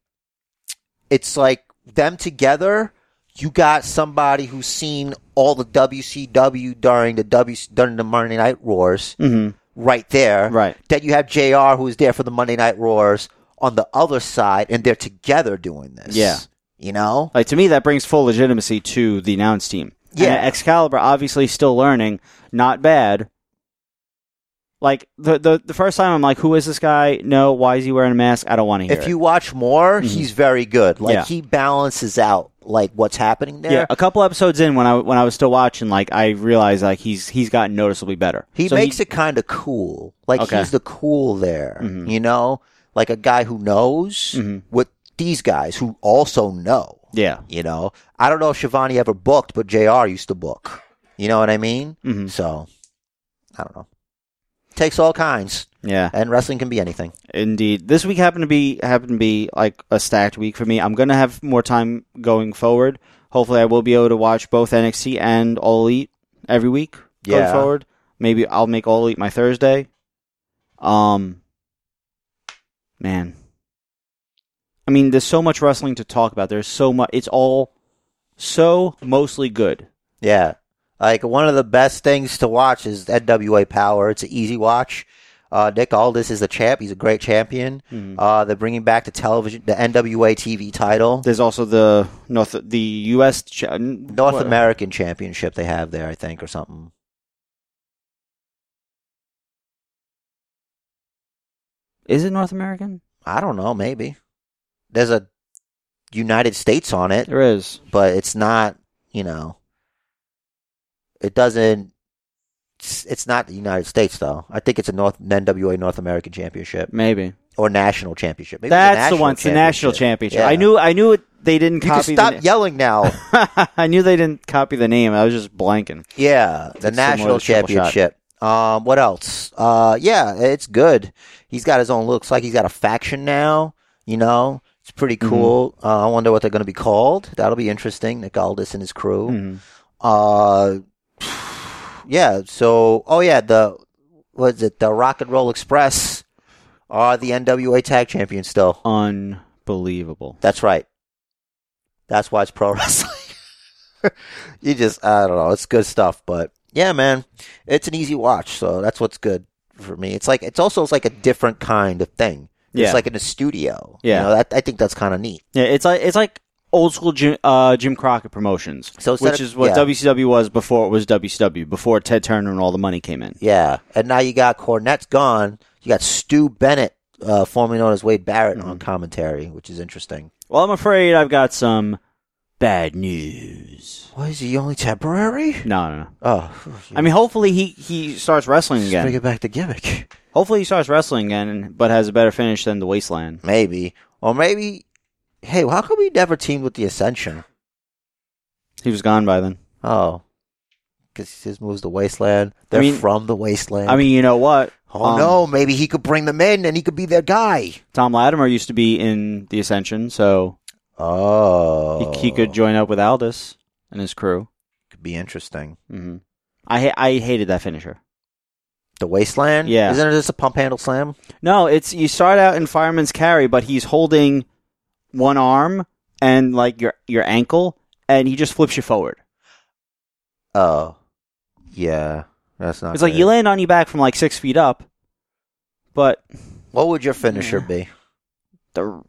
Speaker 1: it's like them together. You got somebody who's seen all the WCW during the W during the Monday Night Roars
Speaker 3: hmm
Speaker 1: right there.
Speaker 3: Right.
Speaker 1: Then you have Jr. who's there for the Monday Night Roars on the other side, and they're together doing this.
Speaker 3: Yeah.
Speaker 1: you know.
Speaker 3: Like to me, that brings full legitimacy to the announce team.
Speaker 1: Yeah.
Speaker 3: And Excalibur obviously still learning. Not bad. Like the, the the first time, I'm like, who is this guy? No, why is he wearing a mask? I don't want to hear.
Speaker 1: If
Speaker 3: it. Mm-hmm.
Speaker 1: you watch more, he's very good. Like
Speaker 3: Yeah.
Speaker 1: he balances out like what's happening there.
Speaker 3: yeah, a couple episodes in, when I when I was still watching, like I realized like he's he's gotten noticeably better.
Speaker 1: He
Speaker 3: So
Speaker 1: makes it kind of cool. Like
Speaker 3: Okay.
Speaker 1: he's the cool there,
Speaker 3: Mhm.
Speaker 1: you know, like a guy who knows
Speaker 3: Mhm.
Speaker 1: what these guys who also know.
Speaker 3: yeah.
Speaker 1: You know, I don't know if Shivani ever booked, but Jr. used to book. You know what I mean?
Speaker 3: hmm
Speaker 1: So I don't know. Takes all kinds,
Speaker 3: Yeah.
Speaker 1: and wrestling can be anything.
Speaker 3: Indeed, this week happened to be happened to be like a stacked week for me. I'm gonna have more time going forward. Hopefully, I will be able to watch both NXT and All Elite every week
Speaker 1: Yeah.
Speaker 3: going forward. Maybe I'll make All Elite my Thursday. Um, man, I mean, there's so much wrestling to talk about. There's so much. It's all so mostly good.
Speaker 1: Yeah, like one of the best things to watch is NWA Power. It's an easy watch. Uh, Nick Aldis is the champ. He's a great champion.
Speaker 3: Mm-hmm.
Speaker 1: Uh, they're bringing back the television, the NWA TV title.
Speaker 3: There's also the North, the U.S. cha-
Speaker 1: North
Speaker 3: what-
Speaker 1: American Championship they have there, I think, or something.
Speaker 3: Is it North American?
Speaker 1: I don't know, maybe. There's a United States on it,
Speaker 3: There is.
Speaker 1: but it's not, you know, it doesn't. It's, it's not the United States though. I think it's a North NWA North American Championship
Speaker 3: Maybe.
Speaker 1: or national championship. Maybe it's a
Speaker 3: That's the
Speaker 1: national
Speaker 3: one. It's the national championship.
Speaker 1: Yeah.
Speaker 3: I knew. I knew it. They didn't
Speaker 1: You can
Speaker 3: copy.
Speaker 1: stop
Speaker 3: the
Speaker 1: yelling now.
Speaker 3: na- I knew they didn't copy the name. I was just blanking.
Speaker 1: Yeah, the
Speaker 3: It's
Speaker 1: national
Speaker 3: similar to Triple Shot.
Speaker 1: championship. Um, what else? Uh, yeah, it's good. He's got his own. Looks like he's got a faction now. You know, it's pretty
Speaker 3: Mm-hmm.
Speaker 1: cool. Uh, I wonder what they're going to be called. That'll be interesting. Nick Aldis and his crew.
Speaker 3: Hmm.
Speaker 1: Uh, yeah. So, oh yeah, the what is it? The Rock and Roll Express are the NWA Tag Champions still.
Speaker 3: Mm-hmm. Unbelievable.
Speaker 1: That's right. That's why it's pro wrestling. you just, I don't know. It's good stuff, but yeah, man, it's an easy watch. So that's what's good for me. It's like, it's also it's like a different kind of thing.
Speaker 3: Yeah.
Speaker 1: It's like in a studio.
Speaker 3: Yeah.
Speaker 1: You know, that, I think that's kind of neat.
Speaker 3: Yeah, it's like it's like old school Jim, uh, Jim Crockett promotions,
Speaker 1: So instead
Speaker 3: which
Speaker 1: of-
Speaker 3: is what
Speaker 1: yeah.
Speaker 3: WCW was before it was WCW, before Ted Turner and all the money came in.
Speaker 1: Yeah. And now you got Cornette's gone. You got Stu Bennett, uh, formerly known as Wade Barrett on commentary, which is interesting.
Speaker 3: Well, I'm afraid I've got some bad news.
Speaker 1: Why is he only temporary?
Speaker 3: No, no, no.
Speaker 1: Oh,
Speaker 3: I mean, hopefully he he starts wrestling
Speaker 1: just bring
Speaker 3: again.
Speaker 1: it back to gimmick.
Speaker 3: Hopefully he starts wrestling again, but has a better finish than the Wasteland.
Speaker 1: Maybe. Or maybe, hey, how come we never teamed with the Ascension?
Speaker 3: He was gone by then.
Speaker 1: Oh. Because he just moves to Wasteland. They're
Speaker 3: mean-
Speaker 1: from the Wasteland.
Speaker 3: I mean, you know what?
Speaker 1: oh
Speaker 3: Um,
Speaker 1: no, maybe he could bring them in and he could be their guy.
Speaker 3: Tom Latimer used to be in the Ascension, so
Speaker 1: Oh.
Speaker 3: he, he could join up with Aldous and his crew.
Speaker 1: Could be interesting.
Speaker 3: hmm I ha- I hated that finisher.
Speaker 1: The Wasteland?
Speaker 3: Yeah.
Speaker 1: Isn't it just a pump handle slam?
Speaker 3: No, it's you start out in fireman's carry, but he's holding one arm and like your your ankle, and he just flips you forward.
Speaker 1: Oh. Yeah. That's not
Speaker 3: It's like
Speaker 1: good.
Speaker 3: you land on your back from like six feet up, but
Speaker 1: What would your finisher be?
Speaker 3: the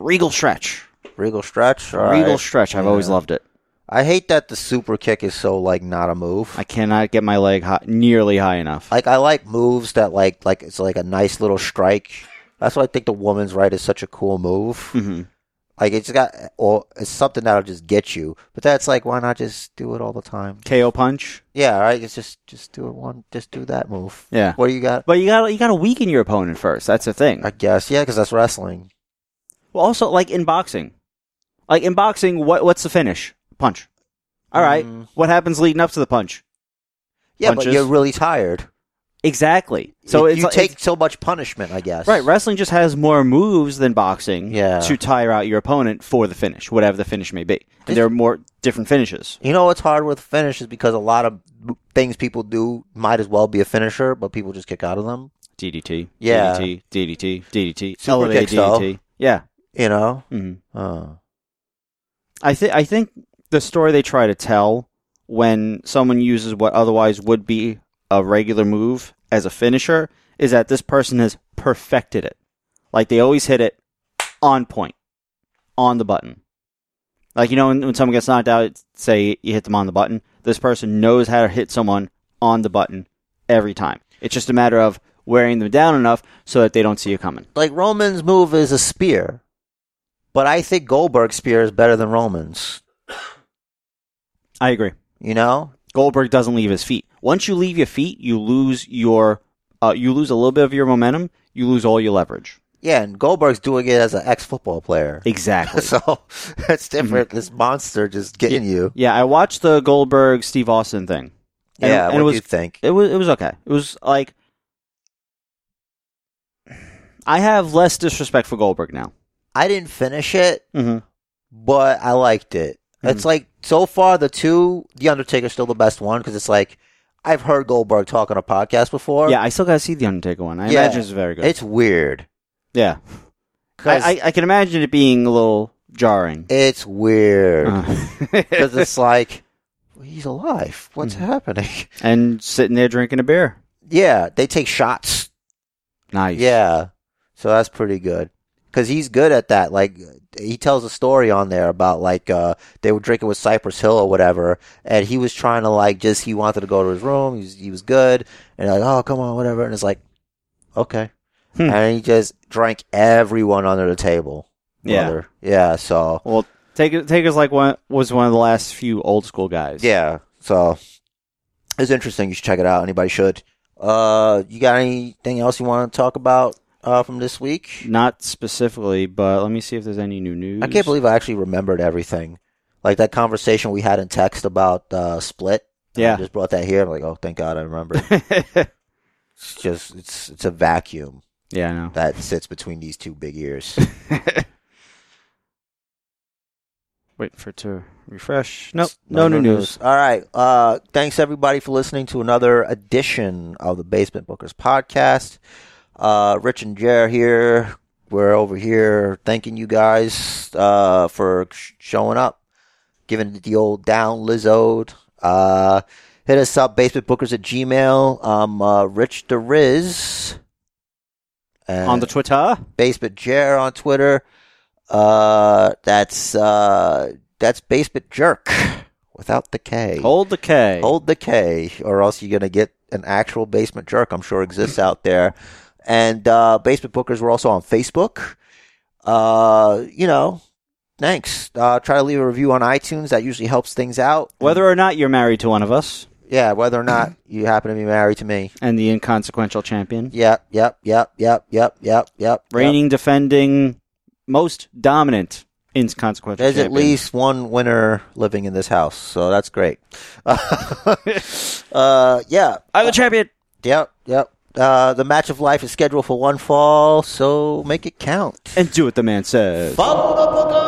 Speaker 3: regal stretch,
Speaker 1: Regal stretch? All
Speaker 3: regal
Speaker 1: right.
Speaker 3: stretch. I've always
Speaker 1: Yeah.
Speaker 3: loved it.
Speaker 1: I hate that the super kick is so like not a move.
Speaker 3: I cannot get my leg high, nearly high enough.
Speaker 1: like I like moves that like like it's like a nice little strike. That's why I think the woman's right is such a cool move.
Speaker 3: hmm
Speaker 1: Like it's got, or it's something that'll just get you. But that's like, why not just do it all the time?
Speaker 3: KO punch.
Speaker 1: Yeah, right. It's just, just do it one, just do that move.
Speaker 3: Yeah.
Speaker 1: What do you got?
Speaker 3: But you gotta you gotta weaken your opponent first. That's the thing.
Speaker 1: I guess, yeah, because that's wrestling.
Speaker 3: Well, also like in boxing, like in boxing, what what's the finish? Punch. All right.
Speaker 1: Mm.
Speaker 3: What happens leading up to the punch?
Speaker 1: Yeah, but
Speaker 3: Punches.
Speaker 1: you're really tired.
Speaker 3: Exactly. So
Speaker 1: you,
Speaker 3: it's
Speaker 1: you
Speaker 3: like-
Speaker 1: take so much punishment, I guess.
Speaker 3: Right, wrestling just has more moves than boxing
Speaker 1: Yeah.
Speaker 3: to tire out your opponent for the finish, whatever the finish may be.
Speaker 1: This-
Speaker 3: And there are more different finishes.
Speaker 1: You know what's hard with finishes because a lot of things people do might as well be a finisher, but people just kick out of them.
Speaker 3: DDT,
Speaker 1: Yeah.
Speaker 3: DDT, DDT, DDT,
Speaker 1: Super
Speaker 3: elevated
Speaker 1: kicks, though.
Speaker 3: DDT. Yeah.
Speaker 1: You know.
Speaker 3: hmm
Speaker 1: Uh,
Speaker 3: I think I think the story they try to tell when someone uses what otherwise would be a regular move as a finisher is that this person has perfected it. Like they always hit it on point, on the button. Like you know when, when someone gets knocked out, it's- say you hit them on the button. This person knows how to hit someone on the button every time. It's just a matter of wearing them down enough so that they don't see you coming.
Speaker 1: like Roman's move is a spear, but I think Goldberg's spear is better than Roman's.
Speaker 3: I agree.
Speaker 1: You know,
Speaker 3: Goldberg doesn't leave his feet. Once you leave your feet, you lose your uh, you lose a little bit of your momentum. You lose all your leverage.
Speaker 1: yeah, and Goldberg's doing it as an ex-football player,
Speaker 3: Exactly. Mm-hmm.
Speaker 1: so it's different. This monster just getting you.
Speaker 3: yeah, I watched the Goldberg Steve Austin thing. And-
Speaker 1: yeah,
Speaker 3: and
Speaker 1: what
Speaker 3: it
Speaker 1: do
Speaker 3: was
Speaker 1: you think?
Speaker 3: it was it was okay. It was like I have less disrespect for Goldberg now.
Speaker 1: I didn't finish it,
Speaker 3: Mm-hmm.
Speaker 1: but I liked it. It's
Speaker 3: Mm.
Speaker 1: like so far the two, The Undertaker's still the best one because it's like I've heard Goldberg talk on a podcast before.
Speaker 3: Yeah, I still gotta see the Undertaker one. I
Speaker 1: Yeah.
Speaker 3: imagine it's very good.
Speaker 1: it's weird.
Speaker 3: yeah,
Speaker 1: 'Cause
Speaker 3: I, I I can imagine it being a little jarring.
Speaker 1: it's weird
Speaker 3: Uh.
Speaker 1: because it's like he's alive. What's
Speaker 3: Hmm.
Speaker 1: happening?
Speaker 3: and sitting there drinking a beer.
Speaker 1: Yeah, they take shots.
Speaker 3: Nice.
Speaker 1: Yeah, so that's pretty good because he's good at that. Like he tells a story on there about like uh, they were drinking with Cypress Hill or whatever, and he was trying to like just he wanted to go to his room. He was, he was good, and like oh come on whatever, and it's like okay,
Speaker 3: Hmm.
Speaker 1: and he just drank everyone under the table.
Speaker 3: Yeah.
Speaker 1: brother. yeah. So
Speaker 3: Well, Taker Taker's like one was one of the last few old school guys.
Speaker 1: yeah, so it's interesting. You should check it out. Anybody should. Uh, you got anything else you want to talk about uh, from this week?
Speaker 3: Not specifically, but let me see if there's any new news.
Speaker 1: I can't believe I actually remembered everything. Like that conversation we had in text about uh, split. I
Speaker 3: Yeah.
Speaker 1: just brought that here. I'm like, oh, thank God, I remembered. it's just it's it's a vacuum
Speaker 3: yeah, I know.
Speaker 1: that sits between these two big ears.
Speaker 3: Waiting for it to refresh. Nope. No, new news.
Speaker 1: All right. Uh, thanks everybody for listening to another edition of the Basement Bookers podcast. Uh, Rich and Jer here. We're over here thanking you guys uh, for sh- showing up, giving it the old down Lizzoed. Uh, hit us up, basementbookers at gmail. I'm uh, Rich the Riz. And
Speaker 3: On the Twitter.
Speaker 1: Basement Jer on Twitter. Uh, that's uh, that's Basement Jerk without the K.
Speaker 3: Hold the K.
Speaker 1: Hold the K, or else you're gonna get an actual Basement Jerk. I'm sure exists out there. And uh, Basement Bookers were also on Facebook. Uh, you know, thanks. Uh, try to leave a review on iTunes. That usually helps things out.
Speaker 3: Whether or not you're married to one of us
Speaker 1: yeah, whether or not you happen to be married to me.
Speaker 3: and the inconsequential champion,
Speaker 1: Yep, yep, yep, yep, yep, yep, yep.
Speaker 3: reigning, defending, most dominant inconsequential
Speaker 1: There's at
Speaker 3: champion.
Speaker 1: least one winner living in this house, so that's great. uh, yeah,
Speaker 3: I'm the champion.
Speaker 1: yep, yep. Uh, the match of life is scheduled for one fall, so make it count.
Speaker 3: And do what the man says.
Speaker 1: Follow the booker.